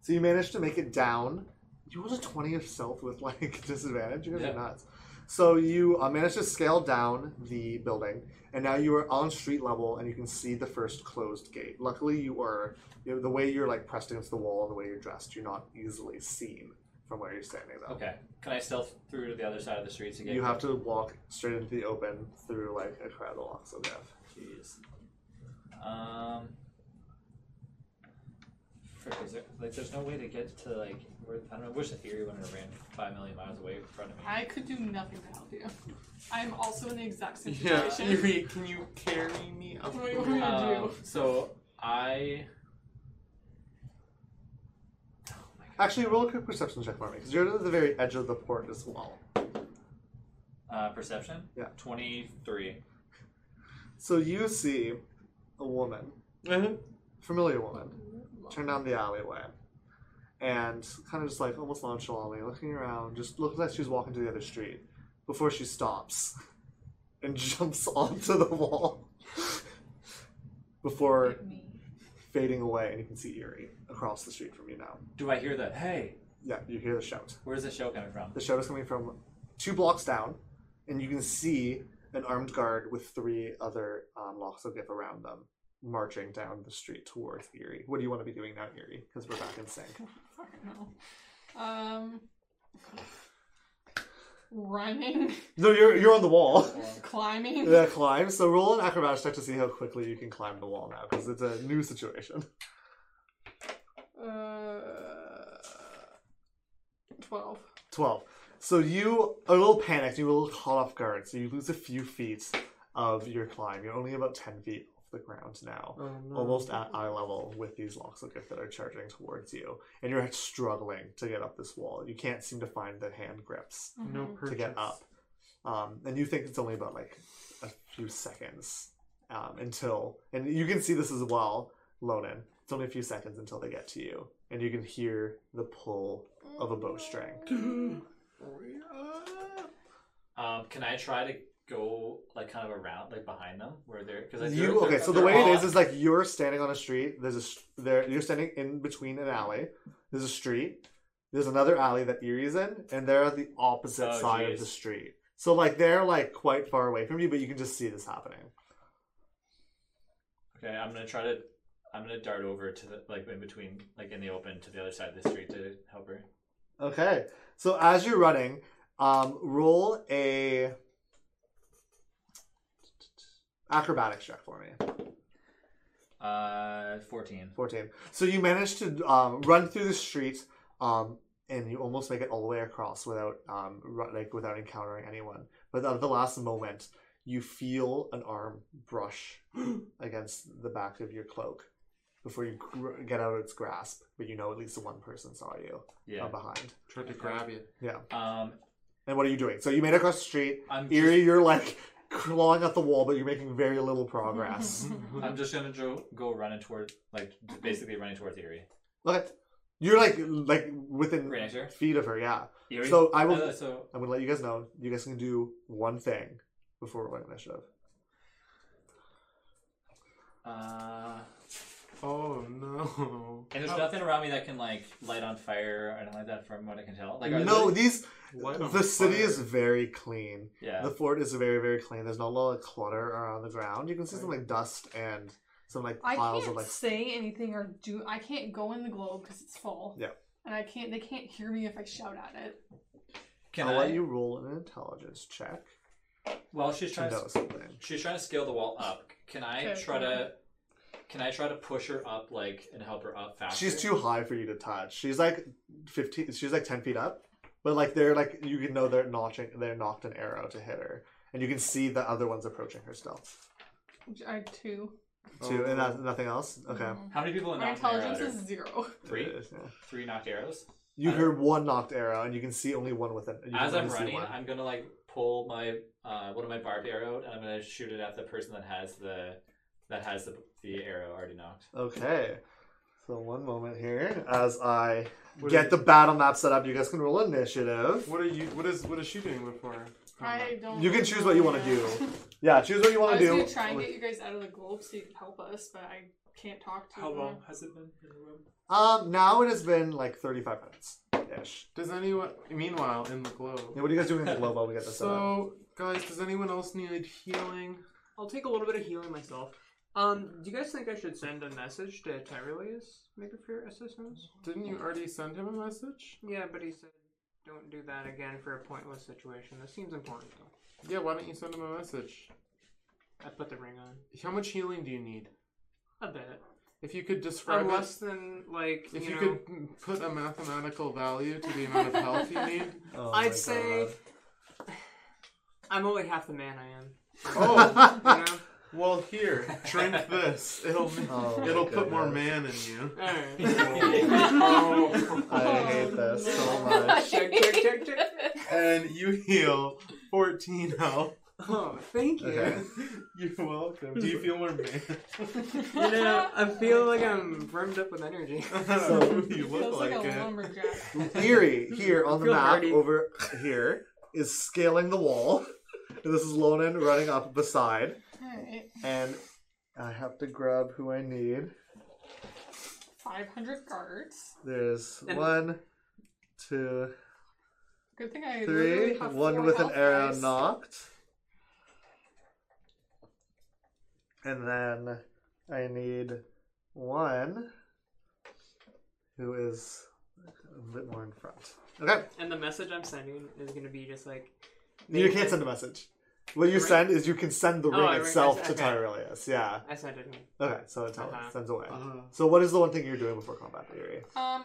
S2: So you managed to make it down. You rolled a 20 of stealth with like disadvantage. You guys
S3: Yeah.
S2: are nuts. So you uh, managed to scale down the building, and now you are on street level, and you can see the first closed gate. Luckily, you are you know, the way you're like pressed against the wall and the way you're dressed. You're not easily seen from where you're standing, though.
S3: Okay. Can I stealth through to the other side of the streets again?
S2: You have to walk straight into the open through like a crowd of walks of death.
S3: Jeez. Um. Frick, is there, like, there's no way to get to like. Where, I don't know. I wish the theory would have ran five million miles away in front of me.
S4: I could do nothing to help you. I'm also in the exact same
S5: Yeah,
S4: situation.
S5: Yuri, can you carry me up?
S4: What do you want me to
S3: Um,
S4: do?
S3: so I. Oh my God.
S2: Actually, roll a quick perception check for me because you're at the very edge of the port as well.
S3: Uh, perception.
S2: Yeah.
S3: Twenty-three.
S2: So you see a woman
S5: Uh-huh.
S2: familiar woman turn down the alleyway and kind of just like almost nonchalantly looking around just looks like she's walking to the other street before she stops and jumps onto the wall before
S4: Uh, Hit me.
S2: fading away and you can see Erie across the street from you now
S3: Do I hear that? Hey,
S2: yeah you hear the shout
S3: where's the show coming from?
S2: the shout is coming from two blocks down and you can see an armed guard with three other um, locks of gift around them marching down the street towards Erie what do you want to be doing now Erie because we're back in sync
S4: Fucking hell. Um, running,
S2: No, you're you're on the wall.
S4: climbing.
S2: Yeah, climb. So roll an acrobatics check to see how quickly you can climb the wall now, because it's a new situation.
S4: Uh, twelve.
S2: Twelve. So you are a little panicked. You were a little caught off guard. So you lose a few feet of your climb. You're only about ten feet off the ground now,
S5: Mm.
S2: almost at eye level with these locks of gift that are charging towards you, and you're struggling to get up this wall. You can't seem to find the hand grips.
S5: No
S4: Mhm.
S7: Mm-hmm.
S5: purchase.
S2: to get up. Um, and you think it's only about like a few seconds um, until, and you can see this as well, Lonan. It's only a few seconds until they get to you, and you can hear the pull of a bowstring.
S5: Hurry up.
S3: Um, can I try to go like kind of around, like behind them, where they're because like,
S2: You
S3: they're-
S2: okay? So the
S3: they're
S2: way it
S3: all-
S2: is is like you're standing on a street. There's a s- there. You're standing in between an alley. There's a street. There's another alley that Erie's in, and they're at the opposite
S3: Oh,
S2: side
S3: geez.
S2: of the street. So like they're like quite far away from you, but you can just see this happening.
S3: okay. I'm gonna try to. I'm gonna dart over to the like in between, like in the open to the other side of the street to help her.
S2: Okay. So as you're running, um, roll a acrobatics check for me.
S3: Uh, fourteen.
S2: 14. So you manage to um, run through the street, um, and you almost make it all the way across without, um, ru- like, without encountering anyone. But at the last moment, you feel an arm brush against the back of your cloak before you gr- get out of its grasp. But you know at least one person saw you
S3: Yeah.
S2: uh, behind.
S5: Tried to grab you.
S3: Um,
S2: And what are you doing? So you made it across the street.
S3: I'm
S2: Eerie, you're like clawing at the wall, but you're making very little progress.
S3: Just, I'm just gonna go, go running toward, like basically running towards Erie.
S2: Look at you're like like within
S3: Right next to her.
S2: feet of her, yeah.
S3: Eerie?
S2: So I will
S3: Uh, so
S2: I'm gonna let you guys know you guys can do one thing before rolling initiative.
S3: uh,
S5: Oh no.
S3: and there's nothing around me that can like light on fire or anything like that, from what I can tell. Like are
S2: no,
S3: there-
S2: these
S5: Light on
S2: the city
S5: fire.
S2: is very clean.
S3: yeah.
S2: The fort is very, very clean. There's not a lot of clutter around the ground. You can see some like dust and some like
S4: I
S2: piles
S4: can't
S2: of like
S4: say anything or do. I can't go in the globe because it's full.
S2: Yeah.
S4: And I can't. They can't hear me if I shout at it.
S3: can
S2: I'll
S3: I?
S2: let you roll an intelligence check
S3: Well, she's
S2: to
S3: trying to
S2: know something.
S3: She's trying to scale the wall up. Can I
S4: Okay.
S3: try to? Can I try to push her up, like, and help her up faster?
S2: She's too high for you to touch. She's like fifteen. She's like ten feet up, but like they're like you can know they're notching. They're knocked an arrow to hit her, and you can see the other ones approaching her still.
S4: I have two.
S2: Two and
S5: Oh.
S2: that, nothing else. Okay.
S4: Mhm.
S3: How many people in
S4: My
S3: knocked an arrow
S4: intelligence
S3: at her?
S4: is zero.
S3: three.
S2: It is, yeah.
S3: Three knocked arrows.
S2: You
S3: I
S2: hear one knocked arrow, and you can see only one with it. You can
S3: As I'm
S2: only see
S3: running,
S2: one.
S3: I'm gonna like pull my uh, one of my barbed arrow, and I'm gonna shoot it at the person that has the that has the the arrow already knocked.
S2: Okay. So one moment here, as I
S5: What
S2: get
S5: is-
S2: the battle map set up. You guys can roll initiative.
S5: What are you? What is? What is she doing with her?
S4: I don't.
S2: You can choose what you wanna
S4: know.
S2: do. Yeah, choose what you
S4: I
S2: want
S4: was
S2: to do.
S4: gonna try and get you guys out of the globe so you could help us, but I can't talk to
S7: How
S4: you.
S7: long has it been in the room?
S2: Um, now it has been like 35 minutes ish.
S5: Does anyone? Meanwhile, in the globe.
S2: Yeah, what are you guys doing in the globe while we get this set up?
S5: So, guys, does anyone else need healing?
S6: I'll take a little bit of healing myself. Um, do you guys think I should send a message to Tyreus, maybe for your assistance?
S5: Didn't you already send him a message?
S6: Yeah, but he said, don't do that again for a pointless situation. This seems important, though.
S5: Yeah. Why don't you send him a message?
S6: I put the ring on.
S5: How much healing do you need?
S6: A bit.
S5: If you could describe
S6: I'm
S5: it-
S6: less than, like,
S5: If
S6: you,
S5: you,
S6: know,
S5: could m- put a mathematical value to the amount of health you need.
S2: Oh my
S6: I'd say
S2: God.
S6: I'm only half the man I am.
S5: Oh,
S6: You know?
S5: well, here, drink this. It'll
S2: Oh my
S5: it'll put more
S2: goodness.
S5: man in you.
S6: Alright.
S2: I
S4: Oh,
S2: hate this so much.
S6: check, check, check, check.
S5: And you heal 14 health.
S6: Oh, thank you.
S2: Okay.
S5: You're welcome. Do you feel more man?
S6: You know, I feel like I'm burned up with energy.
S2: So-
S5: you look
S4: Feels like,
S5: like,
S4: a
S5: it.
S4: lumberjack.
S2: Erie here on the
S6: Feel
S2: map
S6: dirty.
S2: over here is scaling the wall. And this is Lonan running up beside.
S4: Alright.
S2: And I have to grab who I need.
S4: 500 guards.
S2: There's
S6: And-
S2: one, two,
S4: Good thing I
S2: three.
S4: literally have
S2: One
S4: four
S2: with an
S4: health
S2: arrow
S4: dice.
S2: knocked. And then I need one who is A bit more in front. Okay.
S6: And the message I'm sending is gonna be just like
S2: You can't send a message. What you send is you can send the
S6: Oh,
S2: ring
S6: I ring-
S2: itself to
S6: okay.
S2: Tyrelius. Yeah.
S6: I sent it.
S2: Okay, so it tell-
S6: Uh-huh.
S2: sends away.
S5: Uh,
S2: So what is the one thing you're doing before combat theory?
S4: Um,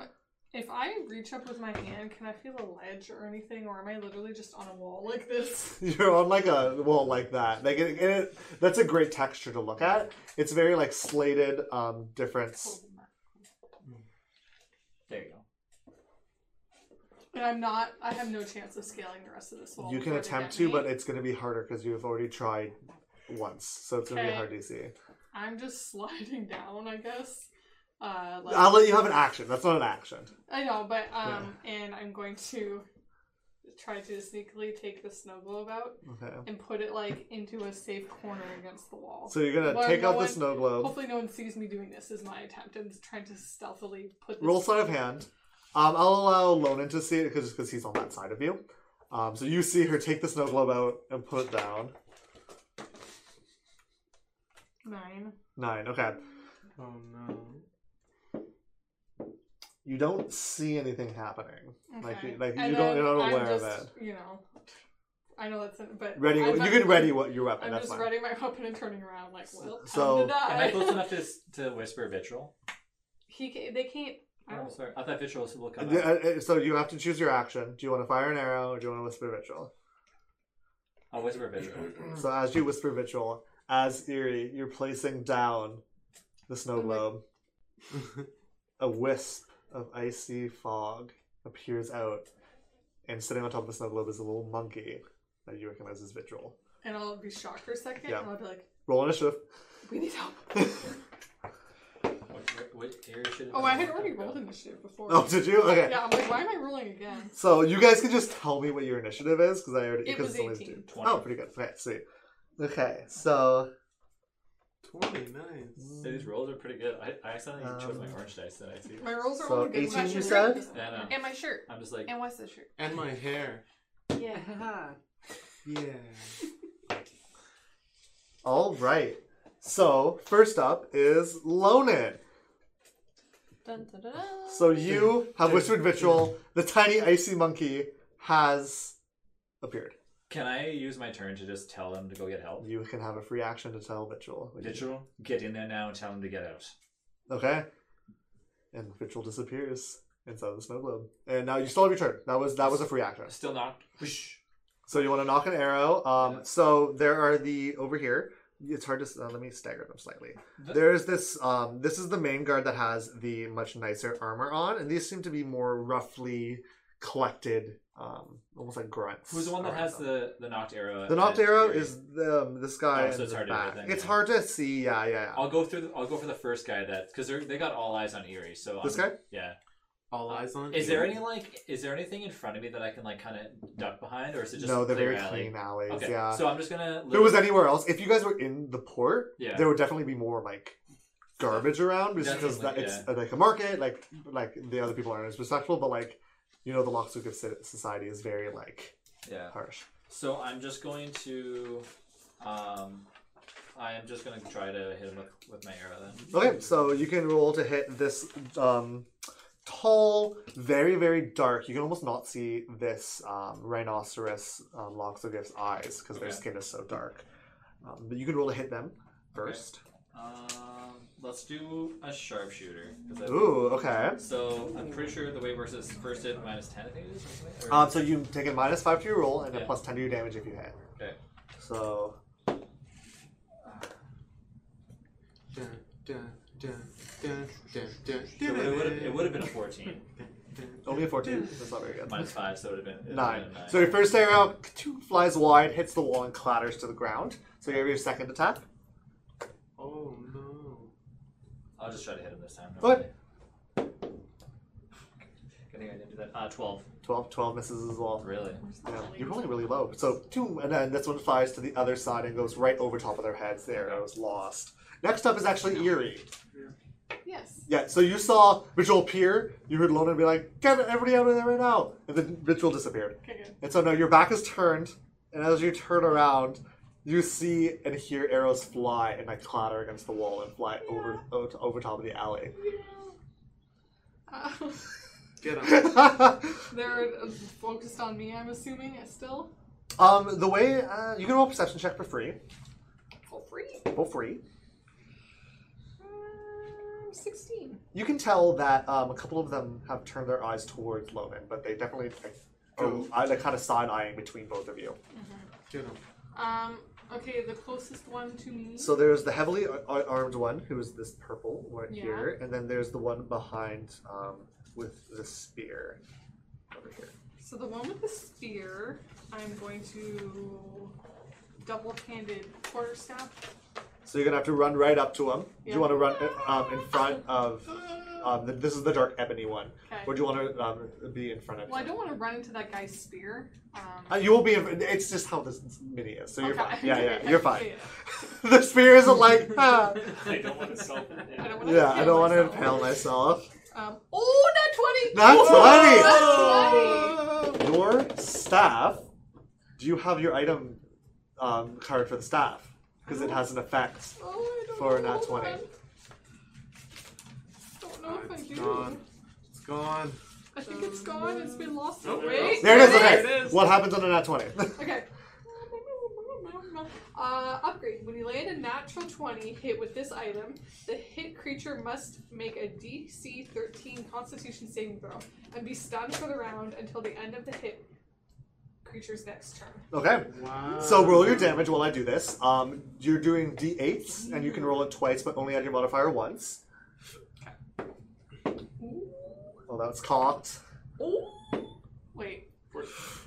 S4: if I reach up with my hand, can I feel a ledge or anything, or am I literally just on a wall like this?
S2: You're on like a wall like that. Like it, it, that's a great texture to look at. It's very like slated um difference.
S3: There you go.
S4: And I'm not. I have no chance of scaling the rest of this wall.
S2: You can
S4: before they
S2: attempt
S4: get
S2: to,
S4: me.
S2: but it's going to be harder because you've already tried once, so it's going to be
S4: Okay.
S2: a hard DC.
S4: I'm just sliding down, I guess. Uh, like,
S2: I'll let you have an action. That's not an action.
S4: I know, but um, and I'm going to try to sneakily take the snow globe out
S2: Okay.
S4: and put it like into a safe corner against the wall.
S2: So you're gonna
S4: Well,
S2: take
S4: no
S2: out the
S4: one-
S2: snow globe.
S4: Hopefully, no one sees me doing this. Is my attempt. I'm just trying to stealthily put this.
S2: Roll sleight of hand. Um, I'll allow Lonan to see it because because he's on that side of you. Um, so you see her take the snow globe out and put it down.
S4: Nine.
S2: Nine. Okay.
S5: oh no.
S2: You don't see anything happening. Like
S4: Okay.
S2: you, like
S4: And
S2: you don't
S4: then
S2: you're not
S4: I'm
S2: aware
S4: just,
S2: of it.
S4: You know, I know that's in, but
S2: Ready.
S4: I'm
S2: You
S4: not-
S2: can ready what your weapon.
S4: I'm
S2: that's
S4: just
S2: fine.
S4: ready my weapon and turning around like, well, time
S2: So-
S4: to
S3: Am I close
S4: die.
S3: enough to, s- to whisper vitriol?
S4: he can, they can't. I
S3: Oh,
S4: don't.
S3: sorry. I thought vitriol will come
S2: Yeah,
S3: out.
S2: uh, uh, So you have to choose your action. Do you want to fire an arrow or do you want to whisper ritual?
S3: I'll whisper vitriol.
S2: So as you whisper ritual, as Eerie, you're placing down the snow
S4: Oh my-
S2: globe. a wisp of icy fog appears out, and sitting on top of the snow globe is a little monkey that you recognize as Vitrol.
S4: And I'll be shocked for a second,
S2: Yeah.
S4: and I'll be like,
S2: Roll initiative.
S4: we need help.
S3: What, what area should it
S4: Oh,
S3: be?
S4: I had already rolled initiative before.
S2: oh, did you? Okay.
S4: Yeah, I'm like, why am I rolling again?
S2: So you guys can just tell me what your initiative is because I already
S4: It
S2: because
S4: was
S2: it's always
S4: 18.
S2: two.
S3: 20.
S2: Oh, pretty good. Okay, sweet. Okay, so
S5: 20, nice.
S3: These rolls are pretty good. I, I accidentally
S2: Um,
S3: chose my orange dice that I see.
S4: My rolls are
S2: So
S4: all good.
S2: 18
S4: What's
S2: you
S4: your
S2: said?
S4: shirt?
S3: And um,
S8: And my shirt.
S3: I'm just like,
S8: And what's the shirt?
S5: And my hair.
S8: Yeah.
S5: Yeah.
S2: all right. So first up is Lonan.
S8: Dun, dun, dun, dun.
S2: So you have whispered Vitrol. The tiny icy monkey has appeared.
S3: can I use my turn to just tell them to go get help?
S2: You can have a free action to tell Vitrol. what you-
S3: Vitriol, get in there now and tell them to get out.
S2: Okay. And Vitrol disappears inside the snow globe. And now you still have your turn. That was that was a free action.
S3: Still knocked. Whoosh.
S2: So you want to knock an arrow. Um,
S3: Yeah.
S2: So there are the over here. It's hard to s- uh, let me stagger them slightly.
S3: The-
S2: There's this. Um, this is the main guard that has the much nicer armor on, and these seem to be more roughly collected, um, almost like grunts.
S3: Who's the one that
S2: around
S3: has
S2: them.
S3: the, the knocked arrow?
S2: The knocked
S3: and
S2: arrow
S3: fury?
S2: is the, um, this guy
S3: Oh, so
S2: in
S3: it's
S2: the
S3: hard to read
S2: back.
S3: then,
S2: it's
S3: yeah.
S2: hard to see. Yeah, yeah. yeah.
S3: I'll go through. The, I'll go for the first guy that because they they got all eyes on Erie. So
S2: This
S3: I'm-
S2: guy?
S3: yeah.
S5: All eyes on
S3: Is there
S5: you.
S3: any like? Is there anything in front of me that I can like kind of duck behind, or is it just
S2: No,
S3: a
S2: they're
S3: clear
S2: very
S3: alley?
S2: clean alleys.
S3: Okay,
S2: Yeah.
S3: so I'm just gonna.
S2: if it was anywhere else, if you guys were in the port,
S3: Yeah.
S2: there would definitely be more like garbage around just because that
S3: Definitely,
S2: it's uh, like a market, like like the other people aren't as respectful, but like you know the Locksuit of so- society is very like
S3: yeah.
S2: harsh.
S3: So I'm just going to. Um, I am just gonna try to hit him with, with my arrow then.
S2: Okay, so you can roll to hit this um, tall, very very dark. You can almost not see this um, rhinoceros um, Loxogif's eyes because their
S3: Okay.
S2: skin is so dark. Um, but you can roll to hit them first.
S3: Um, let's do a sharpshooter. 'cause I-
S2: Ooh, okay.
S3: So I'm pretty sure the way versus first hit minus ten. I think it is. Or something, or-
S2: Um, so you take a minus five to your roll and a
S3: Yeah.
S2: plus ten to your damage if you hit.
S3: Okay.
S2: So
S5: Dun, dun, dun, dun, dun, dun,
S3: it
S5: dun,
S3: would have it
S5: dun,
S3: would have been a fourteen
S5: dun, dun.
S2: only a fourteen. That's not very good.
S3: minus five, so it would have been it would've
S2: Nine.
S3: been a
S2: So your first arrow k-choo, flies wide, hits the wall, and clatters to the ground. So you have your second attack.
S5: Oh no.
S3: I'll just try to hit him this time.
S2: Go ahead.
S3: I think I didn't do that. Uh, 12.
S2: 12, 12 misses as well.
S3: Really?
S2: Yeah, you're rolling really low. So two, and then this one flies to the other side and goes right over top of their heads. The arrow is lost. Next up is actually Eerie.
S8: Yes.
S2: Yeah, so you saw Ritual appear, you heard Loner be like, get everybody out of there right now! And then Ritual disappeared.
S4: Okay, good.
S2: And so now your back is turned, and as you turn around, you see and hear arrows fly and like clatter against the wall and fly over over, over top of the alley.
S4: Uh,
S5: Get him.
S2: um,
S4: They're uh, focused on me, I'm assuming, uh, still.
S2: the way uh, you can roll a perception check for free,
S4: For free?
S2: for free.
S4: Um, 16.
S2: You can tell that um, a couple of them have turned their eyes towards Loman, but they definitely like, go, I, like kind of side eyeing between both of you.
S5: Get him.
S4: Um, okay, the closest one to me.
S2: So there's the heavily ar- ar- armed one, who is this purple one
S4: Yeah.
S2: here, and then there's the one behind um, with the spear over here.
S4: So the one with the spear, I'm going to double-handed quarter staff.
S2: So you're gonna have to run right up to him. Do
S4: Yeah.
S2: you want to run uh, um, in front of? Um, the, this is the dark ebony one.
S4: Okay.
S2: Or do you want to um, be in front of?
S4: Well, I
S2: him?
S4: don't want to run into that guy's spear. Um,
S2: Uh, you will be. In, it's just how this mini is, so you're
S4: okay.
S2: fine. Yeah, yeah,
S4: Okay,
S2: you're
S4: yeah,
S2: fine.
S4: yeah.
S2: the spear isn't like. ah.
S7: I don't want to sell them.
S4: I don't want to
S2: Yeah, I don't want to impale myself.
S4: Um, oh, not 20!
S2: Not Oh.
S4: Whoa!
S2: twenty. Your staff. Do you have your item um, card for the staff? Because it has an effect.
S4: Oh, I don't
S2: For a
S4: know
S2: nat
S4: if
S2: 20.
S4: I'm- don't know if I
S5: It's
S4: do.
S5: gone. It's gone.
S4: I think it's gone. It's been lost.
S7: Oh,
S4: Oh,
S7: there it
S4: wait.
S2: There it is.
S6: There
S2: Okay.
S6: it is.
S2: What happens on a nat twenty?
S4: Okay. Uh, upgrade. When you land a natural 20 hit with this item, the hit creature must make a DC 13 Constitution saving throw and be stunned for the round until the end of the hit creature's next turn.
S2: okay.
S5: Wow.
S2: So roll your damage while I do this. Um, you're doing d8s, and you can roll it twice, but only add your modifier once. Oh, that's cocked.
S4: Wait.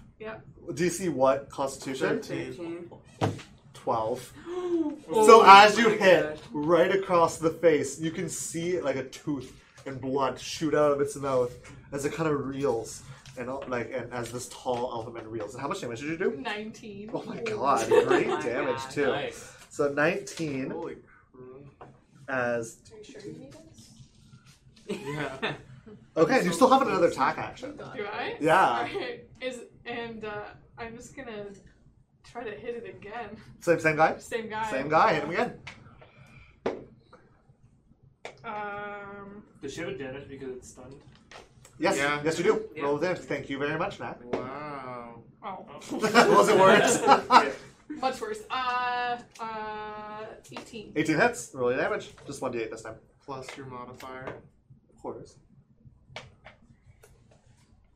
S2: DC what? Constitution?
S5: Thirteen.
S6: 13.
S2: Twelve. so
S6: Oh
S2: as you
S6: my
S2: hit
S6: gosh.
S2: right across the face, you can see like a tooth and blood shoot out of its mouth as it kind of reels, and uh, like and as this tall elven man reels. And how much damage did you do?
S4: 19.
S2: Oh my god! Great
S6: my
S2: damage
S6: God.
S2: too.
S3: Nice.
S2: So nineteen
S5: Holy crap.
S2: as
S4: Are you sure you need this?
S5: Yeah.
S2: okay. You still have another attack action.
S4: Do I?
S2: Yeah.
S4: Alright. Is and uh, I'm just gonna try to hit it again.
S2: Same same guy.
S4: Same guy.
S2: Same guy. Hit him again.
S4: Um.
S7: Does she have advantage because it's stunned?
S2: Yes.
S5: Yeah.
S2: Yes, you do.
S6: Yeah.
S2: Roll damage. Thank you very much, Matt.
S5: Wow.
S4: Oh,
S2: was it worse?
S4: much worse. Uh. Uh. 18.
S2: 18 hits. Roll your damage. Just 1d8 this time.
S5: Plus your modifier.
S2: Of course.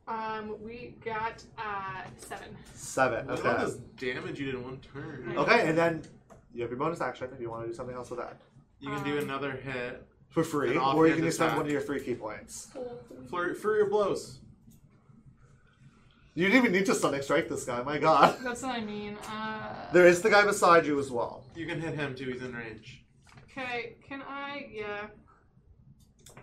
S4: Um. We got uh seven.
S2: Seven.
S5: Look at all
S2: Okay.
S5: this damage you did in one turn.
S2: Okay, and then you have your bonus action if you want to do something else with that.
S5: You can do
S4: Um,
S5: another hit.
S2: For free.
S5: An
S2: Or you
S5: offhand
S2: can just spend
S5: attack.
S2: one of your three key points.
S5: Flurry, flurry of blows.
S2: You didn't even need to stunning strike this guy, my god.
S4: That's what I mean. Uh.
S2: There is the guy beside you as well.
S5: You can hit him too. He's in range.
S4: Okay. Can I? Yeah.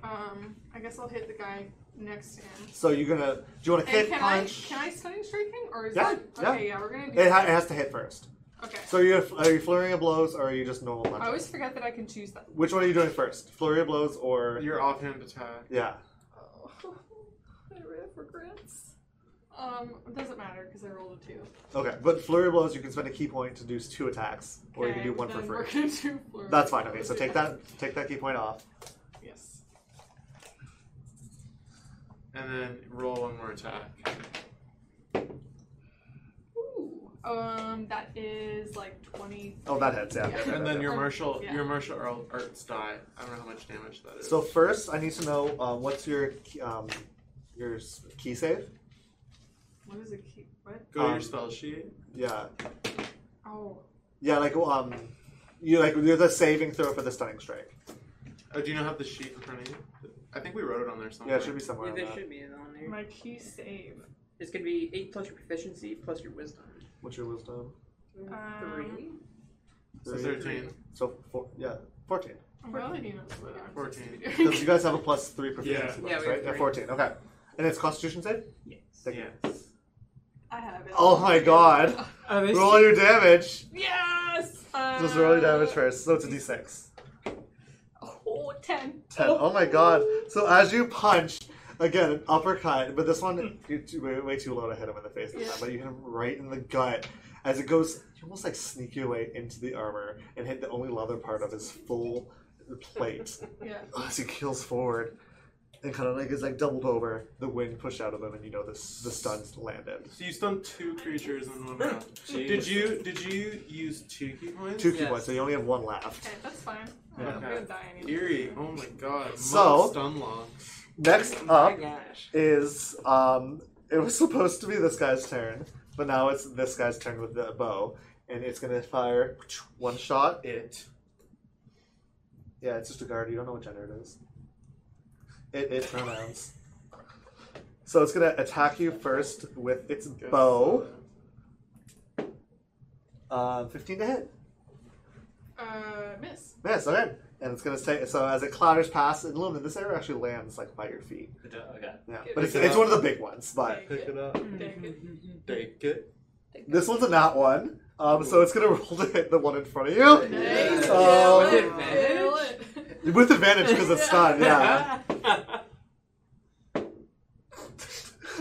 S4: Um. I guess I'll hit the guy next to him.
S2: So you're gonna. Do you want to
S4: And
S2: hit
S4: can
S2: punch?
S4: I can I stunning strike him or is
S2: Yeah,
S4: that
S2: yeah.
S4: okay? Yeah, we're gonna do.
S2: It, ha- it has to hit first.
S4: Okay.
S2: So you're, are you flurry of blows or are you just normal punch?
S4: I always forget that I can choose that.
S2: Which one are you doing first? Flurry of blows or.
S5: Your offhand attack.
S2: Yeah.
S4: Oh, I really regrets. Um, it doesn't matter because I rolled a two.
S2: Okay, but flurry of blows, you can spend a key point to do two attacks, or you can do
S4: Okay,
S2: one for
S4: then
S2: free.
S4: We're gonna do four.
S2: That's fine. Okay, so take that take that key point off.
S4: Yes.
S5: And then roll one more attack.
S4: Ooh. Um, that is like twenty.
S2: Oh, that hits. Yeah.
S4: Yeah.
S2: yeah,
S5: And
S2: yeah,
S5: then
S2: yeah.
S5: your
S4: Um,
S5: martial
S4: yeah.
S5: your martial ar- arts die. I don't know how much damage that is.
S2: So first, I need to know uh, what's your key- um, your s- key save?
S4: What is it? Keep what?
S5: go to
S2: um,
S5: your spell sheet.
S2: Yeah.
S4: Oh.
S2: Yeah, like um, you like you're the saving throw for the stunning strike.
S5: Oh, do you not have the sheet in front of you? I think we wrote it on there somewhere.
S2: Yeah, it should be somewhere.
S6: Yeah,
S2: on
S6: there
S2: that.
S6: should be it on there.
S4: My key save.
S6: It's gonna be eight plus your proficiency plus your wisdom.
S2: What's your wisdom?
S4: Uh, Um,
S6: Three.
S5: So
S2: Three.
S5: thirteen.
S2: So four. Yeah, fourteen.
S4: I really need to know what I'm supposed to be doing.
S2: Because you guys have a plus three proficiency
S7: Yeah.
S2: bonus,
S6: Yeah, we have
S2: right? Yeah,
S6: three.
S2: fourteen. Okay. And it's Constitution save.
S6: Yes.
S2: Second.
S5: Yes.
S4: I have it.
S2: Oh my god! Roll your damage.
S4: Yes. Uh,
S2: Just roll your damage first. So it's a d6.
S4: Oh, 10.
S2: 10. Oh my god. So as you punch, again, an uppercut, but this one,
S6: Hmm.
S2: you're too, way, way too low to hit him in the face this
S4: Yeah.
S2: time, but you hit him right in the gut. As it goes, you almost like sneak your way into the armor and hit the only leather part of his full plate
S4: Yeah.
S2: as he kills forward. and kind of like is like doubled over. The wind pushed out of him, and you know the the stuns landed.
S5: So you stunned two creatures in one round. Did
S3: Jeez.
S5: you did you use two key points?
S2: Two key
S6: Yes.
S2: points, so you only have one left.
S4: Okay, that's fine.
S5: Yeah.
S4: I'm gonna die anyway.
S5: Eerie. Oh my god.
S2: So-
S5: Mud stun lock.
S2: Next
S6: Oh My
S2: up
S6: gosh.
S2: is um, it was supposed to be this guy's turn, but now it's this guy's turn with the bow, and it's gonna fire one shot.
S5: It.
S2: Yeah, it's just a guard. You don't know what gender it is. It it pronouns. So it's gonna attack you first with its bow. Um, Fifteen to hit.
S4: Uh, miss.
S2: Yes, okay. And it's gonna say so as it clatters past and Lumen, this arrow actually lands like by your feet.
S3: The do- Okay.
S2: Yeah,
S4: Give
S2: but
S4: it
S2: it's,
S5: a
S2: it's
S5: go.
S2: one of the big ones. But
S4: Take
S5: Pick
S4: it.
S5: it up.
S4: Take it.
S5: Take it.
S2: this one's a not one. Um, so it's gonna roll to hit the one in front of you
S4: Nice.
S2: Oh.
S4: Yeah,
S6: With
S4: wow.
S6: advantage?
S4: Nail it.
S2: with advantage because it's stunned. Yeah,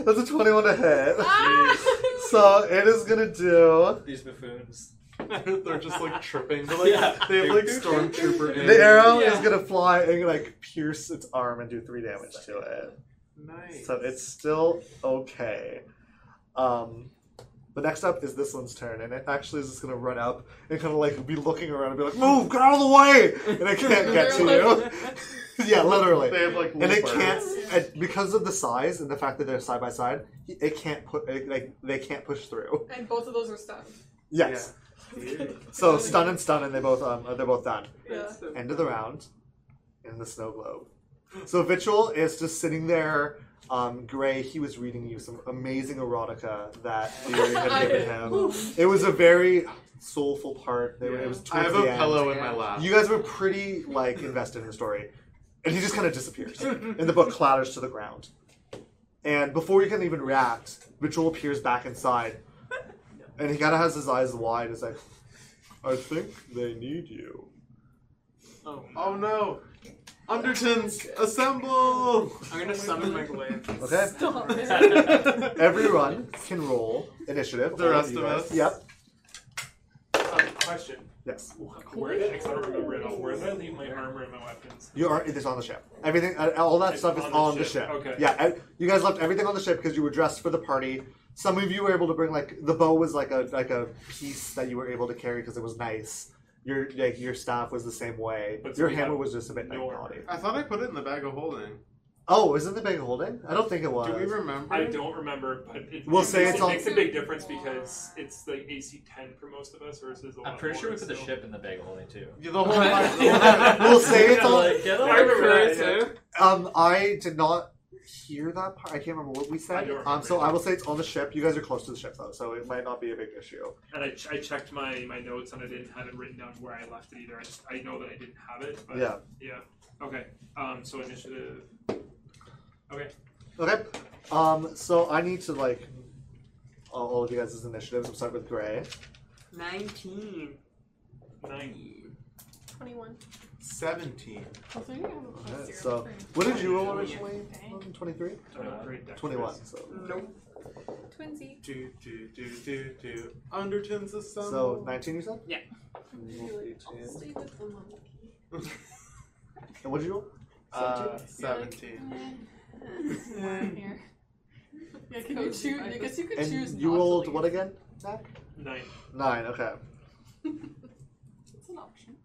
S2: that's a twenty-one to hit. So it is gonna do.
S3: These buffoons.
S5: They're just like tripping. They're like,
S3: Yeah.
S5: They have like stormtrooper.
S2: The arrow
S6: Yeah.
S2: is gonna fly and like pierce its arm and do three damage to it.
S5: Nice.
S2: So it's still okay. Um, but next up is this one's turn, and it actually is just gonna run up and kind of like be looking around and be like, "Move, get out of the way!" And it can't get to you. yeah, literally.
S5: They have like.
S2: and it
S5: looper.
S2: can't and because of the size and the fact that they're side by side it can't put it, like they can't push through
S4: And both of those are stunned.
S2: yes
S5: Eerie.
S2: so stun and stun and they both um they're both done
S4: Yeah.
S6: That's so
S2: end of the round in the snow globe so Vitchell is just sitting there um gray he was reading you some amazing erotica that Leary had given him it was a very soulful part it, it was
S5: I have
S2: towards
S5: a
S2: the end.
S5: pillow in my lap.
S2: You guys were pretty like invested in the story, and he just kind of disappears, and the book clatters to the ground. And before you can even react, Mitchell appears back inside, and he kind of has his eyes wide. It's like, I think they need you.
S6: Oh,
S5: Oh no! Undertons, assemble!
S6: I'm gonna summon my glaive.
S2: Okay,
S4: Stop it.
S2: everyone can roll initiative.
S5: The
S2: all
S5: rest
S2: you
S5: of
S2: guys.
S5: us?
S2: Yep.
S7: Um, question.
S2: Yes.
S7: Where did, 'cause I don't remember it all. Where did I leave my armor and my weapons?
S2: You are. It is on the ship. Everything, uh, all that
S7: It's
S2: stuff is
S7: on the
S2: on the ship.
S7: ship, okay.
S2: Yeah, and you guys left everything on the ship because you were dressed for the party. Some of you were able to bring like the bow was like a like a piece that you were able to carry because it was nice. Your like your staff was the same way.
S7: But so
S2: your
S7: we
S2: hammer
S7: have
S2: was just a bit
S7: no
S2: naughty.
S5: I thought I put it in the bag of holding.
S2: Oh, was it the bag of holding? I don't think it was.
S5: Do we remember?
S7: I don't remember, but it,
S2: We'll
S7: it
S2: say
S7: makes,
S2: it's
S7: it
S2: on-
S7: makes a big difference because it's like AC 10 for most of us versus a lot
S3: I'm pretty sure we
S7: more,
S3: put the
S7: so-
S3: ship in the bag of holding too.
S5: Yeah, the whole time.
S2: we'll say it's
S3: Yeah,
S2: on.
S3: like, get
S7: I remember
S3: over
S7: that,
S3: it.
S7: yeah.
S2: Um, I did not hear that part. I can't remember what we
S7: I
S2: said.
S7: don't remember
S2: Um, so
S7: either.
S2: I will say it's on the ship. You guys are close to the ship though, so it might not be a big issue.
S7: And I, ch- I checked my, my notes and I didn't have it written down where I left it either. I, just, I know that I didn't have it, but
S2: Yeah.
S7: Okay. Um. So initiative.
S2: Okay. Um, so I need to like all, all of you guys' initiatives. I'm starting with Gray.
S6: 19.
S7: Nine.
S4: 21.
S5: 17.
S4: Hopefully, you have a plus
S2: Alright,
S4: zero
S2: so
S4: for me.
S2: what did you roll originally?
S4: Dang.
S2: 23?
S7: Great deck
S2: 21.
S7: choice.
S2: So,
S6: Nope.
S8: Twinsy.
S5: Do, do, do, do, do. Undertons, assemble.
S2: so 19 you said?
S6: Yeah.
S8: I'll stay with the monkey.
S2: And what did you roll?
S5: Uh,
S2: 17?
S5: 17.
S4: Mine here. Yeah, can you
S8: Cozy.
S4: choose? I guess you could
S2: and
S4: choose.
S2: you
S4: not to
S2: rolled
S4: leave.
S2: what again, Zach?
S7: Nine.
S2: 9, okay.
S4: It's an option.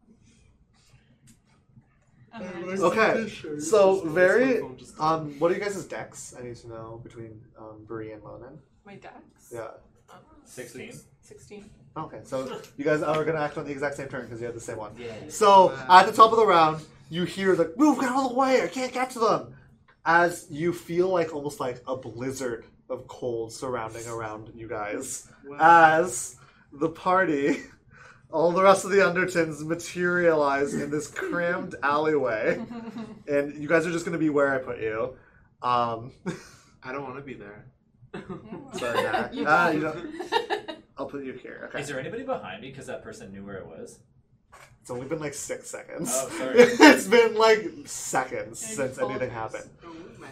S5: Uh,
S2: Okay, so very- Um, what are you guys' decks? I need to know between um, Bree and Lonan.
S4: My dex.
S2: Yeah.
S4: Um,
S3: 16.
S4: Sixteen.
S2: Okay, so you guys are going to act on the exact same turn because you had the same one.
S3: Yeah.
S2: So
S5: Wow.
S2: at the top of the round, you hear like move get out of the way, I can't get to them. As you feel like almost like a blizzard of cold surrounding around you guys. As the party, all the rest of the Undertons materialize in this crammed alleyway. And you guys are just gonna be where I put you. Um
S5: I don't want to be there.
S2: sorry, Mac.
S8: You
S2: Ah, you don't- I'll put you here. Okay.
S3: Is there anybody behind me? Because that person knew where it was.
S2: It's only been like six seconds.
S3: Oh, sorry.
S2: it's been like seconds
S4: Yeah, you
S2: since anything
S4: apologize.
S2: happened.
S6: Oh my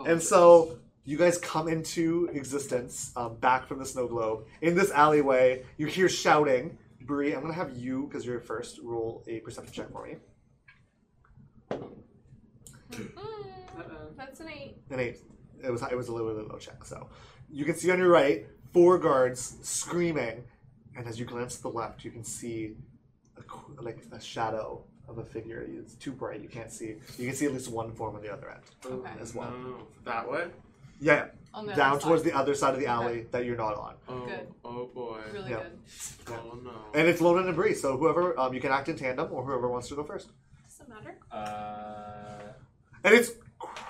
S2: Um, and so you guys come into existence um, back from the snow globe in this alleyway. You hear shouting. Bree, I'm gonna have you because you're first. Roll a perception check for me.
S6: Uh-oh.
S4: That's an eight.
S2: an eight. It was it was a little, really low check. So you can see on your right four guards screaming, and as you glance to the left, you can see a, qu- like a shadow of a figure. It's too bright. You can't see. You can see at least one form on the other end
S4: Okay.
S2: as well.
S5: No, that way?
S2: Yeah,
S4: On the
S2: down
S4: other
S2: towards
S4: side.
S2: the other side of the alley that you're not on,
S5: Oh,
S4: Good.
S5: oh boy.
S4: Really
S2: Yeah.
S4: good.
S5: Oh no.
S2: and it's Lonan and Bree. So whoever um, you can act in tandem, or whoever wants to go first.
S4: Does it matter?
S3: Uh,
S2: and it's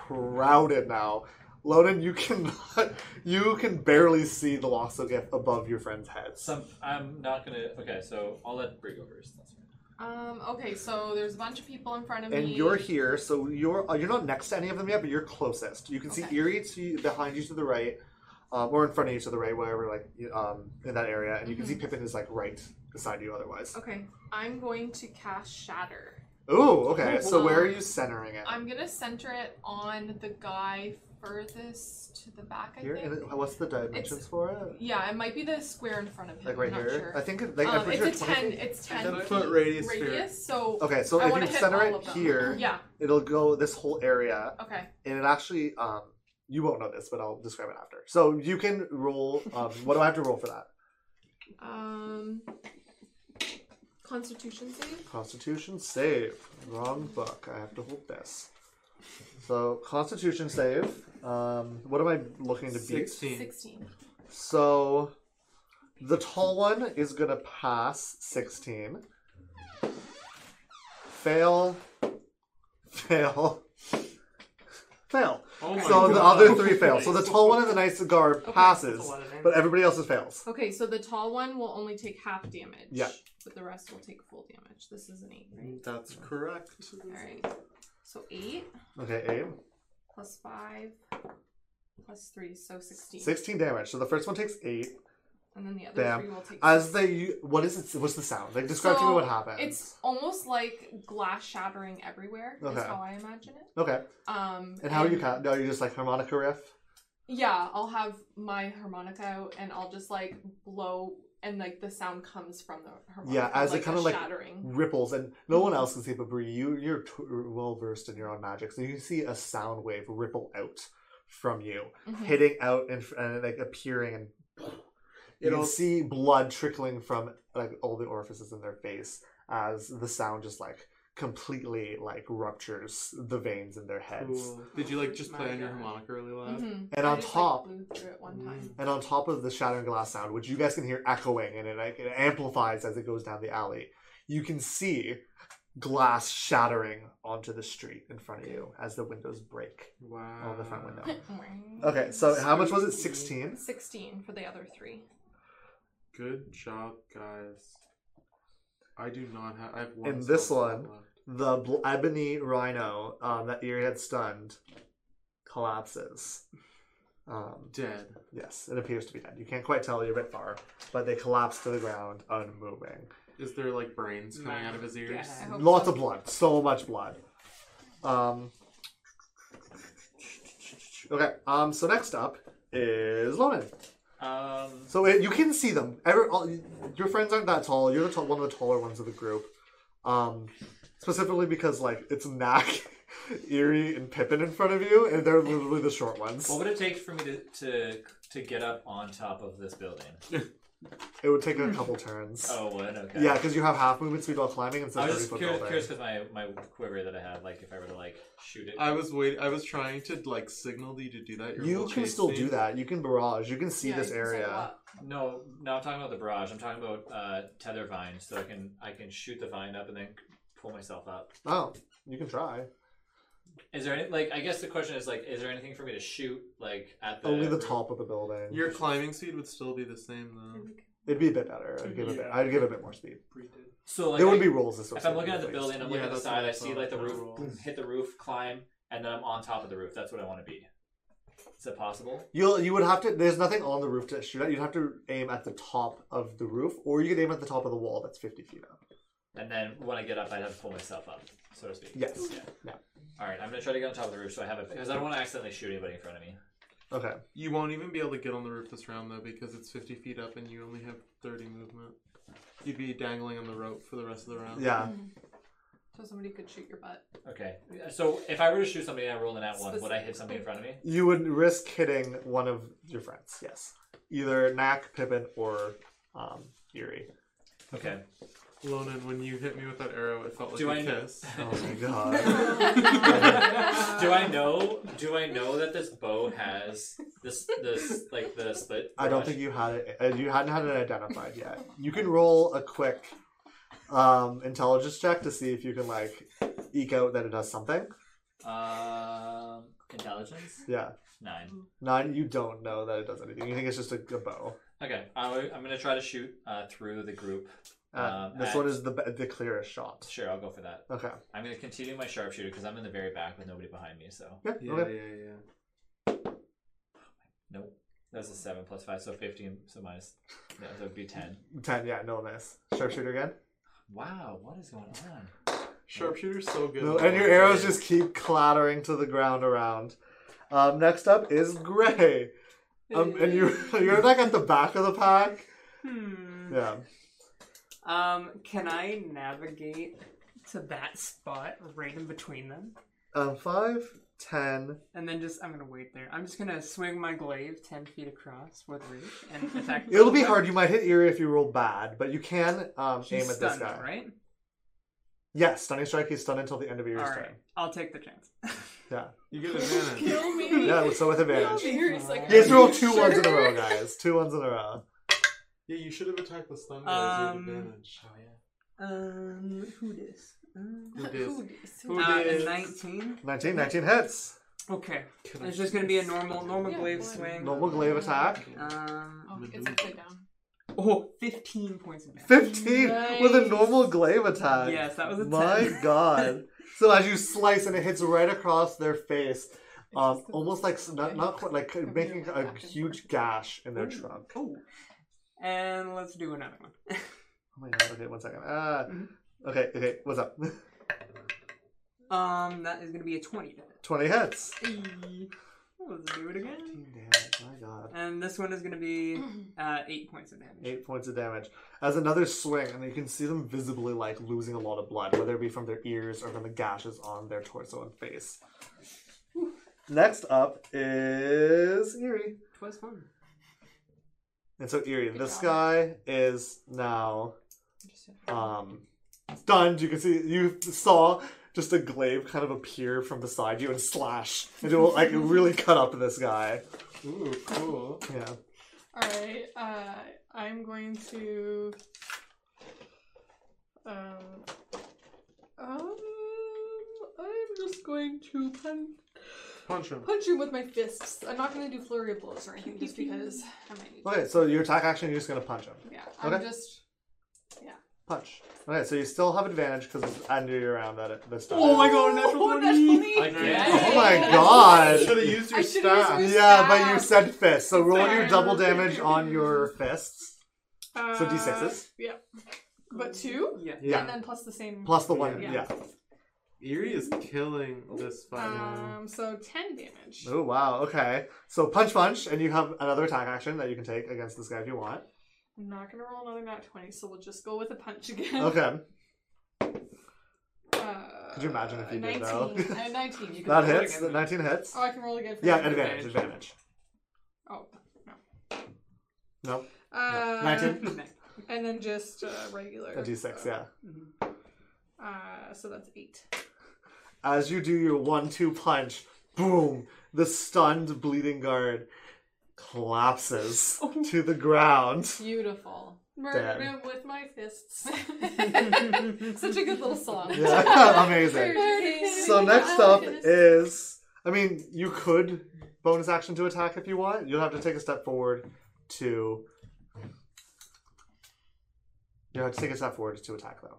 S2: crowded now. Loden, you cannot, you can barely see the Loxo gift above your friend's head.
S3: some I'm not gonna. Okay, so I'll let Brie go first. That's fine.
S4: Um, okay, so there's a bunch of people in front of
S2: And
S4: me.
S2: you're here, so you're uh, you're not next to any of them yet, but you're closest. You can see
S4: Okay.
S2: Erie to behind you to the right, um, or in front of you to the right, wherever like you- um, in that area, and you
S4: Mm-hmm.
S2: can see Pippin is like right beside you. Otherwise,
S4: Okay, I'm going to cast Shatter.
S2: ooh, okay. So
S4: wow.
S2: where are you centering it?
S4: I'm gonna center it on the guy furthest to the back, I
S2: here,
S4: think.
S2: and it- what's the dimensions for it?
S4: Yeah, it might be the square in front of him.
S2: Like right
S4: I'm
S2: here.
S4: not sure.
S2: I think it- like, I'm
S4: um,
S2: pretty
S4: it's a
S2: sure
S4: 10,
S2: 20
S4: it's 10,
S5: 10
S4: feet
S5: foot radius sphere.
S4: radius, so
S2: Okay, Oh, so
S4: I
S2: if
S4: wanna
S2: you
S4: hit
S2: center
S4: all of
S2: it
S4: them.
S2: here,
S4: yeah,
S2: it'll go this whole area.
S4: okay.
S2: and it actually um you won't know this, but I'll describe it after. So you can roll. Um, what do I have to roll for that?
S4: Um, Constitution save?
S2: Constitution save. Wrong book. I have to hold this. So Constitution save. Um, what am I looking to beat?
S5: 16.
S4: 16.
S2: So the tall one is gonna pass sixteen. Fail. Fail. Fail.
S5: Oh my
S2: So the
S5: God.
S2: other three fail. So the tall one and the nice cigar
S6: That's
S2: passes,
S6: a lot of damage.
S2: but everybody else's fails.
S4: Okay, so the tall one will only take half damage.
S2: Yeah.
S4: But the rest will take full damage. This is an 8, right?
S5: That's correct.
S4: Alright. So 8
S2: Okay, aim.
S4: plus 5 plus 3, so 16.
S2: 16 damage. So the first one takes 8.
S4: And then the other
S2: Damn.
S4: three will take
S2: As they. What is it? What's the sound? Like, describe to me
S4: So,
S2: what happens.
S4: It's almost like glass shattering everywhere.
S2: Okay.
S4: Is how I imagine it.
S2: Okay.
S4: Um,
S2: And how you count? No, you just like harmonica riff?
S4: Yeah, I'll have my harmonica out and I'll just like blow, and like the sound comes from the harmonica.
S2: Yeah, as it
S4: like
S2: kinda,
S4: a
S2: like,
S4: shattering.
S2: Ripples. And no one else can see, but Bree, you, you're t- well versed in your own magic. So you can see a sound wave ripple out from you,
S4: Mhm.
S2: hitting out and, and like appearing and. You
S5: It'll-
S2: can see blood trickling from like all the orifices in their face as the sound just like completely like ruptures the veins in their heads.
S5: Cool. Did you like just play on your
S6: God.
S5: harmonica really loud?
S4: Mhm.
S2: And
S4: I
S2: on
S4: just, like,
S2: top,
S4: blew through it one time.
S2: And on top of the shattering glass sound, which you guys can hear echoing and it, like, it amplifies as it goes down the alley, you can see glass shattering onto the street in front of you as the windows break
S4: Mm-hmm.
S5: Wow.
S2: on Oh, the front window. Mm. Okay, so how much was it? 16?
S4: 16 for the other three.
S5: Good job, guys. I do not have. I have one.
S2: And this
S5: spell
S2: one-
S5: left.
S2: The bl- ebony rhino um, that Eerie had stunned collapses. Um,
S5: Dead.
S2: yes, it appears to be dead. You can't quite tell, you're a bit far, but they collapse to the ground unmoving.
S5: Is there like brains coming out of his ears?
S4: I hope
S2: Lots
S4: so.
S2: of blood, so much blood. Um, okay, um, so next up is Lonan.
S3: Um,
S2: So it, you can see them. Every, all, your friends aren't that tall. You're the tall, one of the taller ones of the group. Um, specifically because like it's Knack, Eerie, and Pippin in front of you, and they're literally the short ones.
S3: what would it take for me to, to to get up on top of this building?
S2: It would take a couple turns.
S3: Oh, what? Okay.
S2: Yeah, because you have half movement speed while climbing, and it's a
S3: I
S2: thirty
S3: was just
S2: foot
S3: curious
S2: building.
S3: because my, my quiver that I had, like, if I were to like shoot it.
S5: I was wait. I was trying to like signal you to do that. your
S2: You
S5: whole
S2: can
S5: chase
S2: still
S5: thing.
S2: do that. You can barrage. You can see
S4: Yeah,
S2: this
S4: you can set it
S2: area.
S4: up.
S3: no, no, I'm talking about the barrage. I'm talking about uh, tether vine, so I can I can shoot the vine up and then pull myself up.
S2: Oh, you can try.
S3: Is there any like? I guess the question is like, is there anything for me to shoot like at the
S2: Only the top of the building.
S5: Your climbing speed would still be the same though.
S2: It'd be a bit better. I'd give it.
S7: Yeah.
S2: I'd give it a bit more speed.
S3: So like,
S2: there would be
S3: I-
S2: rules
S3: if I'm
S2: associated.
S3: looking at the
S2: with things.
S3: building, I'm
S5: Yeah,
S3: looking at the
S5: that's
S3: side.
S5: what I
S3: I see
S5: thought.
S3: like the
S5: No
S3: roof,
S5: rules.
S3: boom, hit the roof, climb, and then I'm on top of the roof. That's what I want to be. Is it possible?
S2: you'll you would have to. There's nothing on the roof to shoot at. You'd have to aim at the top of the roof, or you could aim at the top of the wall that's 50 feet up.
S3: And then when I get up, I'd have to pull myself up, so to speak.
S2: Yes.
S3: Yeah.
S2: Yeah.
S3: All right, I'm gonna try to get on top of the roof so I have it because I don't want to accidentally shoot anybody in front of me.
S2: Okay.
S5: You won't even be able to get on the roof this round though because it's 50 feet up and you only have 30 movement. You'd be dangling on the rope for the rest of the round.
S2: Yeah.
S8: So somebody could shoot your butt.
S3: Okay. So if I were to shoot somebody and I rolled an at one, would I hit somebody in front of me?
S2: You would risk hitting one of your friends, yes. Either Knack, Pippin, or um, Yuri.
S3: Okay.
S5: Lonan, when you hit me with that arrow, it felt like
S3: Do
S5: a
S3: I know-
S5: kiss.
S2: Oh my god. Oh.
S3: do I know? Do I know that this bow has this this like the split?
S2: I don't think you had it. uh, You hadn't had it identified yet. You can roll a quick um, intelligence check to see if you can like eke out that it does something.
S3: you. Um, intelligence
S2: Yeah.
S3: nine.
S2: Nine. You don't know that it does anything. You think it's just a, a bow.
S3: Okay, I, am gonna try to shoot uh, through the group.
S2: Uh,
S3: Um,
S2: this
S3: I-
S2: one is the be- the clearest shot.
S3: Sure, I'll go for that.
S2: Okay.
S3: I'm gonna continue my sharpshooter because I'm in the very back with nobody behind me. So
S2: Yeah.
S5: Yeah,
S2: okay.
S5: yeah, yeah.
S3: nope, that's a seven plus five, so fifteen. So minus no, that would be ten.
S2: Ten. Yeah. No miss. Sharpshooter again.
S3: Wow, what is going on?
S5: Sharpshooter's so good.
S2: No, and your arrows just keep clattering to the ground around. Um, next up is Gray. Um, and you you're like at the back of the pack.
S6: Hmm.
S2: Yeah.
S6: Um, can I navigate to that spot right in between them?
S2: Um, five, ten.
S6: And then just, I'm gonna wait there. I'm just gonna swing my glaive 10 feet across with reach and attack.
S2: It'll be hard. You might hit Eerie if you roll bad, but you can um,
S6: She's
S2: aim at this
S6: stunned,
S2: guy.
S6: right?
S2: Yes, stunning strike. He's stunned until the end of Eerie's
S6: Alright, I'll take the chance.
S2: turn.
S5: You get advantage.
S8: Kill me.
S2: Yeah. Yeah. So with advantage.
S8: Yuri's like,
S2: He has to
S8: "Are
S2: roll
S8: you
S2: two ones in a
S8: sure?"
S2: row, guys. Two ones in a row.
S5: yeah, you should have attacked the stun guys.
S6: Um,
S5: you had advantage.
S3: Oh yeah.
S6: um, who dis? Um,
S5: Who dis? Who
S6: uh, a
S5: dis?
S6: 19?
S2: 19, 19 hits.
S6: Okay. It's just gonna be a normal, normal
S8: Yeah,
S6: glaive
S8: why?
S6: swing.
S2: Normal glaive attack.
S6: Um,
S4: Oh, it's upside down.
S6: oh, 15 points of damage.
S2: Fifteen with a normal glaive attack.
S6: Yes, that was a 10.
S2: My god. So as you slice and it hits right across their face, um, almost like not, not quite like
S8: Maybe
S2: making
S8: like
S2: a
S8: back and
S2: huge gash in their trunk. Oh
S6: Oh. And let's do another one.
S2: Oh my god. Okay, one second. Ah.
S6: Mhm.
S2: Okay. Okay. What's up?
S6: Um, that is gonna be a 20 damage.
S2: Twenty hits.
S6: Hey, Let's do it again.
S2: Fifteen damage. My god.
S6: And this one is going to be uh, eight points of damage.
S2: Eight points of damage. As another swing, and you can see them visibly like losing a lot of blood, whether it be from their ears or from the gashes on their torso and face. Next up is Eerie.
S6: Twas fun.
S2: And so Eerie,
S4: Good
S2: this
S4: job.
S2: guy is now um stunned. You can see you saw just a glaive kind of appear from beside you and slash. And it will like really cut up this guy.
S5: Ooh, cool.
S2: Yeah.
S4: Alright, uh, I'm going to. Um, um, I'm just going to pun-
S5: Punch him.
S4: punch him with my fists. I'm not going to do flurry of blows or anything just because I might need
S2: Okay, so your attack action, you're just gonna punch him.
S4: Yeah, I'm
S2: Okay.
S4: just.
S2: Punch. Okay, so you still have advantage because it's under your round that it, this time.
S5: Oh my god, natural
S4: Oh, that's
S5: 20!
S4: funny!
S3: Again.
S2: Oh my god!
S5: Should have used your
S4: I should've used
S5: staff.
S4: my-
S2: Yeah, but you
S4: Staff.
S2: said fist, so roll your
S4: Sorry.
S2: double damage on your fists.
S4: Uh,
S2: So d6s?
S4: Yeah. But two?
S6: Yeah.
S2: Yeah.
S4: And then plus the same.
S2: Plus the one,
S5: Yeah.
S2: yeah.
S5: Eerie is killing this fight.
S4: Um, so 10 damage.
S2: Oh wow, okay. So punch punch, and you have another attack action that you can take against this guy if you want.
S4: I'm not going to roll another nat 20, so we'll just go with a punch again.
S2: Okay.
S4: Uh,
S2: Could you imagine if you did, though?
S4: 19. I have 19. You can
S2: That
S4: roll it
S2: hits,
S4: again.
S2: the 19 hits.
S4: Oh, I can roll again. For
S2: Yeah,
S4: that.
S2: advantage, advantage.
S4: Oh, no.
S2: No,
S4: Uh,
S2: 19.
S4: And then just uh, regular.
S2: A d6, yeah.
S4: Uh, so that's eight.
S2: As you do your one two punch, boom, the stunned bleeding guard collapses
S4: Oh
S2: to the ground.
S8: Beautiful.
S4: Murdered
S2: Damn.
S4: him with my fists. Such a good little song.
S2: Yeah, amazing.
S4: Murdered him
S2: So
S4: with Oh my
S2: next up
S4: fists.
S2: is, I mean, you could bonus action to attack if you want. You'll have to take a step forward to. You'll have to take a step forward to attack though.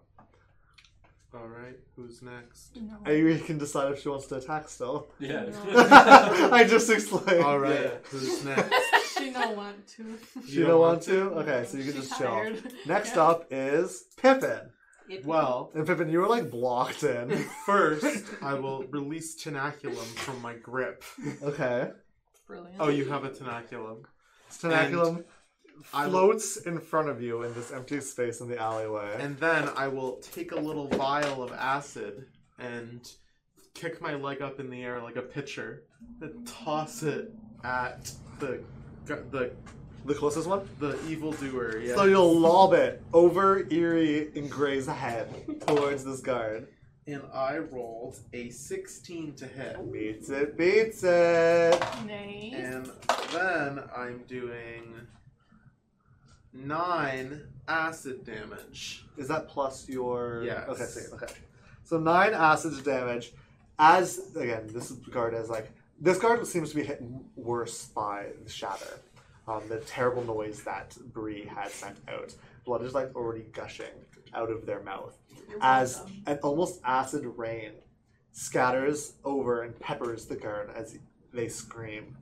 S5: Alright, who's next?
S4: No.
S2: And you can decide if she wants to attack still.
S3: Yeah.
S2: I just explained.
S5: Alright, who's next?
S4: She don't want to.
S2: You don't want to? Okay, so you can just chill.
S4: Tired.
S2: Next up is Pippin.
S5: Well,
S2: And Pippin, you were like blocked in.
S5: first, I will release Tenaculum from my grip.
S2: Okay.
S8: Brilliant.
S2: Oh,
S5: Oh, you have a Tenaculum.
S2: It's Tenaculum. I will- floats in front of you in this empty space in the alleyway.
S5: And then I will take a little vial of acid and kick my leg up in the air like a pitcher and toss it at the the
S2: the closest one?
S5: the evildoer. Yeah.
S2: So you'll lob it over Eerie and Gray's head towards this guard.
S5: and I rolled a 16 to hit.
S2: Beats it, beats it.
S4: Nice.
S5: And then I'm doing 9 acid damage.
S2: Is that plus your?
S5: Yes.
S2: Okay. So, okay. So nine acid damage. As again, this guard is like this guard seems to be hit worse by the shatter, um, the terrible noise that Bree had sent out. Blood is like already gushing out of their mouth as an almost acid rain scatters over and peppers the guard as they scream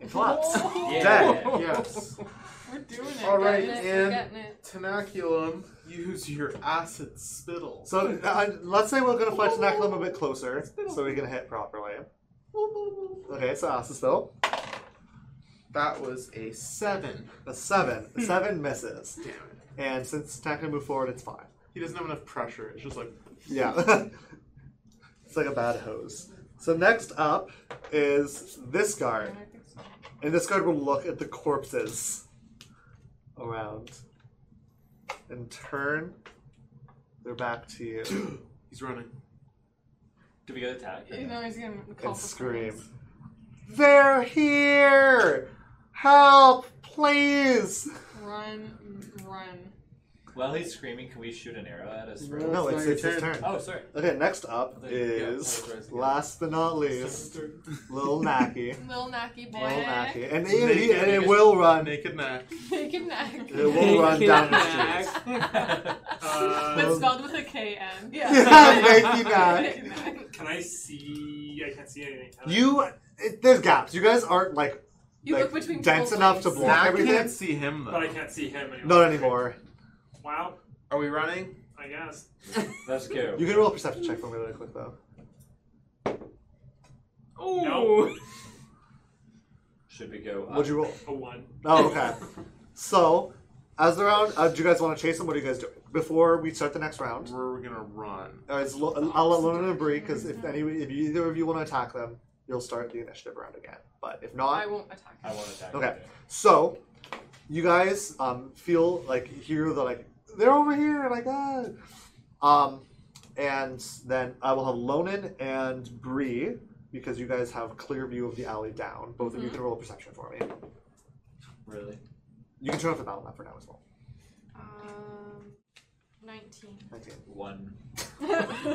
S2: and collapse.
S3: Yeah.
S5: Yes.
S4: Oh, We're doing it.
S5: All right,
S8: Getting it, we're
S5: and
S8: getting it.
S5: Tanaculum, use your acid spittle.
S2: So uh, let's say we're gonna fight Tanaculum a bit closer, so we can hit properly. Okay, so acid spell.
S5: That was a seven.
S2: A seven. A seven misses.
S5: Hmm. Damn it.
S2: And since Tanaculum moved forward, it's five.
S5: He doesn't have enough pressure. It's just like
S2: Yeah. it's like a bad hose. So next up is this guard. And this guard will look at the corpses around and turn their back to you
S5: he's running.
S3: Do we get attacked?
S4: You know he's gonna call
S2: and
S4: for
S2: scream.
S4: friends.
S2: They're here! Help, please!
S4: Run, mm, run.
S3: While he's screaming, can we shoot an arrow at his
S5: No.
S3: friend?
S2: No, it's,
S5: it's not
S2: it's
S5: your
S2: his
S5: turn.
S2: turn.
S3: Oh, sorry.
S2: Okay, next up
S3: I think- yeah,
S2: is,
S3: apologize again.
S2: last but not least, Little Naki.
S4: Little Nacky boy.
S2: Little Naki. And,
S5: Naked,
S2: it- and it
S5: naked.
S2: will run.
S5: Naked neck.
S4: Naked Nack.
S2: It will run down the street.
S4: But spelled with a K N.
S2: Yeah, Nike back.
S7: Can I see? I can't see anything. can I?
S2: You, it, there's gaps. You guys aren't like
S4: You
S2: Like,
S4: look between
S2: dense
S4: people's
S2: enough to
S4: legs.
S2: block
S5: Now I
S2: everything?
S5: can't see him
S7: But I
S5: though.
S7: can't see him anymore.
S2: not anymore.
S7: Wow.
S5: Are we running?
S7: I guess.
S3: Let's go.
S2: You can roll a perception check for me really quick though.
S6: Oh,
S7: No.
S3: Should we go? Up?
S2: What'd you roll?
S7: A one.
S2: Oh, okay. So, as the round, uh, do you guys want to chase him? What are you guys doing before we start the next round?
S5: We're gonna run.
S2: Uh, it's lo- I'll let Luna and Bree because if any, if either of you want to attack them, you'll start the initiative round again. But if not,
S4: I won't attack
S3: I
S4: him.
S3: want to attack.
S2: Okay. So, you guys um, feel like hear the like they're over here like ah, um, and then I will have Lonan and Bree because you guys have clear view of the alley down. Both of you can roll a perception for me.
S3: Really?
S2: You can turn off the battle map for now as well.
S4: Um, 19.
S2: Nineteen.
S3: One.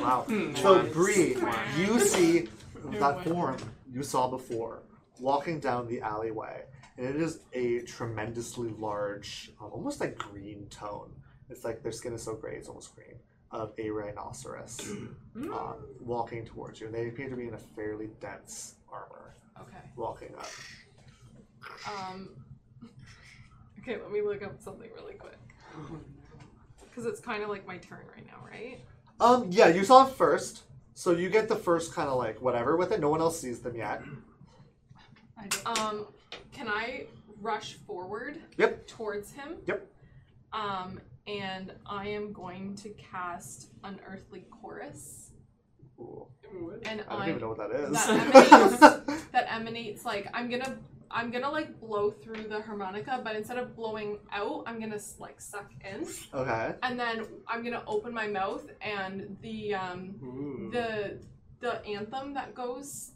S2: Wow. so Bree,
S4: Nice.
S2: you see that
S4: way.
S2: form you saw before walking down the alleyway, and it is a tremendously large, um, almost like green tone. It's like their skin is so gray, it's almost green. Of a rhinoceros uh, walking towards you, and they appear to be in a fairly dense armor
S4: Okay.
S2: walking up.
S4: Um, okay, let me look up something really quick. Because it's kind of like my turn right now, right?
S2: Um, yeah, you saw it first, so you get the first kind of like whatever with it. No one else sees them yet.
S4: Um, can I rush forward?
S2: Yep.
S4: Towards him?
S2: Yep.
S4: Um, and I am going to cast Unearthly Chorus.
S2: Ooh,
S4: And
S2: I don't
S4: I
S2: even know what that is.
S4: That that emanates like I'm gonna I'm gonna like blow through the harmonica, but instead of blowing out, I'm gonna like suck in,
S2: okay.
S4: and then I'm gonna open my mouth, and the um
S5: Ooh.
S4: the the anthem that goes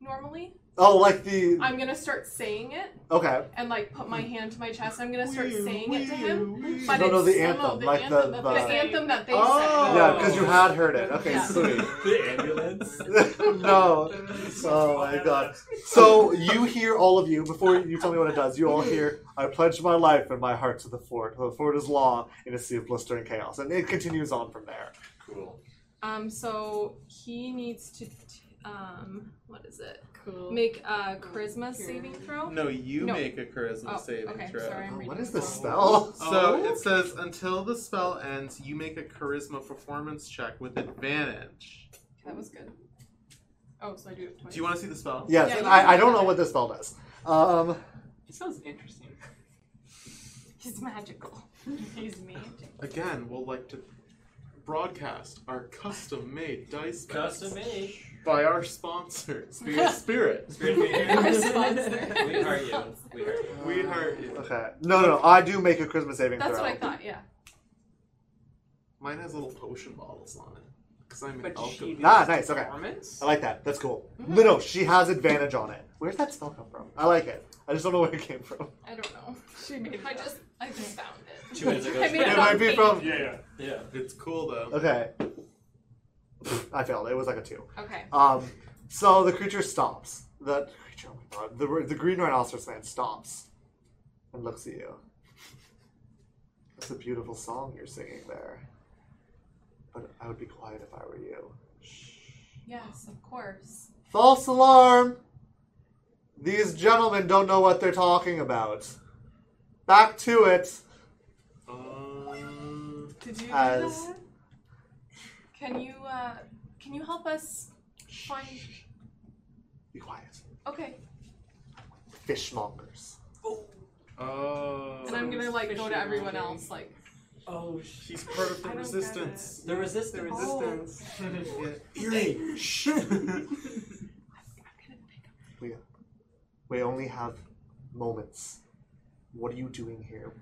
S4: normally,
S2: Oh, like the
S4: I'm gonna start saying it
S2: okay.
S4: and like put my hand to my chest. I'm gonna start saying it to him. But
S2: No, no,
S4: it's-
S2: the
S4: no,
S2: anthem,
S4: the
S2: like the-
S4: anthem that
S2: the-
S4: they sang. anthem that they
S5: Oh.
S4: sang.
S2: Yeah, because you had heard it. Okay,
S4: Yeah.
S2: sweet.
S3: the ambulance.
S2: no. Oh my god. So you hear all of you before you tell me what it does. You all hear, "I pledge my life and my heart to the fort. The fort is law in a sea of blistering chaos," and it continues on from there.
S3: Cool.
S4: Um, so he needs to, t- um, what is it?
S8: Cool.
S4: Make a charisma saving throw.
S5: No, you
S4: No.
S5: make a charisma
S4: Oh,
S5: saving
S4: okay,
S5: throw.
S4: sorry.
S2: Oh,
S4: I'm
S2: what
S4: reading
S2: is
S4: the
S2: this
S4: wrong
S2: spell?
S5: So
S4: Oh.
S5: it says until the spell ends, you make a charisma performance check with advantage.
S4: That was good. Oh, so I do it twice.
S5: Do you want to see the spell?
S2: Yes,
S4: Yeah,
S2: and
S4: you
S2: I, I don't
S4: can do
S2: know
S4: that.
S2: what this spell does. Um,
S6: It sounds interesting.
S4: He's magical. He's magic.
S5: Again, we'll like to broadcast our custom-made dice
S3: Custom
S5: made
S3: made.
S5: by our sponsor, Spirit Spirit.
S3: Spirit we
S4: Our
S3: heart
S4: sponsor.
S3: We heart you. We heart you.
S5: We hurt you.
S2: Okay. No, no, I do make a Christmas saving
S8: That's
S2: throw.
S8: what I thought, yeah.
S5: Mine has little potion bottles on it because I'm an
S6: But she
S5: alchemist.
S6: did
S2: Ah, nice, okay.
S6: performance?
S2: I like that. That's cool.
S8: Mm-hmm.
S2: No, no, she has advantage on it. Where's that spell come from? I like it. I just don't know where it came from.
S8: I don't know. She made I just I just found it.
S3: Two minutes ago.
S8: I mean,
S2: It
S8: I'm
S2: might be from.
S7: Yeah, yeah.
S3: yeah.
S5: It's cool though.
S2: Okay. Pfft, I failed. It was like a two.
S8: Okay.
S2: Um, so the creature stops. The creature, oh my god, the, the green rhinoceros man stops and looks at you. That's a beautiful song you're singing there. But I would be quiet if I were you.
S8: Yes, of course.
S2: False alarm! These gentlemen don't know what they're talking about. Back to it.
S5: Uh, Um,
S8: Did you do
S2: As-
S8: that? Can you uh can you help us find
S2: Be quiet.
S8: Okay.
S2: Fishmongers.
S5: oh.
S8: And I'm gonna like go to everyone else like
S3: Oh,
S5: He's part of the
S8: I don't get
S5: resistance.
S3: there was this.
S5: The
S3: There was
S6: Oh,
S3: this.
S8: Oh.
S5: resistance.
S2: Eerie. Shh. we, we only have moments. What are you doing here?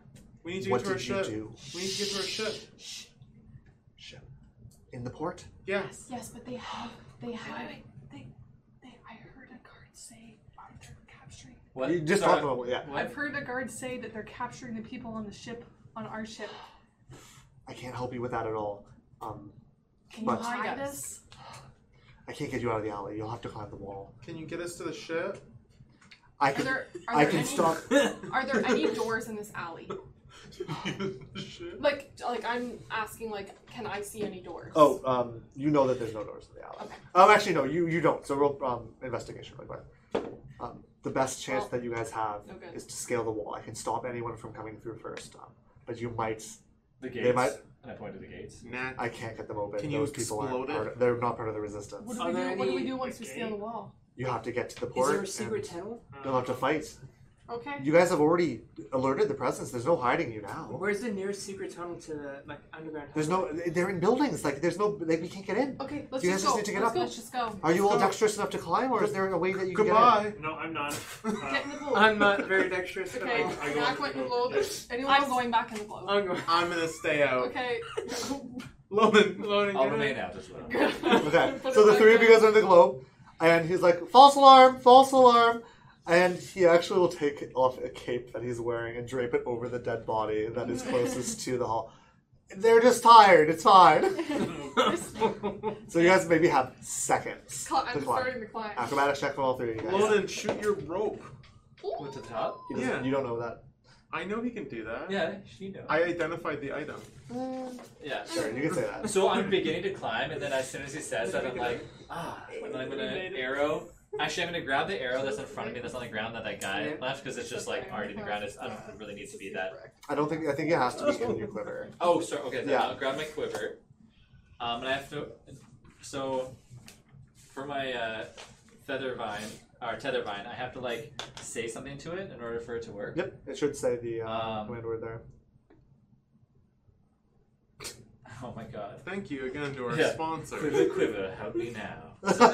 S5: We need to
S2: What
S5: get to our
S2: did you
S5: ship.
S2: do?
S5: We need to get to our ship.
S2: Ship. In the port?
S5: Yeah.
S8: Yes, but they have they have
S4: They, I heard a guard say that they're capturing.
S5: Uh,
S3: What?
S2: You just
S3: Sorry.
S2: talked about yeah.
S3: What?
S4: I've heard a guard say that they're capturing the people on the ship, on our ship.
S2: I can't help you with that at all. Um,
S8: Can
S2: But-
S8: you hide
S4: Hide
S8: us?
S2: I can't get you out of the alley. You'll have to climb the wall.
S5: Can you get us to the ship?
S2: I
S8: Are
S2: can.
S8: there are
S2: I
S8: there
S2: can
S8: any
S2: stop.
S8: are there any doors in this alley?
S5: The ship?
S8: Like like I'm asking like can I see any doors?
S2: Oh, um, you know that there's no doors to the alley.
S8: Okay.
S2: Um, actually, no, you you don't. So roll um, investigation, really quick. Um, the best
S5: Oh.
S2: chance that you guys have
S8: Okay.
S2: is to scale the wall. I can stop anyone from coming through first, um, but you might.
S3: The gates.
S2: might-
S3: And I pointed to the gates.
S5: Nah.
S2: I can't get them open.
S5: Can you
S2: Those people aren't.
S5: explode it?
S2: Part of, they're not part of the resistance.
S4: What do,
S6: Are
S4: we do,
S6: there
S4: what do we
S6: any
S4: do once we scale the wall?
S2: You have to get to the port. and
S6: tunnel?
S2: You'll
S7: Um,
S2: have to fight.
S8: Okay.
S2: You guys have already alerted the presence. There's no hiding you now.
S6: Where's the nearest secret tunnel to the like underground?
S2: There's no. They're in buildings. Like there's no. Like we can't get in.
S8: Okay, let's
S2: You guys
S8: just
S2: just
S8: go.
S2: need to get
S8: let's
S2: up.
S8: go. Let's just go.
S2: Are you all
S5: Go.
S2: dexterous enough to climb, or is there a way that you can get in?
S5: Goodbye.
S7: No, I'm not.
S8: Get in the
S7: Uh,
S8: boat.
S6: I'm not very dexterous. but
S8: Okay,
S6: I'll-
S7: I go
S8: Jack
S7: in
S8: went in
S7: the
S8: the
S7: boat.
S8: globe. Anyone
S6: I'm-
S8: I'm going back in the globe.
S6: I'm going.
S5: I'm gonna stay out.
S8: Okay.
S5: Loading, loading.
S3: I'll remain out as well.
S2: Okay,
S8: Put
S2: so
S8: it
S2: the
S8: back
S2: three of you
S8: down.
S2: guys are in the globe, and he's like, false alarm, false alarm. And he actually will take off a cape that he's wearing and drape it over the dead body that is closest to the hall. They're just tired, it's fine. So you guys maybe have seconds.
S8: Cl-
S2: to
S8: I'm
S2: climb.
S8: starting to climb.
S2: Acrobatics check from all three of you guys.
S5: Loading, shoot your rope.
S3: Went to the top.
S2: He doesn't-
S5: Yeah.
S2: You don't know that.
S5: I know he can do that.
S3: Yeah, she knows.
S5: I identified the item.
S3: yeah, sure.
S2: Sure, you can say that.
S3: So I'm beginning to climb, and then as soon as he says that, I'm like, ah, and then I'm gonna arrow. Actually, I'm gonna grab the arrow that's in front of me, that's on the ground that that guy left, because it's just like already in the ground. It's, I don't think it really needs to be that.
S2: I don't think. I think it has to be in your quiver.
S3: Oh, sorry. Okay, then
S2: Yeah.
S3: I'll grab my quiver. Um, and I have to. So, for my uh, feather vine or tether vine, I have to like say something to it in order for it to work.
S2: Yep, it should say the uh,
S3: Um,
S2: command word there.
S3: Oh my god.
S5: Thank you again to our
S3: Yeah.
S5: sponsor.
S3: Quiver, quiver, help me now.
S2: as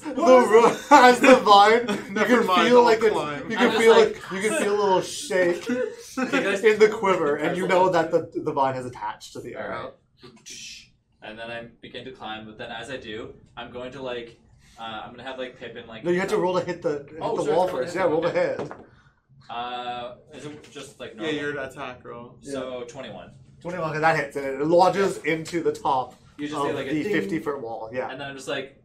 S2: the ro- as the vine, you
S5: Never
S2: can
S5: mind,
S2: feel
S5: I'll
S2: like it's,
S5: climb.
S2: you
S3: I
S2: can
S3: was
S2: feel like,
S3: like-
S2: you can feel a little shake
S3: guys-
S2: in the quiver, and you know that the the vine has attached to the
S3: All
S2: arrow.
S3: right. And then I begin to climb, but then as I do, I'm going to like, uh, I'm gonna have like Pippin like.
S2: No, you have to roll to hit the hit
S3: Oh,
S2: the
S3: sorry,
S2: wall
S3: roll to
S2: first.
S3: hit.
S2: Yeah, roll to hit.
S3: Uh, is it just like
S5: yeah,
S3: normal?
S5: your attack roll.
S3: So 21.
S2: Twenty-one. okay, That hits, and it lodges into the top
S3: You just say
S2: of
S3: like a
S2: the
S3: ding,
S2: fifty-foot wall. Yeah,
S3: and then I'm just like,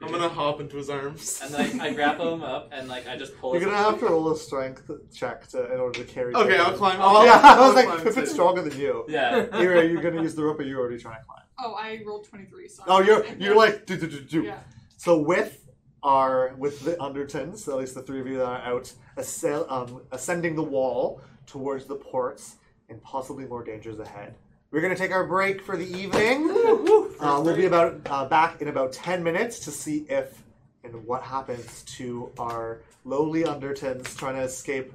S5: I'm gonna hop into his arms.
S3: and like I grab him up and like I just pull.
S2: you're
S3: his-
S2: gonna have to roll a strength check to in order to carry.
S5: Okay,
S2: Pippin.
S5: I'll climb. I'll,
S2: Yeah, Oh, I was
S5: Oh, I'll
S2: like,
S5: climb
S2: Pippin's
S5: too.
S2: stronger than you.
S3: Yeah.
S2: Ira, you're gonna use the rope, or you're already trying to climb.
S4: Oh, I rolled 23, sorry.
S2: Oh, you're you're like do do do do.
S4: Yeah.
S2: So with our with the Undertons, so at least the three of you that are out, ascel- um, ascending the wall towards the ports and possibly more dangers ahead. We're gonna take our break for the evening. Uh, we'll be about uh, back in about ten minutes to see if and what happens to our lowly Undertons trying to escape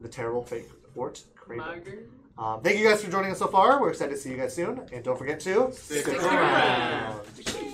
S2: the terrible fate of the fort, Craven.
S8: Mugger.
S2: Um, thank you guys for joining us so far. We're excited to see you guys soon. And don't forget to
S5: Stick
S8: around.
S2: around.
S6: Cheers.